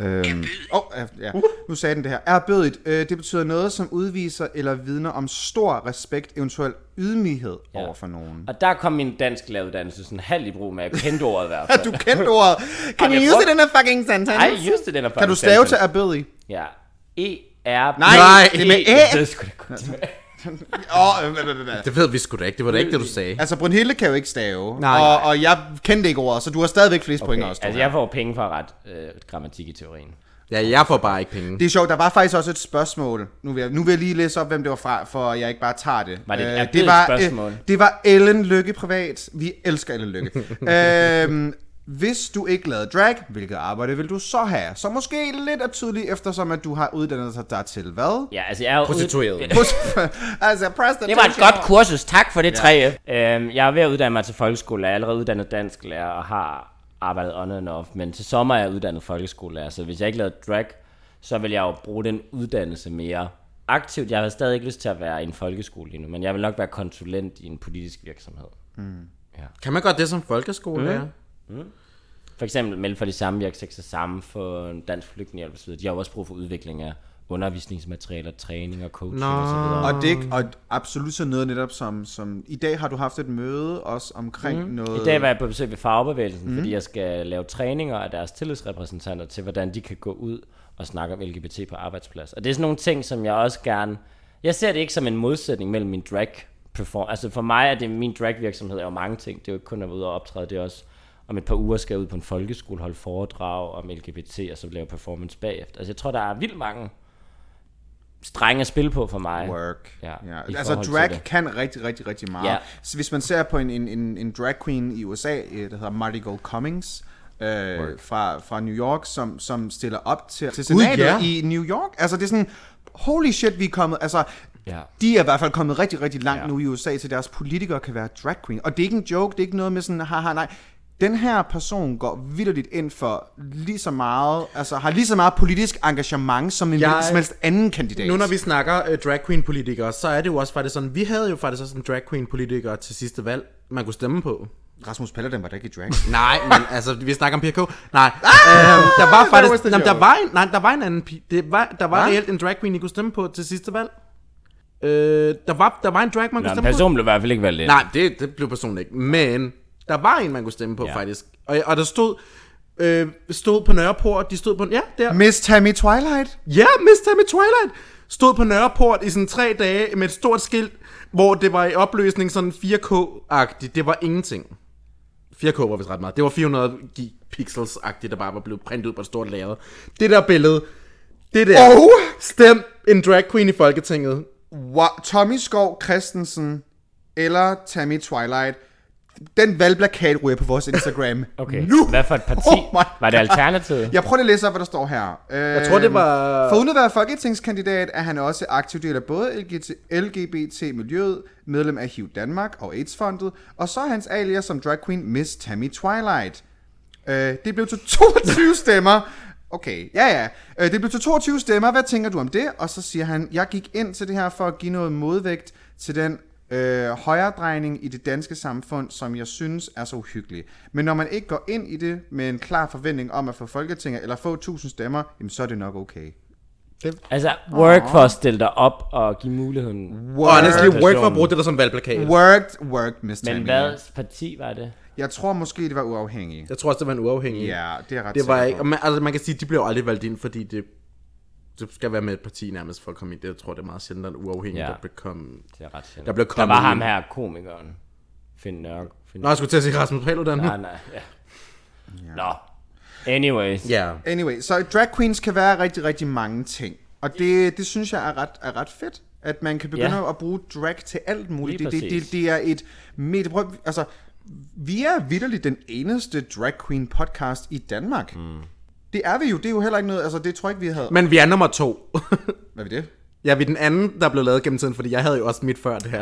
Speaker 2: Øhm, oh, ja, nu sagde den det her. Erbødigt, øh, det betyder noget, som udviser eller vidner om stor respekt, eventuel ydmyghed ja. over for nogen.
Speaker 3: Og der kom min dansk lavuddannelse sådan halv i brug med, at jeg kendte ordet i hvert fald.
Speaker 2: Du kendte ordet. Can
Speaker 3: jeg
Speaker 2: you use
Speaker 3: prøver-
Speaker 2: it in a fucking sentence?
Speaker 3: Ej, just det, den er
Speaker 2: Kan du
Speaker 3: faktisk
Speaker 2: stave til
Speaker 3: dansk.
Speaker 2: erbødig?
Speaker 3: Ja. E R
Speaker 2: Nej,
Speaker 1: Nej,
Speaker 2: det er med E. æ.
Speaker 3: Det skulle det godt.
Speaker 2: Åh, øh, hvad, hvad, hvad, hvad.
Speaker 1: Det ved vi sgu da ikke. Det var da ikke det, du sagde.
Speaker 2: Altså, Brunhilde kan jo ikke stave.
Speaker 1: Nej.
Speaker 2: og, og jeg kendte ikke ordet, så du har stadigvæk flest okay. point også. tror
Speaker 3: Altså, jeg får penge for at rette øh, grammatik i teorien.
Speaker 1: Ja, jeg får bare ikke penge.
Speaker 2: Det er sjovt, der var faktisk også et spørgsmål. Nu vil jeg, nu vil jeg lige læse op, hvem det var fra, for jeg ikke bare tager det.
Speaker 3: Var det et
Speaker 2: Øh,
Speaker 3: erbødigt
Speaker 2: var,
Speaker 3: spørgsmål?
Speaker 2: Øh, det var Ellen Lykke privat. Vi elsker Ellen Lykke. øhm, hvis du ikke lavede drag, hvilket arbejde vil du så have? Så måske lidt er tydeligt, eftersom at du har uddannet dig til hvad?
Speaker 3: Ja, altså, jeg er jo ude-
Speaker 1: Prostitueret.
Speaker 2: altså, prostitution.
Speaker 3: Det var et godt kursus. Tak for det, 3F. Øhm, jeg er ved at uddanne mig til folkeskolelærer. Jeg er allerede uddannet dansklærer og har arbejdet on and off. Men til sommer er jeg uddannet folkeskolelærer, så hvis jeg ikke lavede drag, så vil jeg jo bruge den uddannelse mere aktivt. Jeg har stadig ikke lyst til at være i en folkeskole lige nu, men jeg vil nok være konsulent i en politisk virksomhed.
Speaker 1: Kan man godt det som folkeskolelærer? Mm.
Speaker 3: For eksempel melde for de samme virke, sex og samfund, dansk flygtningehjælp osv. De har jo også brug for udvikling af undervisningsmaterialer, træning og coaching
Speaker 1: Nå.
Speaker 3: osv.
Speaker 2: Og det er ikke- og absolut sådan noget netop som, som... I dag har du haft et møde også omkring mm. noget...
Speaker 3: Mhm. I dag var jeg på besøg ved Fagbevægelsen, mm. fordi jeg skal lave træninger af deres tillidsrepræsentanter til, hvordan de kan gå ud og snakke om LGBT på arbejdsplads. Og det er sådan nogle ting, som jeg også gerne... Jeg ser det ikke som en modsætning mellem min drag perform... Altså for mig er det min drag virksomhed er jo mange ting. Det er jo ikke kun at være ude og optræde, det er også om et par uger skal jeg ud på en folkeskole, holde foredrag om LGBT, og så lave performance bagefter. Altså jeg tror, der er vildt mange strenge at spille på for mig.
Speaker 2: Work.
Speaker 3: Ja,
Speaker 2: ja.
Speaker 3: i
Speaker 2: Altså
Speaker 3: forhold til
Speaker 2: drag
Speaker 3: det.
Speaker 2: kan rigtig, rigtig, rigtig meget.
Speaker 3: Ja.
Speaker 2: Så hvis man ser på en, en, en, en drag queen i USA, øh, der hedder Marty Gold Cummings, øh, fra, fra New York, som, som stiller op til, til
Speaker 1: Gud,
Speaker 2: senatet
Speaker 1: ja.
Speaker 2: i New York. Altså det er sådan, holy shit, vi er kommet, altså...
Speaker 3: Ja.
Speaker 2: De er i hvert fald kommet rigtig, rigtig langt
Speaker 3: Ja.
Speaker 2: nu i USA, til deres politikere kan være drag queen. Og det er ikke en joke, det er ikke noget med sådan, haha, nej. Den her person går vidderligt ind for lige så meget, altså har lige så meget politisk engagement som en
Speaker 1: Jeg-
Speaker 2: hvilken som helst anden kandidat.
Speaker 1: Nu når vi snakker øh, drag queen politikere, så er det jo også faktisk sådan, vi havde jo faktisk også en drag queen politiker til sidste valg, man kunne stemme på.
Speaker 2: Rasmus Paludan var da ikke i drag.
Speaker 1: Nej, men altså, vi snakker om PK. Nej, øhm, der var
Speaker 2: was
Speaker 1: faktisk,
Speaker 2: the
Speaker 1: jamen, der
Speaker 2: joke.
Speaker 1: var en, nej, der var en anden pige, det var, der var
Speaker 2: Hva?
Speaker 1: reelt en drag queen, I kunne stemme på til sidste valg. Øh, der, var, der var en drag, man kunne
Speaker 3: Nå, en
Speaker 1: stemme på.
Speaker 3: person blev i hvert fald ikke valgt ind.
Speaker 1: Nej, det, det blev personligt ikke, men der var en, man kunne stemme på
Speaker 3: Ja.
Speaker 1: ja. faktisk. Og, og der stod, øh, stod på Nørreport, de stod på, ja, der.
Speaker 2: Miss Tammy Twilight?
Speaker 1: Ja, Miss Tammy Twilight stod på Nørreport i sådan tre dage med et stort skilt, hvor det var i opløsning sådan 4K-agtigt. Det var ingenting. 4K var vist ret meget. Det var 400 pixels-agtigt, der bare var blevet printet ud på et stort lager. Det der billede, det der.
Speaker 2: Og?
Speaker 1: Stem en drag queen i Folketinget.
Speaker 2: Wow. Tommy Skov Christensen eller Tammy Twilight Den valgplakat ryger på vores Instagram.
Speaker 3: Okay,
Speaker 2: Nu!
Speaker 3: hvad for et parti?
Speaker 2: Oh my
Speaker 3: var det
Speaker 2: God.
Speaker 3: Alternativet?
Speaker 2: Jeg prøver lige at læse op, hvad der står her. Øh, jeg
Speaker 1: tror, det var-
Speaker 2: Foruden at være folketingskandidat, er han også aktiv del af både LGBT LGBT-miljøet, medlem af HIV Danmark og AIDS-fondet, og så er hans alias som drag queen Miss Tammy Twilight. Øh, det blev til 22 stemmer. Okay, ja ja. Øh, det blev til 22 stemmer. Hvad tænker du om det? Og så siger han, jeg gik ind til det her for at give noget modvægt til den øh, højredrejning i det danske samfund, som jeg synes er så uhyggelig. Men når man ikke går ind i det med en klar forventning om at få Folketinget eller få 1000 stemmer, jamen, så er det nok okay.
Speaker 3: Altså, work for at stille dig op og give muligheden.
Speaker 1: Og honestly, work for at
Speaker 3: Person.
Speaker 1: bruge det der som valgplakat.
Speaker 2: Worked, worked, Miss
Speaker 3: Men
Speaker 2: Tammy.
Speaker 3: hvad parti var det?
Speaker 2: Jeg tror måske, det var uafhængigt.
Speaker 1: Jeg tror også, det var en uafhængig.
Speaker 2: Ja, det er jeg ret
Speaker 1: Det var
Speaker 2: sikker
Speaker 1: ikke,
Speaker 2: på.
Speaker 1: og man, altså man kan sige, de blev jo aldrig valgt ind, fordi det, det skal være med et parti nærmest for at komme ind. Det jeg tror det er meget sjældent, at uafhængig
Speaker 3: Ja.
Speaker 1: ja. der blev kommet.
Speaker 3: Det er ret sjældent.
Speaker 1: Der blev
Speaker 3: der
Speaker 1: kommet
Speaker 3: var ham
Speaker 1: ind.
Speaker 3: her, komikeren. Finn Nørk. Finn
Speaker 1: Nå, jeg skulle til at sige Rasmus Paludan.
Speaker 3: Nej, nej, ja. Nå. Anyways.
Speaker 1: Ja.
Speaker 2: Anyway, så drag queens kan være rigtig, rigtig mange ting. Og det, det synes jeg er ret, er ret fedt, at man kan begynde
Speaker 3: Ja.
Speaker 2: at bruge drag til alt muligt.
Speaker 3: Lige
Speaker 2: Det, det,
Speaker 3: præcis.
Speaker 2: det, det er et medie... Prøv, altså, vi er vidderligt den eneste drag queen podcast i Danmark. Mm. Det er vi jo. Det er jo heller ikke noget... Altså, det tror jeg ikke, vi havde...
Speaker 1: Men vi er nummer to.
Speaker 2: Hvad er det?
Speaker 1: ja, vi er den anden, der blev lavet gennem tiden, fordi jeg havde jo også mit før det her.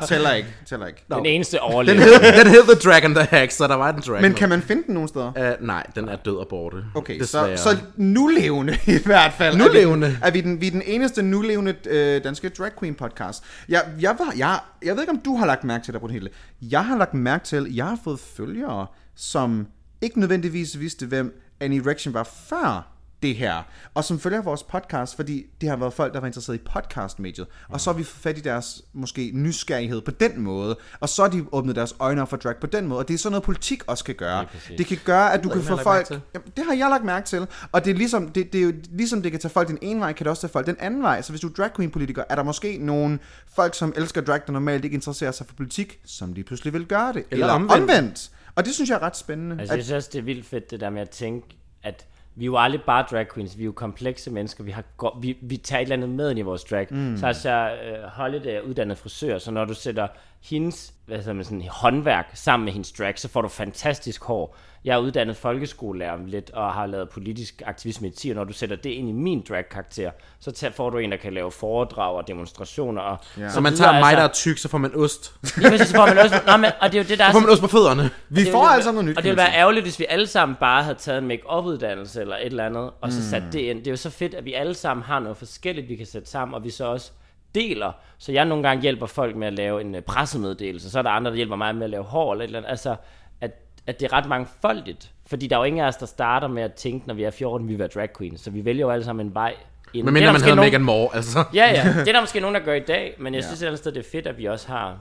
Speaker 2: Det tæller ikke. Tæller ikke.
Speaker 3: Den
Speaker 1: Nå.
Speaker 3: eneste
Speaker 1: den,
Speaker 3: overlevende.
Speaker 1: hed, den hed The Dragon the Hack, så der var en dragon.
Speaker 2: Men kan man finde den nogen steder?
Speaker 1: Uh, nej, den er død og borte.
Speaker 2: Okay, så,
Speaker 1: desværre.
Speaker 2: så nulevende i hvert fald.
Speaker 1: Nulevende.
Speaker 2: Er vi, er vi, den, vi er den eneste nulevende øh, danske drag queen podcast. Jeg, jeg, var, jeg, jeg ved ikke, om du har lagt mærke til det, Brunhilde. Jeg har lagt mærke til, at jeg har fået følgere, som ikke nødvendigvis vidste, hvem Annie Rection var før det her, og som følger vores podcast, fordi det har været folk, der var interesseret i podcastmediet, og så har vi fået fat i deres måske nysgerrighed på den måde, og så har de åbnet deres øjne op for drag på den måde, og det er sådan noget politik også kan gøre. Det kan gøre, at du kan
Speaker 1: ikke, man
Speaker 2: få
Speaker 1: har lagt mærke til.
Speaker 2: folk... Jamen, det har jeg lagt mærke til. Og det er ligesom det, det, er jo, ligesom det kan tage folk den ene vej, kan det også tage folk den anden vej. Så hvis du er drag queen politiker, er der måske nogle folk, som elsker drag, der normalt ikke interesserer sig for politik, som lige pludselig vil gøre det.
Speaker 1: Eller omvendt.
Speaker 2: omvendt. Og det synes jeg er ret spændende.
Speaker 3: Altså, jeg synes også, det er vildt fedt, det der med at tænke, at vi er jo aldrig bare drag queens, vi er jo komplekse mennesker, vi, har, go- vi, vi tager et eller andet med ind i vores drag. Mm. Så altså, øh, Holiday er uddannet frisør, så når du sætter hendes hvad hedder man, sådan, håndværk sammen med hendes drag, så får du fantastisk hår. Jeg er uddannet folkeskolelærer om lidt, og har lavet politisk aktivisme i 10, og når du sætter det ind i min drag-karakter, så tager, får du en, der kan lave foredrag og demonstrationer. Og, ja.
Speaker 1: så man tager mig, der er tyk, så får man ost. Så
Speaker 3: Lige præcis, så får man også... Nå, men, og det er jo det, der er
Speaker 1: får
Speaker 3: så
Speaker 1: man ost på fødderne.
Speaker 2: Vi får altså noget nyt.
Speaker 3: og det ville
Speaker 2: kan man
Speaker 3: være ærgerligt, hvis vi alle sammen bare havde taget en make-up-uddannelse eller et eller andet, og så sat
Speaker 2: Mm.
Speaker 3: det ind. Det er jo så fedt, at vi alle sammen har noget forskelligt, vi kan sætte sammen, og vi så også deler. Så jeg nogle gange hjælper folk med at lave en øh, pressemeddelelse, så er der andre, der hjælper mig med at lave hår eller et eller andet. Altså, at, at det er ret mangfoldigt. Fordi der er jo ingen af os, der starter med at tænke, når vi er 14, vi vil være drag queen. Så vi vælger jo alle sammen en vej. ind.
Speaker 1: Men
Speaker 3: Det
Speaker 1: mindre
Speaker 3: er der
Speaker 1: man
Speaker 3: måske
Speaker 1: hedder
Speaker 3: nogen-
Speaker 1: Megan Moore, altså.
Speaker 3: Ja, ja. Det er der måske nogen, der gør i dag, men jeg ja. synes et eller andet sted, det er fedt, at vi også har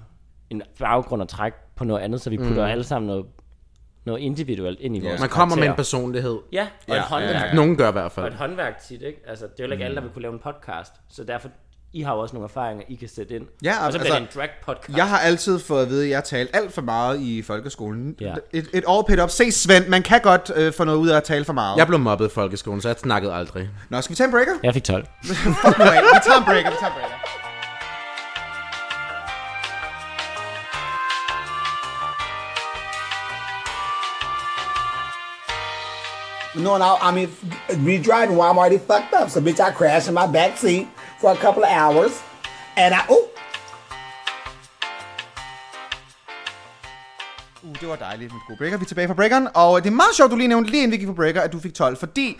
Speaker 3: en baggrund at trække på noget andet, så vi putter mm. alle sammen noget, noget individuelt ind i vores
Speaker 1: Man kommer med en
Speaker 3: karakterer.
Speaker 1: personlighed.
Speaker 3: Ja, og et håndværk. Ja, ja.
Speaker 1: Nogen gør i hvert
Speaker 3: Og
Speaker 1: fald.
Speaker 3: et håndværk tit, ikke? Altså, det er jo ikke alle, der vil kunne lave en podcast, så derfor, I har jo også nogle erfaringer, I kan sætte ind.
Speaker 2: Ja,
Speaker 3: og så bliver
Speaker 2: altså,
Speaker 3: det en drag-podcast.
Speaker 2: Jeg har altid fået at vide, at jeg talte alt for meget i folkeskolen.
Speaker 3: Ja.
Speaker 2: Et, et år pæt op. Se Svend, man kan godt øh, få noget ud af at tale for meget.
Speaker 1: Jeg blev mobbet i folkeskolen, så jeg snakkede aldrig.
Speaker 2: Nå, skal vi tage en breaker?
Speaker 3: Jeg fik 12.
Speaker 2: Fuck nu af. Vi tager en breaker, vi tager en breaker.
Speaker 9: No, no, I mean, me driving while I'm already fucked up. So, bitch, I crashed in my back seat for a couple of hours. And I, oh,
Speaker 2: Uh, det var dejligt med gode breaker. Vi er tilbage fra breakeren, og det er meget sjovt, du lige nævnte, lige inden vi gik på breaker, at du fik 12, fordi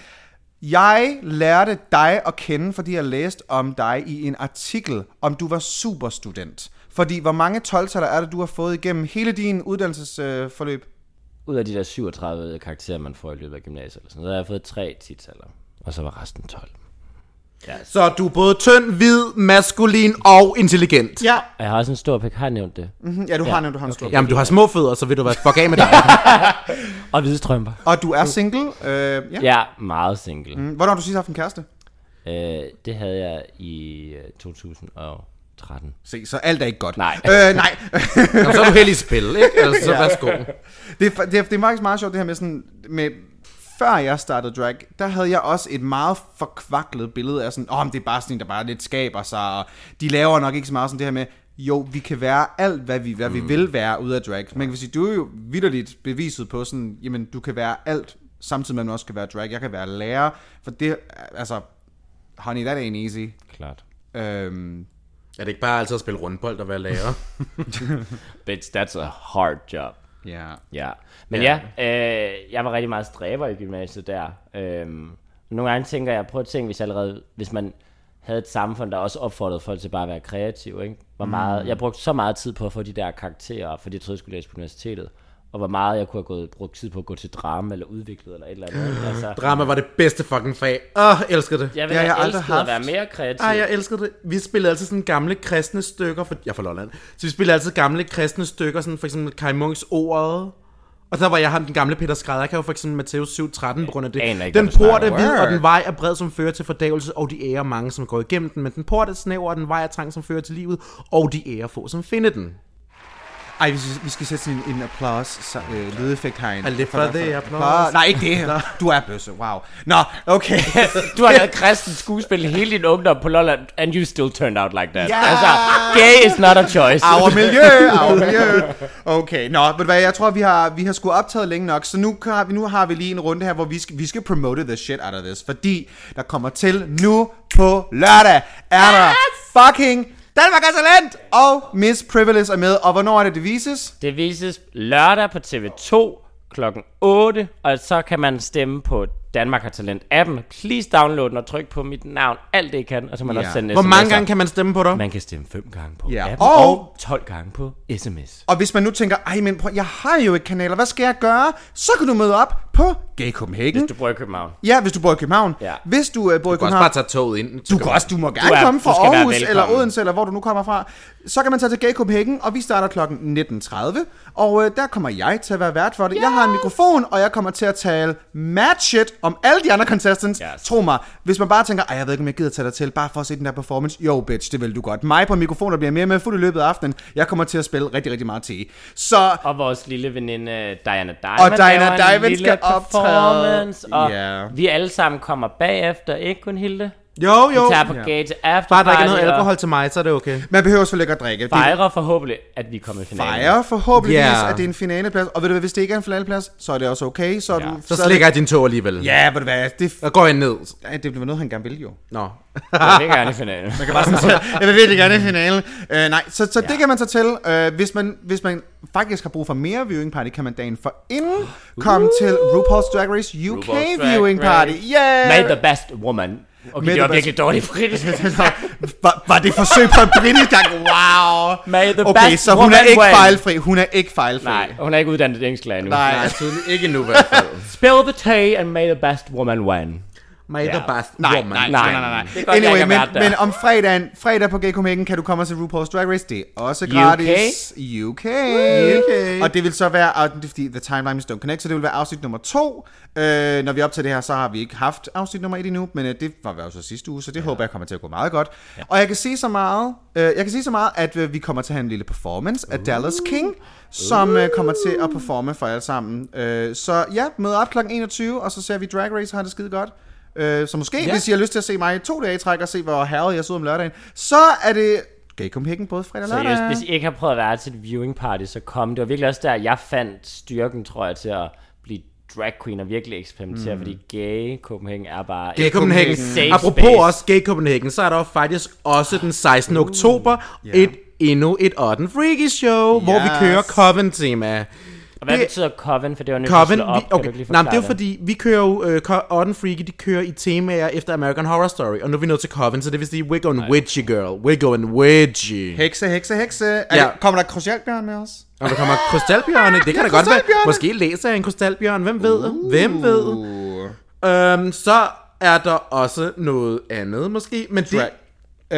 Speaker 2: jeg lærte dig at kende, fordi jeg læste om dig i en artikel, om du var superstudent. Fordi hvor mange 12 er det, du har fået igennem hele din uddannelsesforløb? Øh, forløb?
Speaker 3: Ud af de der 37 karakterer, man får i løbet af gymnasiet, eller sådan noget, der har jeg fået tre titaller, og så var resten 12.
Speaker 1: Så du er både tynd, hvid, maskulin og intelligent.
Speaker 2: ja.
Speaker 3: Og jeg har også en stor pik, har jeg nævnt det? Mm.
Speaker 2: Hm, ja, du har nævnt, du har en stor
Speaker 1: Jamen, du har små fødder, så vil du være fuck af med dig.
Speaker 3: Og hvide strømper.
Speaker 2: Og du er single. Øh, ja.
Speaker 3: Jeg er meget single.
Speaker 2: Mm, Hvornår har du sidst haft en kæreste?
Speaker 3: Øh, det havde jeg i øh, 2013.
Speaker 2: Se, så alt er ikke godt.
Speaker 3: Nej.
Speaker 2: Øh, nej.
Speaker 1: Jamen, så er du heldig i spil, ikke? Altså, så værsgo.
Speaker 2: det, er, fa- det, er, det er faktisk meget sjovt, det her med sådan... Med, før jeg startede drag, der havde jeg også et meget forkvaklet billede af sådan, åh, oh, det er bare sådan en, der bare lidt skaber sig, og de laver nok ikke så meget sådan det her med, jo, vi kan være alt, hvad vi, hvad vi vil være ud af drag. Man kan sige, du er jo vidderligt beviset på sådan, jamen, du kan være alt, samtidig med, at man også kan være drag. Jeg kan være lærer, for det, altså, honey, that ain't easy.
Speaker 10: Klart.
Speaker 2: Øhm,
Speaker 1: Er det ikke bare altid at spille rundbold og være lærer?
Speaker 10: Bitch, that's a hard job.
Speaker 2: ja.
Speaker 10: Ja. Yeah.
Speaker 3: Men ja, øh, jeg var rigtig meget stræber i gymnasiet der. Øhm, nogle gange tænker jeg, prøv at tænke, hvis allerede, hvis man havde et samfund, der også opfordrede folk til bare at være kreative, ikke? Hvor meget, jeg brugte så meget tid på at få de der karakterer, fordi jeg troede, jeg skulle læse på universitetet, og hvor meget jeg kunne have gået, brugt tid på at gå til drama eller udviklet eller et eller andet. Altså,
Speaker 1: Drama var det bedste fucking fag. Åh, oh, elskede det.
Speaker 3: jeg
Speaker 1: Jeg...
Speaker 3: vil
Speaker 2: Det har
Speaker 3: have
Speaker 2: jeg aldrig
Speaker 3: elsket at være
Speaker 2: haft.
Speaker 3: mere kreativ.
Speaker 1: Ej, jeg elskede det. Vi spillede altid sådan gamle kristne stykker, for jeg er fra Lolland. Så vi spillede altid gamle kristne stykker, sådan for eksempel Kai Munks ordet. Og der var jeg ham, den gamle Peter Skrædder. Jeg kan jo for eksempel Matteus 7.13 på grund af
Speaker 10: aner
Speaker 1: det.
Speaker 10: ikke,
Speaker 1: Den
Speaker 10: hvad du
Speaker 1: port
Speaker 10: snakker
Speaker 1: er
Speaker 10: om.
Speaker 1: vid, og
Speaker 2: Word.
Speaker 1: den vej er bred, som fører til fordævelse, og de ærer mange, som går igennem den. Men den port er snæver, og den vej er trang, som fører til livet, og de ærer få, som finder den.
Speaker 2: Ej, vi, vi skal sætte sådan en, en applause, så, øh, lydeffekt herinde.
Speaker 1: Alle for det,
Speaker 2: Bare,
Speaker 1: applause.
Speaker 2: nej, ikke det. Du er bøsse, wow. Nå, okay.
Speaker 3: Du har lavet kristen skuespil hele din ungdom på Lolland, and you still turned out like that.
Speaker 2: Ja!
Speaker 3: Altså, gay is not a choice.
Speaker 2: Our miljø, our miljø. Okay, nå, ved du hvad, jeg tror, vi har, vi har sgu optaget længe nok, så nu har, vi, nu har vi lige en runde her, hvor vi skal, vi skal promote the shit out of this, fordi der kommer til nu på lørdag, er der fucking Danmark er talent, og Miss Privilege er med, og hvornår er det, det vises?
Speaker 3: Det vises lørdag på TV2 klokken 8, og så kan man stemme på Danmark har talent appen. Please download den og tryk på mit navn, alt det I kan, og så kan man
Speaker 2: Ja.
Speaker 3: også sende
Speaker 1: Hvor mange
Speaker 3: sms'er.
Speaker 1: gange kan man stemme på dig?
Speaker 3: Man kan stemme 5 gange på
Speaker 2: Ja,
Speaker 3: appen,
Speaker 2: og-
Speaker 3: og... 12 gange på sms.
Speaker 2: Og hvis man nu tænker, ej, men prøv, jeg har jo ikke kanaler, hvad skal jeg gøre? Så kan du møde op på Gay Copenhagen.
Speaker 3: Hvis du bor i København.
Speaker 2: Ja, hvis du bor i København.
Speaker 3: Ja.
Speaker 2: Hvis du øh, bor i
Speaker 1: Du kan også bare
Speaker 2: København.
Speaker 1: tage toget ind.
Speaker 2: Du kan også, du må gerne
Speaker 3: Du er-
Speaker 2: komme fra
Speaker 3: du skal være
Speaker 2: Aarhus
Speaker 3: velkommen.
Speaker 2: eller Odense, eller hvor du nu kommer fra. Så kan man tage til Gay Copenhagen, og vi starter kl. 19.30. Og øh, der kommer jeg til at være vært for det. Jeg har en mikrofon, og jeg kommer til at tale mad shit om alle de andre contestants.
Speaker 3: Yes.
Speaker 2: Tro mig, hvis man bare tænker, Ej, jeg ved ikke, om jeg gider tage dig til, bare for at se den der performance. Jo, bitch, det vil du godt. Mig på mikrofon, der bliver mere med fuld i løbet af aftenen. Jeg kommer til at spille rigtig, rigtig meget te. Så
Speaker 3: Og vores lille veninde Diana Diamond
Speaker 2: Og Diana
Speaker 3: laver en
Speaker 2: Diamond
Speaker 3: lille
Speaker 2: skal optræde.
Speaker 3: performance, Og
Speaker 2: Ja.
Speaker 3: vi alle sammen kommer bagefter, ikke kun Hilde?
Speaker 1: Jo, jo.
Speaker 3: Vi tager på gate after
Speaker 1: Bare der ikke er noget alkohol til mig, så er det okay.
Speaker 2: man behøver selvfølgelig ikke at drikke. Det-
Speaker 3: Fejrer forhåbentlig, at vi kommer i finalen.
Speaker 2: fejrer forhåbentlig, yeah.
Speaker 1: Ja.
Speaker 2: at det er en finaleplads. Og ved du hvad, hvis det ikke er en finaleplads, så er det også okay. Så, er du,
Speaker 1: Så slikker jeg din tog alligevel.
Speaker 2: Ja, ved du hvad, det,
Speaker 1: Og går jeg ned.
Speaker 2: ja, det bliver noget, han gerne vil jo.
Speaker 1: Nå.
Speaker 3: Jeg vil gerne i finalen.
Speaker 2: jeg vil virkelig gerne i finalen. Øh, nej, så, så ja. det kan man så til. Øh, hvis, man, hvis man faktisk har brug for mere viewing party, kan man dagen for inden komme til RuPaul's Drag Race UK
Speaker 3: Uh. RuPaul's Drag
Speaker 2: viewing
Speaker 3: Race.
Speaker 2: party. Yeah!
Speaker 3: Made the best woman.
Speaker 2: Made
Speaker 3: Okay, det
Speaker 2: the
Speaker 3: var
Speaker 2: best-
Speaker 3: virkelig dårligt britisk.
Speaker 2: Altså, var, var det et forsøg på en britisk gang? Wow!
Speaker 3: May the
Speaker 2: Okay,
Speaker 3: best
Speaker 2: så hun
Speaker 3: woman
Speaker 2: er ikke
Speaker 3: win.
Speaker 2: fejlfri. Hun er ikke fejlfri.
Speaker 3: Nej, hun er ikke uddannet engelsklærer endnu.
Speaker 2: Nej.
Speaker 1: Nej, tydeligt ikke nu i hvert fald.
Speaker 3: Spill the tea and may the best woman win.
Speaker 1: May the best
Speaker 2: Nej,
Speaker 1: woman.
Speaker 2: nej, nej, nej, nej.
Speaker 3: Det er godt, jeg
Speaker 2: Anyway,
Speaker 3: ikke har
Speaker 2: men,
Speaker 3: været der.
Speaker 2: men om fredagen, fredag på Gay Copenhagen, kan du komme og se RuPaul's Drag Race. Det er også gratis. UK. UK. Og det vil så være, og det er fordi the timelines don't connect, så det vil være afsnit nummer to. Øh, når vi optager det her, så har vi ikke haft afsnit nummer et endnu, men øh, det var jo så sidste uge, så det håber jeg kommer til at gå meget godt. Og jeg kan sige så meget, øh, jeg kan sige så meget, at øh, vi kommer til at have en lille performance
Speaker 3: Uh.
Speaker 2: af Dallas King, som øh, kommer til at performe for jer alle sammen. Øh, så ja, mød op kl. 21, og så ser vi Drag Race, har det skide godt. Øh, så måske, ja. hvis I har lyst til at se mig i to dage i træk og se, hvor herret jeg så ud om lørdagen, så er det Gay Copenhagen både fredag og lørdag.
Speaker 3: Seriøst, hvis I ikke har prøvet at være til et viewing party, så kom. Det var virkelig også der, jeg fandt styrken, tror jeg, til at blive drag queen og virkelig eksperimentere, mm. fordi gay Copenhagen er bare...
Speaker 1: Gay Copenhagen.
Speaker 3: Safe
Speaker 1: Apropos
Speaker 3: space.
Speaker 1: også Gay Copenhagen, så er der jo faktisk også den 16.
Speaker 2: Uh,
Speaker 1: oktober et endnu et Odden Freaky Show, hvor vi
Speaker 2: Yes.
Speaker 1: kører Coven-tema.
Speaker 3: Og hvad
Speaker 1: det-
Speaker 3: betyder coven? For det var nødt til at
Speaker 1: Coven,
Speaker 3: slå
Speaker 1: vi,
Speaker 3: op. Kan du
Speaker 1: okay,
Speaker 3: ikke lige
Speaker 1: nej, men det er jo
Speaker 3: forklare
Speaker 1: fordi, vi kører jo, øh, Co- Odden Freaky, de kører i temaer efter American Horror Story, og nu er vi nået til Coven, så det vil sige, we're going witchy, girl, we're going witchy.
Speaker 2: Hekse, hekse, hekse. Er
Speaker 1: Ja.
Speaker 2: det, kommer der krocialbjørn med os?
Speaker 1: Og der kommer krystalbjørne, det kan da godt være.
Speaker 2: krystalbjørne.
Speaker 1: Måske læser jeg en krystalbjørn, hvem ved? Uh. Hvem ved? Øhm, så er der også noget andet måske, men det...
Speaker 2: Drag,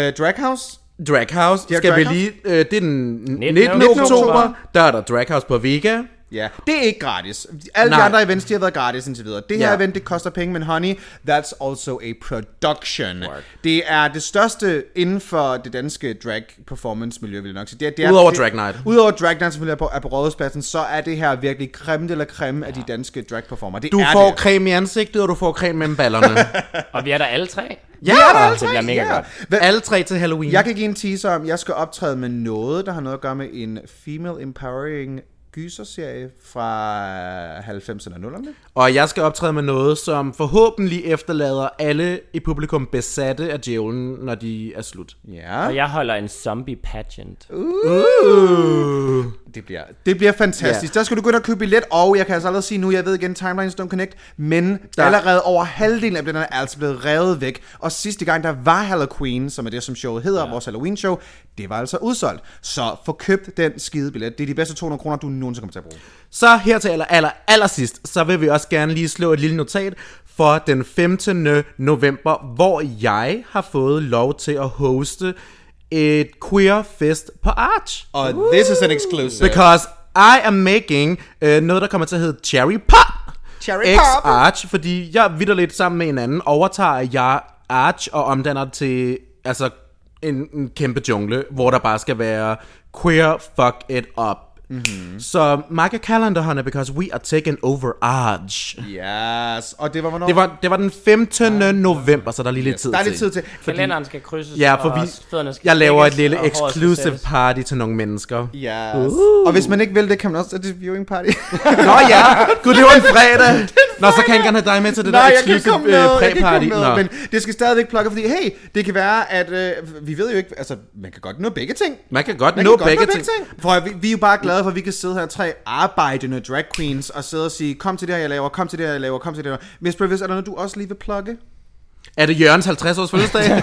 Speaker 2: øh, drag House?
Speaker 1: Draghouse,
Speaker 2: har
Speaker 1: skal drag vi
Speaker 2: Draghouse?
Speaker 1: lige... Øh, det er den 19.
Speaker 3: 19.
Speaker 1: oktober,
Speaker 3: oktober.
Speaker 1: der er der Draghouse på Vega.
Speaker 2: Ja, det er ikke gratis. Alle Nej. de
Speaker 1: Nej.
Speaker 2: andre events, de har været gratis indtil videre. Det her
Speaker 1: Ja.
Speaker 2: event, det koster penge, men honey, that's also a production. Det er det største inden for det danske drag performance miljø, vil jeg nok sige. Det er, det er,
Speaker 1: Udover
Speaker 2: det,
Speaker 1: Drag Night.
Speaker 2: Udover Drag Night, selvfølgelig er på, er på Rådhuspladsen, så er det her virkelig creme eller creme ja. af de danske drag performer. Det
Speaker 1: Du
Speaker 2: er
Speaker 1: får
Speaker 2: det.
Speaker 1: creme i ansigtet, og du får creme mellem ballerne.
Speaker 3: den. Og vi er der alle tre.
Speaker 1: vi
Speaker 2: Ja,
Speaker 1: er der
Speaker 2: Ah, det altså
Speaker 1: alle tre.
Speaker 2: bliver mega
Speaker 1: ja.
Speaker 2: godt.
Speaker 1: godt. Alle tre til Halloween.
Speaker 2: Mm. Jeg kan give en teaser om, jeg skal optræde med noget, der har noget at gøre med en female empowering gyserserie fra 90'erne og 0'erne.
Speaker 1: Og jeg skal optræde med noget, som forhåbentlig efterlader alle i publikum besatte af djævlen, når de er slut.
Speaker 2: Ja.
Speaker 3: Og jeg holder en zombie pageant.
Speaker 1: Uh.
Speaker 2: Det bliver, det bliver fantastisk.
Speaker 1: Ja.
Speaker 2: Der skal du gå ind og købe billet, og jeg kan altså allerede sige nu, jeg ved igen, timelines don't connect, men der. allerede over halvdelen af billetterne er altså blevet revet væk. Og sidste gang, der var Halloween, som er det, som showet hedder, ja. vores Halloween-show, det var altså udsolgt. Så få købt den skide billet. Det er de bedste 200 kroner, du nogensinde kommer til at bruge.
Speaker 1: Så her til aller, aller, aller sidst, så vil vi også gerne lige slå et lille notat for den 15. november, hvor jeg har fået lov til at hoste et queer fest på Arch.
Speaker 2: Og this is an exclusive.
Speaker 1: Because I am making øh, noget, der kommer til at hedde Cherry Pop.
Speaker 2: Cherry
Speaker 1: Ex
Speaker 2: Pop.
Speaker 1: Arch, fordi jeg vidderligt sammen med en anden overtager jeg Arch og omdanner det til altså en, en kæmpe jungle, hvor der bare skal være queer fuck it up. Mm-hmm. Så mark your calendar, honey, because we are taking over Arch.
Speaker 2: Yes, og det var hvornår?
Speaker 1: Det var, det var den 15. november, så der er lige lidt tid
Speaker 2: der er
Speaker 1: til.
Speaker 2: lidt tid til. Fordi,
Speaker 3: Kalenderen skal krydses,
Speaker 1: Ja, for
Speaker 3: og
Speaker 1: vi,
Speaker 3: fødderne skal
Speaker 1: jeg laver et
Speaker 3: knækkes,
Speaker 1: lille
Speaker 3: og håret skal
Speaker 1: exclusive
Speaker 3: sættes.
Speaker 1: party til nogle mennesker.
Speaker 2: yes.
Speaker 1: Uh.
Speaker 2: Og hvis man ikke vil det, kan man også tage til viewing party.
Speaker 1: Nå ja, gud, det var en fredag. Nå, så kan jeg gerne have dig med til det
Speaker 2: Nej,
Speaker 1: der
Speaker 2: jeg kan ikke
Speaker 1: exclusive
Speaker 2: komme med,
Speaker 1: øh,
Speaker 2: jeg kan ikke
Speaker 1: pre-party.
Speaker 2: komme med,
Speaker 1: Nå.
Speaker 2: men det skal stadigvæk plukke, fordi hey, det kan være, at øh, vi ved jo ikke, altså man kan godt nå begge ting.
Speaker 1: Man kan godt
Speaker 2: Man
Speaker 1: nå
Speaker 2: kan godt
Speaker 1: begge
Speaker 2: nå
Speaker 1: ting.
Speaker 2: For vi, vi er jo bare glade for, at vi kan sidde her tre arbejdende drag queens og sidde og sige, kom til det her, jeg laver, kom til det her, jeg laver, kom til det her. Miss Previs, er der noget, du også lige vil plukke?
Speaker 1: Er det Jørgens 50-års fødselsdag?
Speaker 3: Ja,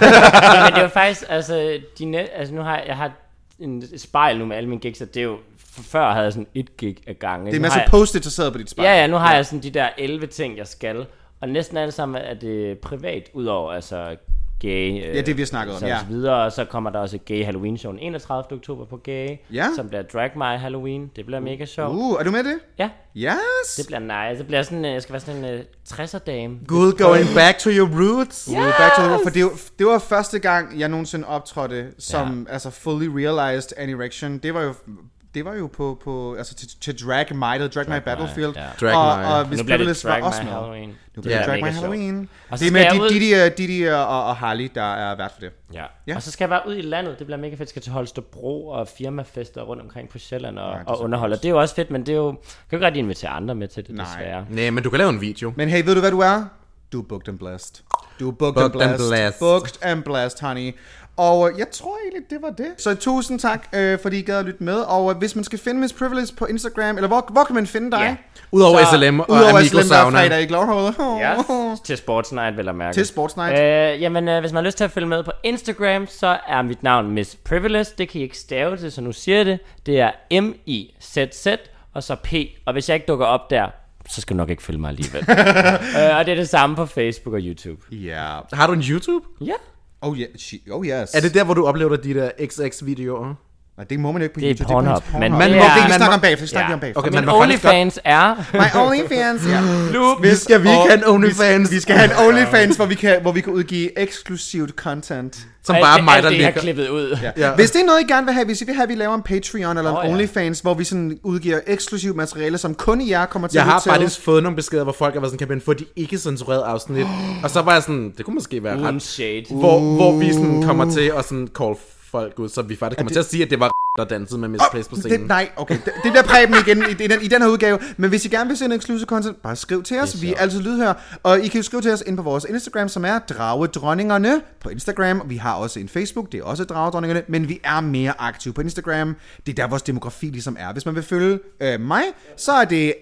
Speaker 3: men det var faktisk, altså, de net, altså nu har jeg, jeg har en et spejl nu med alle mine gigs, og det er jo, for før havde jeg sådan et gig ad gangen.
Speaker 2: Det er
Speaker 3: Nu
Speaker 2: masser
Speaker 3: har
Speaker 2: af post-it, der sidder på dit spejl.
Speaker 3: Ja, ja, nu har jeg sådan de der 11 ting, jeg skal, og næsten alle sammen er det privat, udover altså gay.
Speaker 2: Ja, det vi har snakket om,
Speaker 3: så
Speaker 2: ja.
Speaker 3: Så videre, og så kommer der også et gay Halloween show den 31. oktober på gay,
Speaker 2: Ja.
Speaker 3: som bliver Drag My Halloween. Det bliver mega sjovt.
Speaker 2: Uh, er du med det?
Speaker 3: Ja,
Speaker 2: Yes!
Speaker 3: det bliver nice. Det bliver sådan, øh, jeg skal være sådan en 60'er dame.
Speaker 1: Good going back to your roots.
Speaker 2: Yes! Back to the, for det, var- det var første gang, jeg nogensinde optrådte som altså fully realized an erection. Det var jo det var jo på, på altså til, til Drag My, der Drag, Drag My Battlefield.
Speaker 3: ja.
Speaker 1: Drag
Speaker 2: og,
Speaker 1: My.
Speaker 2: og,
Speaker 1: Nu
Speaker 2: og Miss Privilege var
Speaker 3: Drag
Speaker 2: også
Speaker 3: My
Speaker 2: med.
Speaker 3: Halloween.
Speaker 2: Nu bliver det Drag
Speaker 3: mega
Speaker 2: My
Speaker 3: sjovt.
Speaker 2: Halloween.
Speaker 3: Og så
Speaker 2: Det er
Speaker 3: skal jeg
Speaker 2: med
Speaker 3: ud-
Speaker 2: Didi, øh, Didi og, og Harley, der er vært for det.
Speaker 3: Ja.
Speaker 2: Ja.
Speaker 3: ja. Og så skal jeg bare ud i landet. Det bliver mega fedt. Jeg skal til Holstebro og firmafester rundt omkring på Sjælland og, og underholder. Det er jo også fedt, men det er jo... Jeg kan jo ikke rigtig invitere andre med til det, Nej. desværre.
Speaker 1: Nej, men du kan lave en video.
Speaker 2: Men hey, ved du hvad du er? Du er booked and blessed. Du er booked,
Speaker 1: Booked and
Speaker 2: and, blessed.
Speaker 1: blessed.
Speaker 2: Booked and blessed, honey. Og øh, jeg tror egentlig, det var det. Så tusind tak, øh, fordi I gad at lytte med. Og øh, hvis man skal finde Miss Privilege på Instagram, eller hvor, hvor kan man finde dig?
Speaker 3: Ja.
Speaker 1: Udover
Speaker 3: Så-
Speaker 1: SLM og
Speaker 2: Udover at
Speaker 1: Amigo
Speaker 2: slemme dig
Speaker 1: Sauna.
Speaker 2: fredag i Glovhoved.
Speaker 3: Yes. Til Sportsnight, vil jeg mærke.
Speaker 2: Til Sportsnight.
Speaker 3: Øh, jamen, øh, hvis man har lyst til at følge med på Instagram, så er mit navn Miss Privilege. Det kan I ikke stave til, så nu siger jeg det. Det er M-I-Z-Z og så P. Og hvis jeg ikke dukker op der, så skal du nok ikke følge mig alligevel. øh, og det er det samme på Facebook og YouTube.
Speaker 2: Ja.
Speaker 1: Har du en YouTube?
Speaker 3: Ja,
Speaker 2: Oh, yeah. She- oh yes.
Speaker 1: Er det der, hvor du oplever de der XX-videoer?
Speaker 2: Nej, det må man jo ikke på
Speaker 3: Det er
Speaker 2: YouTube.
Speaker 3: Pornhub,
Speaker 2: Det er på
Speaker 3: men-
Speaker 2: Pornhub.
Speaker 3: Man
Speaker 2: det
Speaker 3: må-
Speaker 2: kan vi
Speaker 1: man
Speaker 2: snakke
Speaker 1: må-
Speaker 2: om bagefter. Det snakker vi
Speaker 3: Ja.
Speaker 2: om bagefter.
Speaker 1: Okay,
Speaker 3: min
Speaker 1: man må faktisk godt...
Speaker 3: OnlyFans er...
Speaker 2: My OnlyFans, ja.
Speaker 1: Vi skal vi ikke have en OnlyFans,
Speaker 2: Vi skal have en OnlyFans, hvor vi kan, hvor vi kan udgive eksklusivt content.
Speaker 1: som bare er
Speaker 3: Alt-
Speaker 1: mig,
Speaker 3: alt
Speaker 1: der
Speaker 3: det er
Speaker 1: ligger.
Speaker 3: klippet ud. Ja.
Speaker 1: Ja.
Speaker 2: Hvis det er noget, I gerne vil have, hvis I vil have, at vi laver en Patreon eller en
Speaker 3: Åh, ja.
Speaker 2: OnlyFans, hvor vi sådan udgiver eksklusivt materiale, som kun I jer kommer til
Speaker 1: Jeg
Speaker 2: at
Speaker 1: har
Speaker 2: lytte til.
Speaker 1: faktisk fået nogle beskeder, hvor folk har været sådan, kan man få de ikke censurerede afsnit? Og så var jeg sådan, det kunne måske være
Speaker 3: Uden
Speaker 1: ret.
Speaker 3: shade.
Speaker 1: Hvor, hvor vi sådan kommer til at sådan call folk ud, så vi faktisk kommer til at sige, at det var der dansede med Miss Place på
Speaker 2: det,
Speaker 1: scenen.
Speaker 2: nej, okay. Det, det bliver Preben igen i, i, den, i den her udgave. Men hvis I gerne vil se en exclusive content, bare skriv til os. Vi er altid lydhør. Og I kan jo skrive til os ind på vores Instagram, som er Dragedronningerne på Instagram. Vi har også en Facebook, det er også Dragedronningerne. Men vi er mere aktive på Instagram. Det er der, vores demografi ligesom er. Hvis man vil følge øh, mig, så er det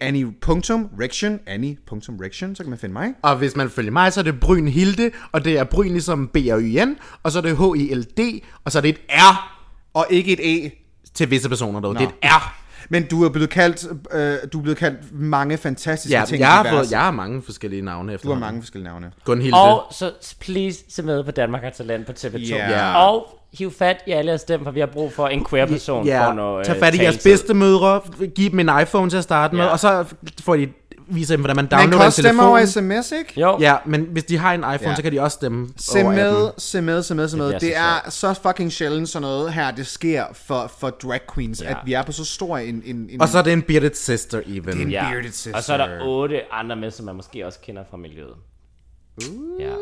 Speaker 2: annie.rection. Annie.rection, så kan man finde mig.
Speaker 1: Og hvis man følger mig, så er det Bryn Hilde, og det er Bryn ligesom b r y n og så er det H-I-L-D, og så er det et R
Speaker 2: Og ikke et E.
Speaker 1: til visse personer derude. Det er et
Speaker 2: Ja. Men du er blevet kaldt, øh, du er blevet kaldt mange fantastiske
Speaker 1: Ja,
Speaker 2: ting.
Speaker 1: jeg har,
Speaker 2: i verden.
Speaker 1: fået, jeg har mange forskellige navne efter.
Speaker 2: Du har mange forskellige navne.
Speaker 1: Gunhilde.
Speaker 3: Og så please se med på Danmark har talent på TV2.
Speaker 2: Ja.
Speaker 3: Og hiv fat i alle jeres stemme, for vi har brug for en queer person yeah. for noget
Speaker 1: tag
Speaker 3: øh,
Speaker 1: fat i jeres
Speaker 3: taletid.
Speaker 1: bedstemødre, giv dem en iPhone til at starte med,
Speaker 3: Ja.
Speaker 1: og så får de vise dem, hvordan man
Speaker 2: Man kan
Speaker 1: downloader en
Speaker 2: også stemme over
Speaker 1: telefon.
Speaker 2: sms, ikke?
Speaker 3: Jo,
Speaker 1: Ja, men hvis de har en iPhone,
Speaker 2: Ja.
Speaker 1: så kan de også stemme
Speaker 2: Se
Speaker 1: over appen.
Speaker 2: med, se med, se med, se med.
Speaker 3: bliver
Speaker 2: Det
Speaker 3: så
Speaker 2: er så fucking sjældent sådan noget her, det sker for, for drag queens,
Speaker 3: Ja.
Speaker 2: at vi er på så stor en... en, en
Speaker 1: Og så er det en bearded sister even.
Speaker 2: en
Speaker 3: ja.
Speaker 2: bearded sister.
Speaker 3: Og så er der otte andre med, som man måske også kender fra miljøet. Ja.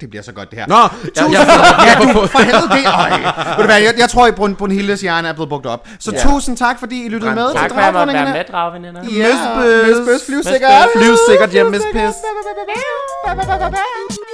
Speaker 2: Det bliver så godt, det her.
Speaker 1: Nå,
Speaker 2: jeg,
Speaker 1: tusind-
Speaker 2: jeg,
Speaker 1: jeg
Speaker 2: ja,
Speaker 1: får-
Speaker 2: du, for helvede det. Øj. Ved du hvad, jeg, jeg tror, at Brun, Brunhildes hjerne er blevet brugt op. Så
Speaker 1: Ja.
Speaker 2: ja. tusind tak, fordi I lyttede med
Speaker 3: Tak
Speaker 2: til
Speaker 3: for at jeg måtte være
Speaker 2: Dragdronningerne.
Speaker 3: med, dragveninder.
Speaker 2: Ja, Møsbøs, flyv sikkert.
Speaker 1: Flyv sikkert hjem, Miss Piss.
Speaker 2: Piss.